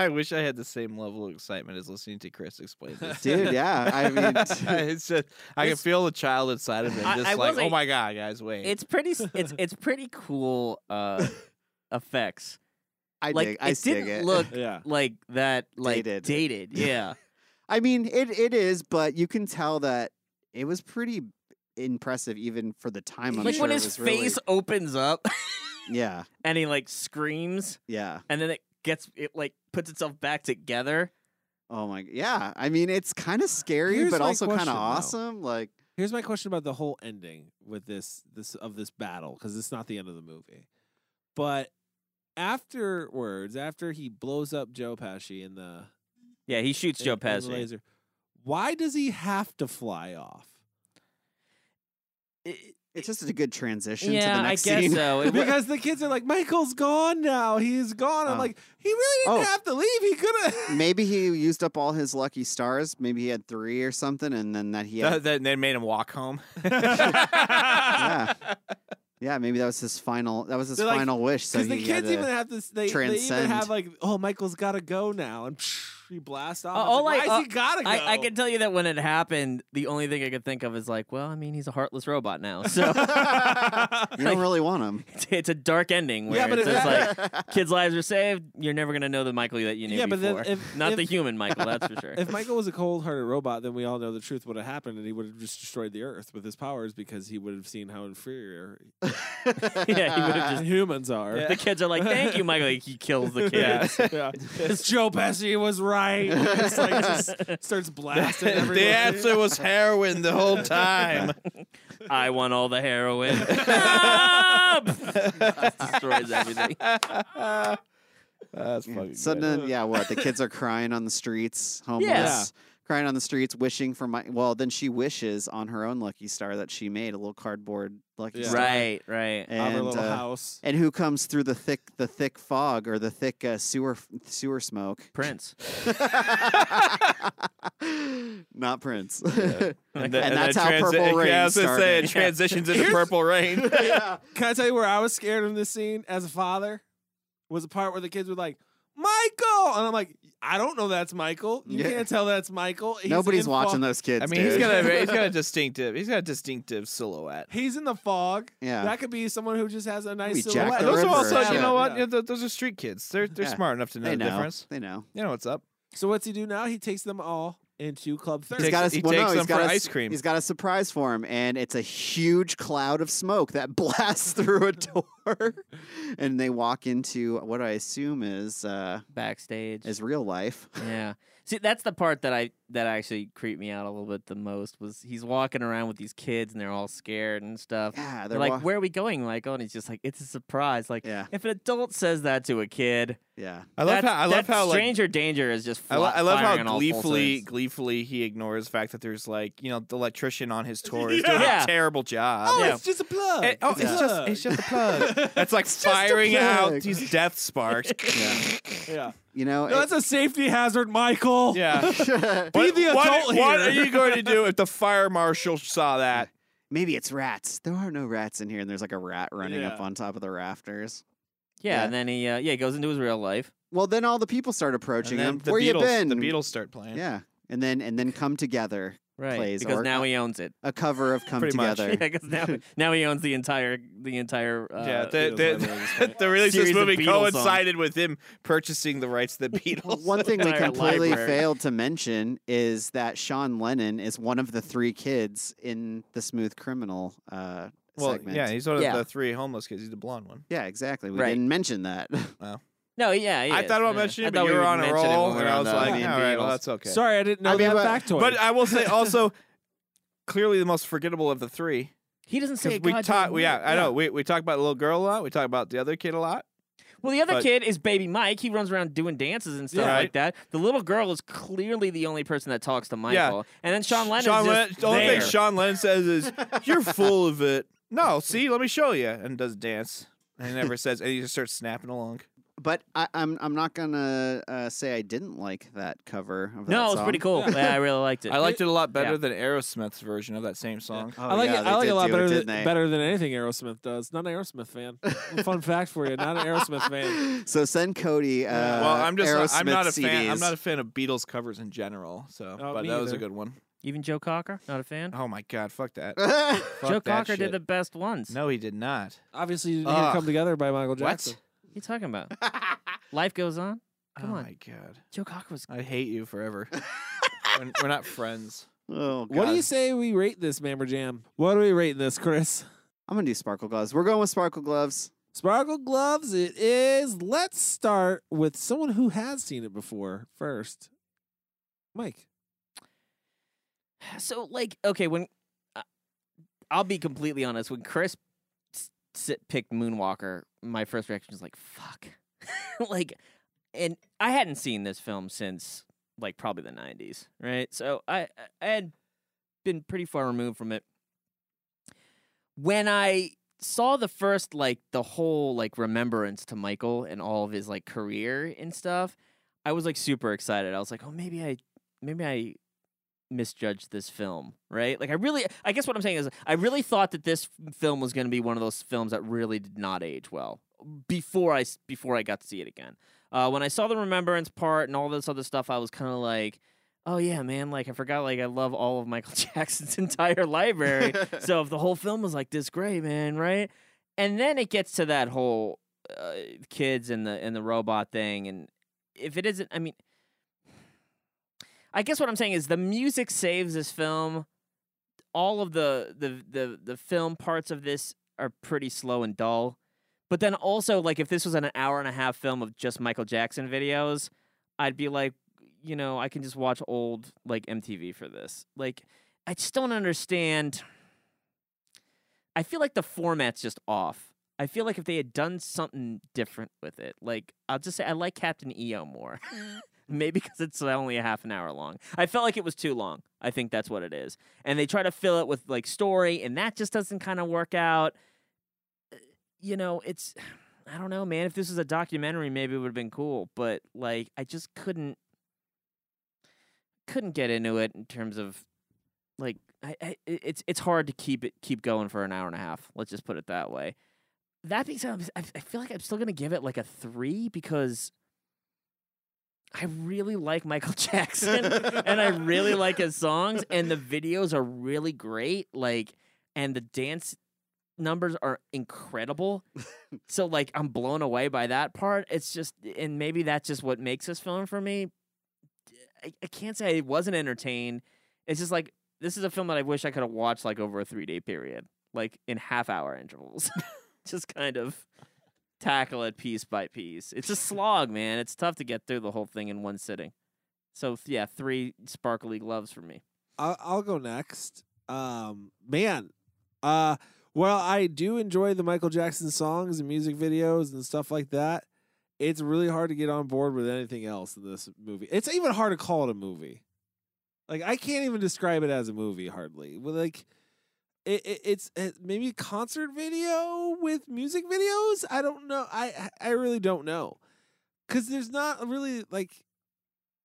[SPEAKER 2] I wish I had the same level of excitement as listening to Chris explain this.
[SPEAKER 3] Dude, yeah. I
[SPEAKER 2] [LAUGHS]
[SPEAKER 3] mean,
[SPEAKER 4] [LAUGHS]
[SPEAKER 3] [LAUGHS]
[SPEAKER 2] it's just I can
[SPEAKER 4] It's-
[SPEAKER 2] feel the child inside of me,
[SPEAKER 4] I-
[SPEAKER 2] just
[SPEAKER 4] I will
[SPEAKER 2] like,
[SPEAKER 4] say-
[SPEAKER 2] oh my god, guys, wait.
[SPEAKER 4] It's pretty. s- It's it's pretty cool uh, effects.
[SPEAKER 3] I
[SPEAKER 4] like
[SPEAKER 3] dig, I
[SPEAKER 4] it
[SPEAKER 3] dig
[SPEAKER 4] didn't
[SPEAKER 3] it.
[SPEAKER 4] look
[SPEAKER 1] Yeah.
[SPEAKER 4] like that like
[SPEAKER 3] Dated.
[SPEAKER 4] dated. Yeah.
[SPEAKER 3] [LAUGHS] I mean, it, it is, but you can tell that it was pretty impressive even for the time. I'm
[SPEAKER 4] like
[SPEAKER 3] sure
[SPEAKER 4] when
[SPEAKER 3] it
[SPEAKER 4] his
[SPEAKER 3] was really-
[SPEAKER 4] face opens up [LAUGHS]
[SPEAKER 3] yeah,
[SPEAKER 4] and he like screams
[SPEAKER 3] yeah.
[SPEAKER 4] and then it gets it like puts itself back together.
[SPEAKER 3] Oh my, yeah. I mean, it's kind of scary,
[SPEAKER 1] Here's
[SPEAKER 3] but
[SPEAKER 1] my
[SPEAKER 3] also kind
[SPEAKER 1] question,
[SPEAKER 3] of
[SPEAKER 1] though.
[SPEAKER 3] awesome. Like,
[SPEAKER 1] Here's my question about the whole ending with this this of this battle because it's not the end of the movie, but afterwards, after he blows up Joe Pesci in the
[SPEAKER 4] Yeah, he shoots Joe
[SPEAKER 1] in- in the
[SPEAKER 4] Pesci.
[SPEAKER 1] laser, why does he have to fly off?
[SPEAKER 4] I-
[SPEAKER 3] it's just a good transition to
[SPEAKER 4] yeah,
[SPEAKER 3] the
[SPEAKER 4] I guess
[SPEAKER 3] next
[SPEAKER 1] [LAUGHS]
[SPEAKER 3] scene.
[SPEAKER 4] so. It wa-
[SPEAKER 1] Because the kids are like, Michael's gone now. He's gone. I'm
[SPEAKER 3] Oh.
[SPEAKER 1] like, he really didn't
[SPEAKER 3] Oh.
[SPEAKER 1] have to leave. He could [LAUGHS] have.
[SPEAKER 3] [LAUGHS] Maybe he used up all his lucky stars. Maybe he had three or something, and then that he had
[SPEAKER 2] That, that, that made him walk home.
[SPEAKER 3] yeah. Yeah, maybe that was his final. That was his
[SPEAKER 1] They're like-
[SPEAKER 3] final wish. So
[SPEAKER 1] Because the
[SPEAKER 3] he had
[SPEAKER 1] kids
[SPEAKER 3] to-
[SPEAKER 1] even have this. They, they even
[SPEAKER 3] transcend.
[SPEAKER 1] have like, oh, Michael's got to go now, and he blasts off.
[SPEAKER 4] Uh,
[SPEAKER 1] It's
[SPEAKER 4] all
[SPEAKER 1] like,
[SPEAKER 4] I-
[SPEAKER 1] why
[SPEAKER 4] uh,
[SPEAKER 1] has he gotta go?
[SPEAKER 4] I, I can tell you that when it happened, the only thing I could think of is like, well, I mean, he's a heartless
[SPEAKER 1] [LAUGHS]
[SPEAKER 4] robot now, so [LAUGHS]
[SPEAKER 3] you don't
[SPEAKER 4] like-
[SPEAKER 3] really
[SPEAKER 2] [LAUGHS]
[SPEAKER 3] want him.
[SPEAKER 4] it's- it's a dark ending where
[SPEAKER 1] Yeah, but
[SPEAKER 4] it's
[SPEAKER 1] if
[SPEAKER 4] just
[SPEAKER 1] that- [LAUGHS]
[SPEAKER 4] like kids' lives are saved. You're never gonna know the Michael that you knew
[SPEAKER 1] Yeah, but then
[SPEAKER 4] before.
[SPEAKER 1] if-
[SPEAKER 4] Not
[SPEAKER 1] if-
[SPEAKER 4] the human Michael, that's for sure.
[SPEAKER 1] [LAUGHS] If Michael was a cold-hearted robot, then we all know the truth would have happened, and he would have just destroyed the Earth with his powers because he would have seen how inferior
[SPEAKER 4] [LAUGHS] yeah, he would have just
[SPEAKER 1] humans are. [LAUGHS]
[SPEAKER 4] [LAUGHS] The kids are like, "Thank you, Michael." He kills the kids.
[SPEAKER 1] Yeah. It's Joe Pesci was right. It's like
[SPEAKER 4] [LAUGHS]
[SPEAKER 1] just starts
[SPEAKER 3] [LAUGHS]
[SPEAKER 1] blasting everyone.
[SPEAKER 2] the answer was heroin the whole time.
[SPEAKER 4] [LAUGHS] I want all
[SPEAKER 1] [LAUGHS]
[SPEAKER 4] the heroin. [LAUGHS] destroys everything.
[SPEAKER 2] That's fucking
[SPEAKER 3] So
[SPEAKER 2] good.
[SPEAKER 3] then, yeah, what the kids are crying on
[SPEAKER 1] [LAUGHS]
[SPEAKER 3] the streets, homeless,
[SPEAKER 4] Yeah.
[SPEAKER 3] crying on the streets, wishing for my. Well, then she wishes on her own lucky star that she made a little cardboard lucky star.
[SPEAKER 4] Right, right.
[SPEAKER 1] Of her
[SPEAKER 3] And,
[SPEAKER 1] little
[SPEAKER 3] uh,
[SPEAKER 1] house.
[SPEAKER 3] And who comes through the thick, the thick fog or the thick uh, sewer sewer
[SPEAKER 1] [LAUGHS]
[SPEAKER 3] smoke? [LAUGHS]
[SPEAKER 4] Prince.
[SPEAKER 3] Not Prince.
[SPEAKER 2] And,
[SPEAKER 3] [LAUGHS] and,
[SPEAKER 2] then-
[SPEAKER 3] that's
[SPEAKER 2] then
[SPEAKER 3] how
[SPEAKER 2] transi-
[SPEAKER 3] Purple Rain
[SPEAKER 2] Yeah, I was gonna
[SPEAKER 3] started.
[SPEAKER 2] say it
[SPEAKER 3] [LAUGHS]
[SPEAKER 2] transitions into Purple [LAUGHS] Rain.
[SPEAKER 1] Can I tell you where I was scared in this scene as a father? Was the part where the kids were like, Michael! And I'm like, I don't know that's Michael. You
[SPEAKER 3] Yeah.
[SPEAKER 1] can't tell that's Michael. He's
[SPEAKER 3] Nobody's
[SPEAKER 1] in
[SPEAKER 3] watching
[SPEAKER 1] fog.
[SPEAKER 3] those kids.
[SPEAKER 2] I mean, he's
[SPEAKER 3] dude.
[SPEAKER 2] got a he's got a distinctive he's got a distinctive silhouette.
[SPEAKER 1] He's in the fog.
[SPEAKER 3] Yeah.
[SPEAKER 1] That could be someone who just has a nice
[SPEAKER 3] Maybe Jack
[SPEAKER 1] silhouette.
[SPEAKER 3] the
[SPEAKER 2] Those are
[SPEAKER 3] Ripper
[SPEAKER 2] also,
[SPEAKER 3] or
[SPEAKER 2] you
[SPEAKER 3] something.
[SPEAKER 2] know what?
[SPEAKER 1] Yeah.
[SPEAKER 2] Yeah, th- those are street kids. They're they're
[SPEAKER 3] Yeah.
[SPEAKER 2] smart enough to know
[SPEAKER 3] They
[SPEAKER 2] the
[SPEAKER 3] know.
[SPEAKER 2] difference.
[SPEAKER 3] They know.
[SPEAKER 2] You know what's up.
[SPEAKER 1] So what's he do now? He takes them all into Club 30.
[SPEAKER 3] He's got a,
[SPEAKER 2] He
[SPEAKER 3] well, no,
[SPEAKER 2] takes
[SPEAKER 3] he's
[SPEAKER 2] them
[SPEAKER 3] got
[SPEAKER 2] for
[SPEAKER 3] a-
[SPEAKER 2] ice cream.
[SPEAKER 3] He's got a surprise for him, and it's a huge cloud of smoke that [LAUGHS] blasts through a door, and they walk into what I assume is uh,
[SPEAKER 4] Backstage.
[SPEAKER 3] is real life.
[SPEAKER 4] Yeah. See, that's the part that I that actually creeped me out a little bit the most was he's walking around with these kids and they're all scared and stuff.
[SPEAKER 3] Yeah,
[SPEAKER 4] They're,
[SPEAKER 3] they're
[SPEAKER 4] like,
[SPEAKER 3] walk-
[SPEAKER 4] "Where are we going, Michael?" And he's just like, "It's a surprise." Like,
[SPEAKER 3] Yeah.
[SPEAKER 4] if an adult says that to a kid,
[SPEAKER 3] Yeah,
[SPEAKER 2] I love
[SPEAKER 4] that's-
[SPEAKER 2] how I love
[SPEAKER 4] that
[SPEAKER 2] how like
[SPEAKER 4] stranger danger is just.
[SPEAKER 2] I, lo-
[SPEAKER 4] fla-
[SPEAKER 2] I love
[SPEAKER 4] firing on
[SPEAKER 2] how
[SPEAKER 4] all
[SPEAKER 2] gleefully,
[SPEAKER 4] full
[SPEAKER 2] gleefully he ignores the fact that there's like you know the electrician on his tour [LAUGHS] is
[SPEAKER 1] Yeah.
[SPEAKER 2] doing
[SPEAKER 4] Yeah.
[SPEAKER 2] a terrible job.
[SPEAKER 1] Oh,
[SPEAKER 4] Yeah.
[SPEAKER 1] it's just a plug.
[SPEAKER 2] It- oh, it's just
[SPEAKER 1] Plug.
[SPEAKER 2] it's just a plug. That's like firing out
[SPEAKER 3] plug.
[SPEAKER 2] these death [LAUGHS] sparks.
[SPEAKER 1] [LAUGHS]
[SPEAKER 3] [LAUGHS]
[SPEAKER 1] yeah.
[SPEAKER 3] you know,
[SPEAKER 1] No,
[SPEAKER 3] it-
[SPEAKER 1] that's a safety hazard, Michael.
[SPEAKER 2] yeah.
[SPEAKER 1] Be the
[SPEAKER 2] what,
[SPEAKER 1] adult
[SPEAKER 2] what
[SPEAKER 1] here.
[SPEAKER 2] are you going to do if the fire marshal saw that?
[SPEAKER 3] [LAUGHS] maybe it's rats. There are no rats in here, and there's like a rat running up
[SPEAKER 1] Yeah.
[SPEAKER 3] on top of the rafters.
[SPEAKER 4] Yeah,
[SPEAKER 3] Yeah.
[SPEAKER 4] and then he uh, yeah he goes into his real life.
[SPEAKER 3] Well, then all the people start
[SPEAKER 2] And
[SPEAKER 3] approaching
[SPEAKER 2] then
[SPEAKER 3] him.
[SPEAKER 2] the
[SPEAKER 3] Where
[SPEAKER 2] Beatles,
[SPEAKER 3] you been?
[SPEAKER 2] The Beatles start playing.
[SPEAKER 3] Yeah, and then and then come together.
[SPEAKER 4] Right,
[SPEAKER 3] Plays
[SPEAKER 4] because
[SPEAKER 3] or-
[SPEAKER 4] now he owns it.
[SPEAKER 3] A cover of Come
[SPEAKER 2] Pretty much.
[SPEAKER 3] Together.
[SPEAKER 2] [LAUGHS]
[SPEAKER 4] [LAUGHS] Yeah, because now now he owns the entire the entire. Uh,
[SPEAKER 2] yeah,
[SPEAKER 1] Beatles
[SPEAKER 2] the, [LAUGHS] the,
[SPEAKER 1] libraries,
[SPEAKER 2] the release of this
[SPEAKER 4] Series of
[SPEAKER 2] movie
[SPEAKER 4] Beatles songs.
[SPEAKER 2] coincided with him purchasing the rights to the [LAUGHS] Beatles.
[SPEAKER 3] One thing we
[SPEAKER 4] entire
[SPEAKER 3] completely
[SPEAKER 4] library.
[SPEAKER 3] failed to mention is that Sean Lennon is one of the three kids in the Smooth Criminal uh,
[SPEAKER 2] well,
[SPEAKER 3] segment.
[SPEAKER 2] yeah, he's one of
[SPEAKER 4] Yeah.
[SPEAKER 2] the three homeless kids. He's the blonde one.
[SPEAKER 3] Yeah, exactly. We
[SPEAKER 4] Right.
[SPEAKER 3] didn't mention that. [LAUGHS]
[SPEAKER 4] no, yeah, he
[SPEAKER 2] I
[SPEAKER 4] is,
[SPEAKER 2] thought about
[SPEAKER 4] yeah.
[SPEAKER 2] mentioning
[SPEAKER 4] I
[SPEAKER 2] it,
[SPEAKER 4] thought
[SPEAKER 2] but
[SPEAKER 4] we
[SPEAKER 2] you were
[SPEAKER 4] would
[SPEAKER 2] on a
[SPEAKER 4] mention it when
[SPEAKER 2] roll,
[SPEAKER 4] we were
[SPEAKER 2] and I
[SPEAKER 4] on
[SPEAKER 2] was
[SPEAKER 4] the-
[SPEAKER 2] like,
[SPEAKER 4] the
[SPEAKER 2] all right, well,
[SPEAKER 4] Beatles."
[SPEAKER 2] that's okay.
[SPEAKER 1] Sorry, I didn't know
[SPEAKER 3] I mean,
[SPEAKER 1] that
[SPEAKER 3] but-
[SPEAKER 1] factoid.
[SPEAKER 2] But I will say also, clearly the most forgettable of the three.
[SPEAKER 4] He doesn't say.
[SPEAKER 2] Because
[SPEAKER 4] a
[SPEAKER 2] we
[SPEAKER 4] goddamn
[SPEAKER 2] talk, we,
[SPEAKER 4] word.
[SPEAKER 2] yeah, I know. We, we talk about the little girl a lot. We talk about the other kid a lot.
[SPEAKER 4] Well, the other
[SPEAKER 2] But-
[SPEAKER 4] kid is Baby Mike. He runs around doing dances and stuff
[SPEAKER 2] Yeah.
[SPEAKER 4] like that. The little girl is clearly the only person that talks to Michael. And then Sean Lennon.
[SPEAKER 2] Sean Lennon,
[SPEAKER 4] just
[SPEAKER 2] the only
[SPEAKER 4] there.
[SPEAKER 2] thing Sean Lennon says
[SPEAKER 4] [LAUGHS]
[SPEAKER 2] is, "You're full of it." No, see, let me show you, and does dance. And he never says, and he just starts snapping along.
[SPEAKER 3] but I, I'm I'm not gonna uh, say I didn't like that cover. Of
[SPEAKER 4] no,
[SPEAKER 3] that
[SPEAKER 4] it was pretty
[SPEAKER 3] song.
[SPEAKER 4] cool. Yeah, I really liked it.
[SPEAKER 2] [LAUGHS] I liked it a lot better
[SPEAKER 4] Yeah.
[SPEAKER 2] than Aerosmith's version of that same song.
[SPEAKER 3] Oh,
[SPEAKER 1] I like
[SPEAKER 3] yeah,
[SPEAKER 1] it.
[SPEAKER 3] they
[SPEAKER 1] I like it
[SPEAKER 3] did
[SPEAKER 1] a lot
[SPEAKER 3] do
[SPEAKER 1] better
[SPEAKER 3] didn't
[SPEAKER 1] than
[SPEAKER 3] they?
[SPEAKER 1] better than anything Aerosmith does. Not an Aerosmith
[SPEAKER 3] [LAUGHS]
[SPEAKER 1] fan. Fun fact for you, not an Aerosmith fan.
[SPEAKER 3] So send Cody. Uh,
[SPEAKER 2] well, I'm just not, I'm
[SPEAKER 3] Aerosmith
[SPEAKER 2] not a fan. I'm
[SPEAKER 3] CDs.
[SPEAKER 2] not a fan of Beatles covers in general. So,
[SPEAKER 1] Oh,
[SPEAKER 2] but
[SPEAKER 1] me
[SPEAKER 2] that was a
[SPEAKER 1] either.
[SPEAKER 2] good one.
[SPEAKER 4] Even Joe Cocker, not a fan.
[SPEAKER 2] Oh my God, fuck [LAUGHS] that. Fuck
[SPEAKER 4] Joe
[SPEAKER 2] that
[SPEAKER 4] Cocker
[SPEAKER 2] shit.
[SPEAKER 4] did the best ones.
[SPEAKER 2] No, he did not.
[SPEAKER 1] Obviously, you didn't hear
[SPEAKER 2] Ugh.
[SPEAKER 1] "Come Together" by Michael
[SPEAKER 2] What?
[SPEAKER 1] Jackson.
[SPEAKER 4] What are you
[SPEAKER 2] [LAUGHS]
[SPEAKER 4] talking about? Life goes on. Come
[SPEAKER 2] oh
[SPEAKER 4] on.
[SPEAKER 2] my God,
[SPEAKER 4] Joe Cocker was.
[SPEAKER 2] I hate you [LAUGHS] forever. we're, we're not friends.
[SPEAKER 3] oh, God.
[SPEAKER 1] What do you say we rate this Mamber Jam? What do we rate this, Chris?
[SPEAKER 3] I'm gonna do sparkle gloves. We're going with
[SPEAKER 2] [LAUGHS]
[SPEAKER 3] sparkle gloves. [LAUGHS]
[SPEAKER 1] Sparkle gloves. It is. Let's start with someone who has seen it before first. Mike.
[SPEAKER 4] So, like, okay, when. uh, I'll be completely honest. When Chris s- s- picked Moonwalker, my first reaction was like, fuck. [LAUGHS] like, and I hadn't seen this film since like probably the 90s, right? So I I had been pretty far removed from it. When I saw the first like the whole like remembrance to Michael and all of his like career and stuff, I was like super excited. I was like, "Oh, maybe I maybe I misjudged this film, right? Like I really I guess what I'm saying is I really thought that this f- film was going to be one of those films that really did not age well before I s- before I got to see it again. Uh, when I saw the remembrance part and all this other stuff, I was kind of like, "Oh yeah, man! Like I forgot. Like I love all of Michael [LAUGHS] Jackson's entire library. so if the whole film was like this, great, man, right? And then it gets to that whole uh, kids and the and the robot thing, and if it isn't, I mean, I guess what I'm saying is the music saves this film. All of the the the the film parts of this are pretty slow and dull. But then also, like, if this was an hour and a half film of just Michael Jackson videos, I'd be like, you know, I can just watch old like MTV for this. Like, I just don't understand. I feel like the format's just off. I feel like if they had done something different with it, like I'll just say I like Captain EO more. [LAUGHS] Maybe because it's only a half an hour long. I felt like it was too long. I think that's what it is. And they try to fill it with like story, and that just doesn't kind of work out. Uh, You know, it's I don't know, man. If this was a documentary, maybe it would have been cool. But like, I just couldn't couldn't get into it in terms of like I, I it- it's it's hard to keep it keep going for an hour and a half. Let's just put it that way. That being said, I'm s- I I feel like I'm still gonna give it like a three because I really like Michael [LAUGHS] Jackson and I
[SPEAKER 2] [LAUGHS]
[SPEAKER 4] really like his songs and the videos are really great. Like and the dance numbers are incredible. so like I'm blown away by that part. It's just and maybe that's just what makes this film for me. I, I can't say I wasn't entertained. It's just like this is a film that I wish I could have watched like over a three day period, like in half hour intervals. [LAUGHS] just kind of tackle it piece by piece. It's a slog, man. It's tough to get through the whole thing in one sitting. So th- yeah, three sparkly gloves for me. [LAUGHS]
[SPEAKER 1] I'll, I'll go next. Um, man, uh, well, I do enjoy the Michael Jackson songs and music videos and stuff like that. It's really hard to get on board with anything else in this movie. It's even hard to call it a movie. Like I can't even describe it as a movie hardly. Well, like it, it, it's it, maybe a concert video with music videos. I don't know. I I I really don't know because there's not really like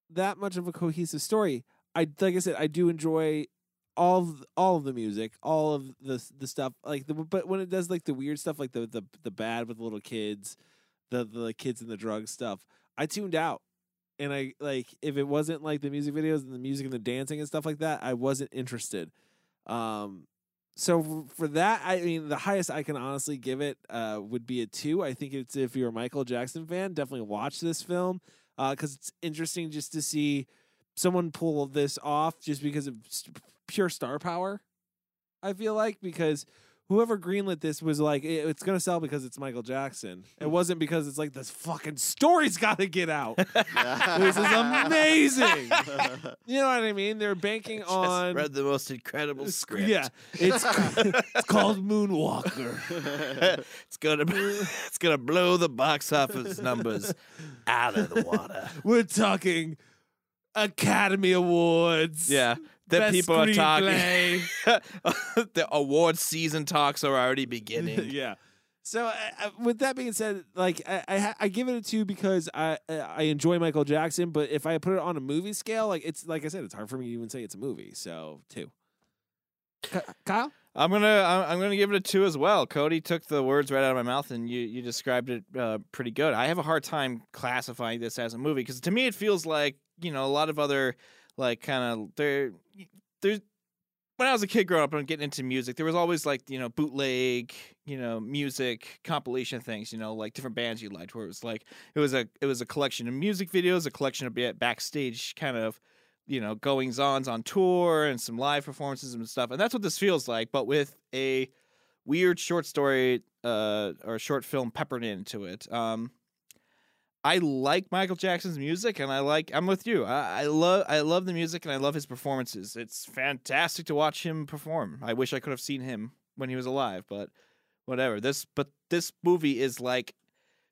[SPEAKER 1] that much of a cohesive story. I like I said, I do enjoy all of, all of the music, all of the s- the stuff. Like, the, but when it does like the weird stuff, like the the the bad with little kids, the the kids and the drug stuff, I tuned out. And I like if it wasn't like the music videos and the music and the dancing and stuff like that, I wasn't interested. Um, so f- for that, I mean, the highest I can honestly give it uh, would be a two. I think it's if you're a Michael Jackson fan, definitely watch this film because it's interesting just to see someone pull this off just because of s- pure star power. I feel like because whoever greenlit this was like, "It- it's gonna sell because it's Michael Jackson.
[SPEAKER 8] Mm-hmm.
[SPEAKER 1] It wasn't because it's like this fucking story's got to
[SPEAKER 8] [LAUGHS]
[SPEAKER 1] get out. this is amazing. you know what I mean? They're banking on
[SPEAKER 8] read the most
[SPEAKER 2] [LAUGHS]
[SPEAKER 8] incredible script.
[SPEAKER 1] yeah,
[SPEAKER 8] [LAUGHS]
[SPEAKER 1] it's, it's called Moonwalker.
[SPEAKER 8] it's gonna [LAUGHS] it's gonna blow the box office
[SPEAKER 1] [LAUGHS]
[SPEAKER 8] numbers out of the water.
[SPEAKER 1] We're talking Academy Awards.
[SPEAKER 8] Yeah, the
[SPEAKER 1] Best
[SPEAKER 8] people are talking. [LAUGHS]
[SPEAKER 1] screenplay.
[SPEAKER 8] the award season talks are already
[SPEAKER 1] [LAUGHS]
[SPEAKER 8] beginning.
[SPEAKER 1] yeah. So, uh, uh, with that being said, like I, I, ha- I give it a two because I, I I enjoy Michael Jackson, but if I put it on a movie scale, like it's like I said, it's hard for me to even say it's a movie. So two. Kyle,
[SPEAKER 2] I'm gonna I'm I'm gonna give it a two as well. Cody took the words right out of my mouth, and you you described it uh, pretty good. I have a hard time classifying this as a movie because to me it feels like you know a lot of other like kind of there there's when I was a kid growing up and getting into music, there was always like you know bootleg, you know music compilation things, you know like different bands you liked. Where it was like it was a it was a collection of music videos, a collection of ba- backstage kind of you know goings ons on tour and some live performances and stuff. And that's what this feels like, but with a weird short story uh, or short film peppered into it. Um, I like Michael Jackson's music, and I like. I'm with you. I, I love. I love the music, and I love his performances. It's fantastic to watch him perform. I wish I could have seen him when he was alive, but whatever. This, but this movie is like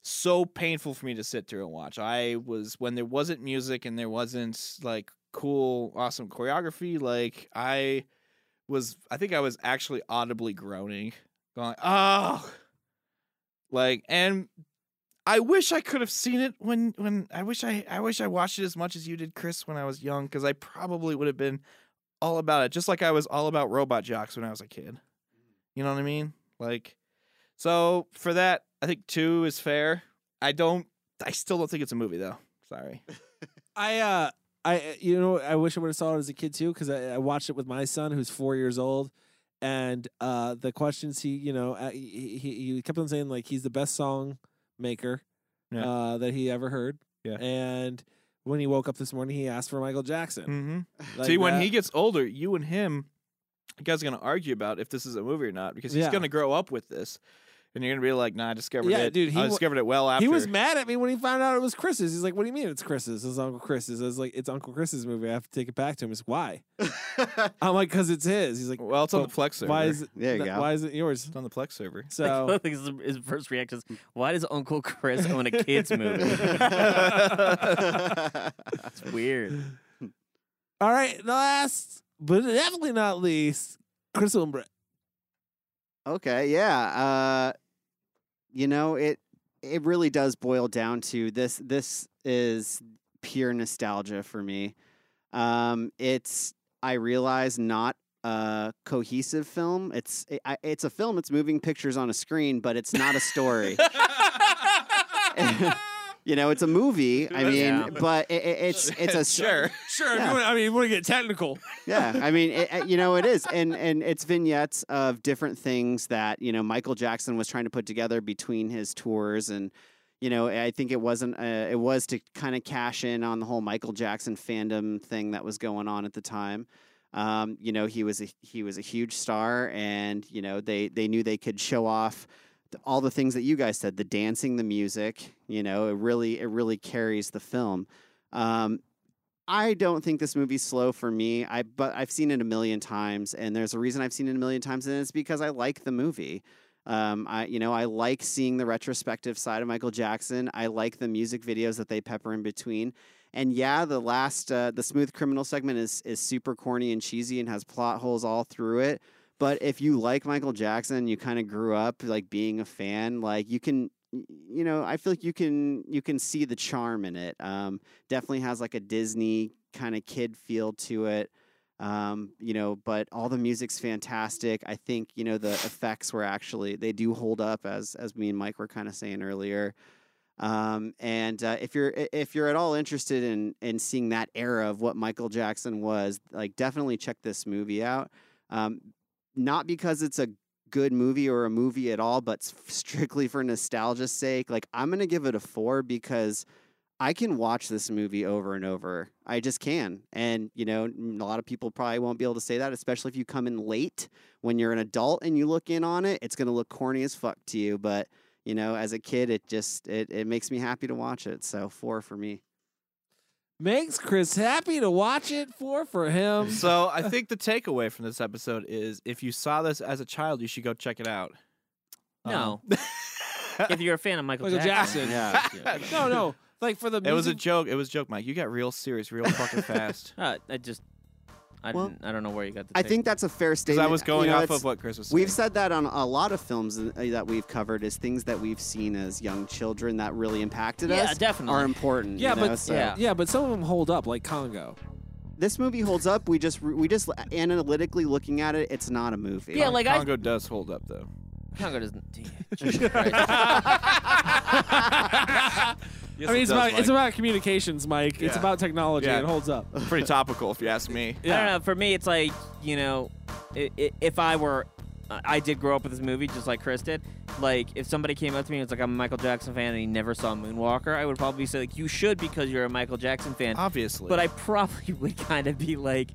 [SPEAKER 2] so painful for me to sit through and watch. I was when there wasn't music and there wasn't like cool, awesome choreography. Like I was. I think I was actually audibly groaning, going, "Oh." Like and I wish I could have seen it when when I wish I I wish I watched it as much as you did, Chris, when I was young, because I probably would have been all about it, just like I was all about robot jocks when I was a kid. You know what I mean? Like, so for that, I think two is fair. I don't. I still don't think it's a movie though.
[SPEAKER 1] [LAUGHS]
[SPEAKER 2] Sorry.
[SPEAKER 1] I uh I you know I wish I would have saw it as a kid too because I, I watched it with my son who's four years old, and uh the questions he you know uh, he, he he kept on saying like he's the best song maker
[SPEAKER 2] Yeah.
[SPEAKER 1] uh that he ever heard.
[SPEAKER 2] Yeah.
[SPEAKER 1] and when he woke up this morning, he asked for Michael Jackson.
[SPEAKER 2] Mm-hmm.
[SPEAKER 1] Like
[SPEAKER 2] See, when
[SPEAKER 1] that-
[SPEAKER 2] he gets older, you and him, you guys are going to argue about if this is a movie or not because he's
[SPEAKER 1] Yeah.
[SPEAKER 2] going to grow up with this. and you're gonna be like, "Nah, I discovered
[SPEAKER 1] Yeah,
[SPEAKER 2] it.
[SPEAKER 1] dude, he
[SPEAKER 2] I
[SPEAKER 1] wa-
[SPEAKER 2] discovered it well after."
[SPEAKER 1] He was mad at me when he found out it was Chris's. He's like, "What do you mean it's Chris's? It's Uncle Chris's." I was like, "It's Uncle Chris's movie. I have to take it back to him." He's why?
[SPEAKER 2] [LAUGHS]
[SPEAKER 1] I'm like, "Cause it's his." He's like,
[SPEAKER 2] Well, it's on the
[SPEAKER 1] "But
[SPEAKER 2] Plex server.
[SPEAKER 1] Why is it?
[SPEAKER 3] There you
[SPEAKER 1] th-
[SPEAKER 3] go.
[SPEAKER 1] Why is it yours? It's
[SPEAKER 2] on the
[SPEAKER 1] [LAUGHS]
[SPEAKER 2] Plex server. [LAUGHS]
[SPEAKER 1] So
[SPEAKER 4] [LAUGHS] Like, his, his first reaction is, "Why does Uncle Chris own a kids
[SPEAKER 2] [LAUGHS]
[SPEAKER 4] movie?" it's weird.
[SPEAKER 1] All right, and last but definitely not least, Crystal and Brett.
[SPEAKER 3] Okay, yeah. Uh, you know, it it really does boil down to this. This is pure nostalgia for me. Um, it's I realize not a cohesive film. It's it, I, it's a film. It's moving pictures on a screen, but it's not a story. [LAUGHS] you know, it's a movie. I mean,
[SPEAKER 4] Yeah.
[SPEAKER 3] but it, it, it's it's
[SPEAKER 1] [LAUGHS]
[SPEAKER 3] a
[SPEAKER 1] sure.
[SPEAKER 3] Yeah.
[SPEAKER 1] If you want, I mean, if you want to get technical?
[SPEAKER 3] yeah i mean it, it- you know it is and and it's vignettes of different things that you know michael jackson was trying to put together between his tours and you know i think it wasn't uh, it was to kind of cash in on the whole michael jackson fandom thing that was going on at the time um, you know he was a, he was a huge star and you know they they knew they could show off th- all the things that you guys said the dancing the music you know it really it really carries the film um, I don't think this movie's slow for me. I but I've seen it a million times, and there's a reason I've seen it a million times, and it's because I like the movie. Um, I you know I like seeing the retrospective side of Michael Jackson. I like the music videos that they pepper in between. And yeah, the last uh, the smooth criminal segment is is super corny and cheesy and has plot holes all through it. But if you like Michael Jackson, you kind of grew up like being a fan, like you can y- you know, I feel like you can you can see the charm in it. Um, definitely has like a Disney kind of kid feel to it. Um, you know, but all the music's fantastic. I think, you know, the effects were actually they do hold up as as me and Mike were kind of saying earlier. Um, and uh, if you're i- if you're at all interested in in seeing that era of what Michael Jackson was, like definitely check this movie out. Um, not because it's a good movie or a movie at all, but s- strictly for nostalgia's sake, like I'm gonna give it a four because I can watch this movie over and over. I just can, and you know, n- a lot of people probably won't be able to say that, especially if you come in late when you're an adult and you look in on it. It's gonna look corny as fuck to you, but you know, as a kid, it just it it makes me happy to watch it. So four for me.
[SPEAKER 1] Makes Chris happy to watch it for for him.
[SPEAKER 2] [LAUGHS] So I
[SPEAKER 1] [LAUGHS]
[SPEAKER 2] think the takeaway from this episode is if you saw this as a child, you should go check it out.
[SPEAKER 4] No. [LAUGHS] if you're a fan of Michael,
[SPEAKER 1] Michael Jackson. no, no. Like for the
[SPEAKER 2] It was a
[SPEAKER 1] music-
[SPEAKER 2] joke. It was a joke, Mike. You got real serious, real
[SPEAKER 1] [LAUGHS]
[SPEAKER 2] fucking fast.
[SPEAKER 4] Uh, I just, I,
[SPEAKER 3] Well,
[SPEAKER 4] didn't, I don't know where you got the.
[SPEAKER 3] I
[SPEAKER 4] take-
[SPEAKER 3] think that's a fair
[SPEAKER 2] Because
[SPEAKER 3] statement.
[SPEAKER 2] I was going
[SPEAKER 3] You know,
[SPEAKER 2] off
[SPEAKER 3] it's-
[SPEAKER 2] of what Chris was saying.
[SPEAKER 3] We've said that on a lot of films uh, that we've covered is things that we've seen as young children that really impacted
[SPEAKER 4] Yeah,
[SPEAKER 3] us.
[SPEAKER 4] definitely.
[SPEAKER 3] are important.
[SPEAKER 1] Yeah,
[SPEAKER 3] you know,
[SPEAKER 1] but
[SPEAKER 3] so-
[SPEAKER 1] yeah. yeah, but some of them hold up, like Congo.
[SPEAKER 3] This movie holds up. We just we just analytically looking at it, it's not a movie.
[SPEAKER 4] Yeah, like I.
[SPEAKER 2] Congo does hold up though.
[SPEAKER 4] Congo doesn't. [LAUGHS]
[SPEAKER 1] I mean, it's
[SPEAKER 2] it does,
[SPEAKER 1] about it's
[SPEAKER 2] Mike.
[SPEAKER 1] about communications, Mike. It's
[SPEAKER 2] Yeah.
[SPEAKER 1] about technology.
[SPEAKER 2] Yeah.
[SPEAKER 1] It holds
[SPEAKER 2] [LAUGHS]
[SPEAKER 1] up.
[SPEAKER 2] Pretty topical, if you ask [LAUGHS] me.
[SPEAKER 4] I don't know. For me, it's like you know, i- i- if I were, I- I did grow up with this movie just like Chris did. Like, if somebody came up to me and was like, "I'm a Michael Jackson fan," and he never saw Moonwalker, I would probably say like, "You should because you're a Michael Jackson fan."
[SPEAKER 2] Obviously.
[SPEAKER 4] But I probably [LAUGHS] would kind of be like,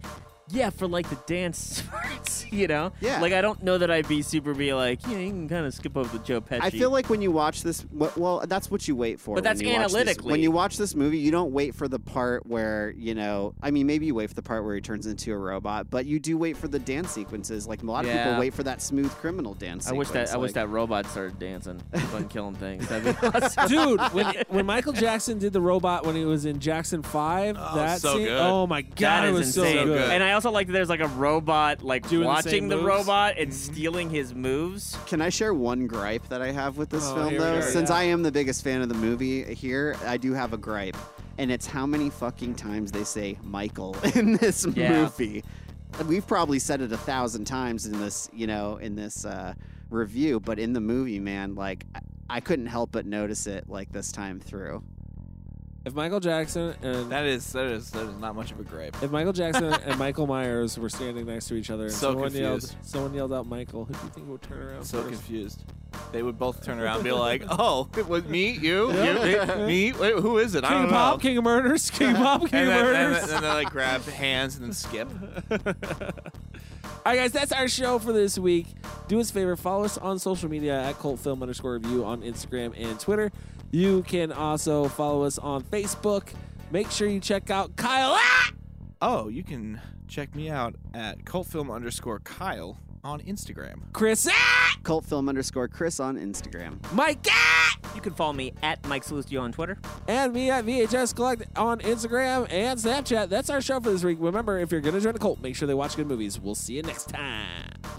[SPEAKER 4] "Yeah, for like the dance [LAUGHS] parts," you know?
[SPEAKER 3] Yeah.
[SPEAKER 4] Like, I don't know that I'd be super be like, "Yeah, you can kind of skip over the Joe Pesci."
[SPEAKER 3] I feel like when you watch this, wh- well, that's what you wait for.
[SPEAKER 4] But
[SPEAKER 3] when
[SPEAKER 4] that's
[SPEAKER 3] you watch this-
[SPEAKER 4] analytically.
[SPEAKER 3] when you watch this movie, you don't wait for the part where you know. I mean, maybe you wait for the part where he turns into a robot, but you do wait for the dance sequences. Like a lot of
[SPEAKER 4] Yeah.
[SPEAKER 3] people wait for that smooth criminal dance.
[SPEAKER 4] I wish that
[SPEAKER 3] sequence,
[SPEAKER 4] I wish
[SPEAKER 3] like-
[SPEAKER 4] that robot started
[SPEAKER 3] [LAUGHS]
[SPEAKER 4] dancing, fucking killing things. That'd be awesome.
[SPEAKER 1] Dude, when, when Michael Jackson did the robot when he was in Jackson Five, that
[SPEAKER 8] so
[SPEAKER 1] scene,
[SPEAKER 8] good.
[SPEAKER 1] oh my god,
[SPEAKER 4] that
[SPEAKER 1] it
[SPEAKER 4] is
[SPEAKER 1] was
[SPEAKER 4] insane.
[SPEAKER 1] so good.
[SPEAKER 4] And I also like that there's like a robot like
[SPEAKER 1] Doing the same
[SPEAKER 4] watching the,
[SPEAKER 1] moves. Mm-hmm.
[SPEAKER 4] robot and stealing his moves.
[SPEAKER 3] Can I share one gripe that I have with this
[SPEAKER 1] Oh,
[SPEAKER 3] film,
[SPEAKER 1] here we
[SPEAKER 3] though?
[SPEAKER 1] go.
[SPEAKER 3] Since
[SPEAKER 1] Yeah.
[SPEAKER 3] I am the biggest fan of the movie here, I do have a gripe, and it's how many fucking times they say Michael [LAUGHS] in this
[SPEAKER 4] Yeah.
[SPEAKER 3] movie. We've probably said it a thousand times in this, you know, in this uh, review, but in the movie, man, like I- I couldn't help but notice it like this time through.
[SPEAKER 1] If Michael Jackson and
[SPEAKER 2] That is that is that is not much of a gripe.
[SPEAKER 1] if Michael Jackson and Michael Myers were standing next to each other, and
[SPEAKER 2] So
[SPEAKER 1] someone
[SPEAKER 2] confused.
[SPEAKER 1] yelled, someone yelled out Michael, who do you think would turn around
[SPEAKER 2] So
[SPEAKER 1] first?
[SPEAKER 2] confused. They would both turn around and be [LAUGHS] like, "Oh, it was me, you,
[SPEAKER 1] Yeah.
[SPEAKER 2] you me. Wait, who is it? I
[SPEAKER 1] King
[SPEAKER 2] don't
[SPEAKER 1] of Pop,
[SPEAKER 2] know."
[SPEAKER 1] King of Murders, King of Pop, King
[SPEAKER 2] [LAUGHS] and
[SPEAKER 1] of
[SPEAKER 2] then, and
[SPEAKER 1] Murders.
[SPEAKER 2] then, and then they like grab hands and then skip.
[SPEAKER 1] All right, guys, that's our show for this week. do us a favor, follow us on social media at cultfilm underscore review on Instagram and Twitter. You can also follow us on Facebook. Make sure you check out Kyle. Ah!
[SPEAKER 2] [LAUGHS] Oh, you can check me out at cultfilm underscore Kyle on Instagram.
[SPEAKER 1] Chris. Ah!
[SPEAKER 3] Cultfilm underscore Chris on Instagram.
[SPEAKER 1] Mike. Ah!
[SPEAKER 4] You can follow me at Mike Salustio on Twitter.
[SPEAKER 1] And me at VHS Collect on Instagram and Snapchat. That's our show for this week. Remember, if you're going to join a cult, make sure they watch good movies. We'll see you next time.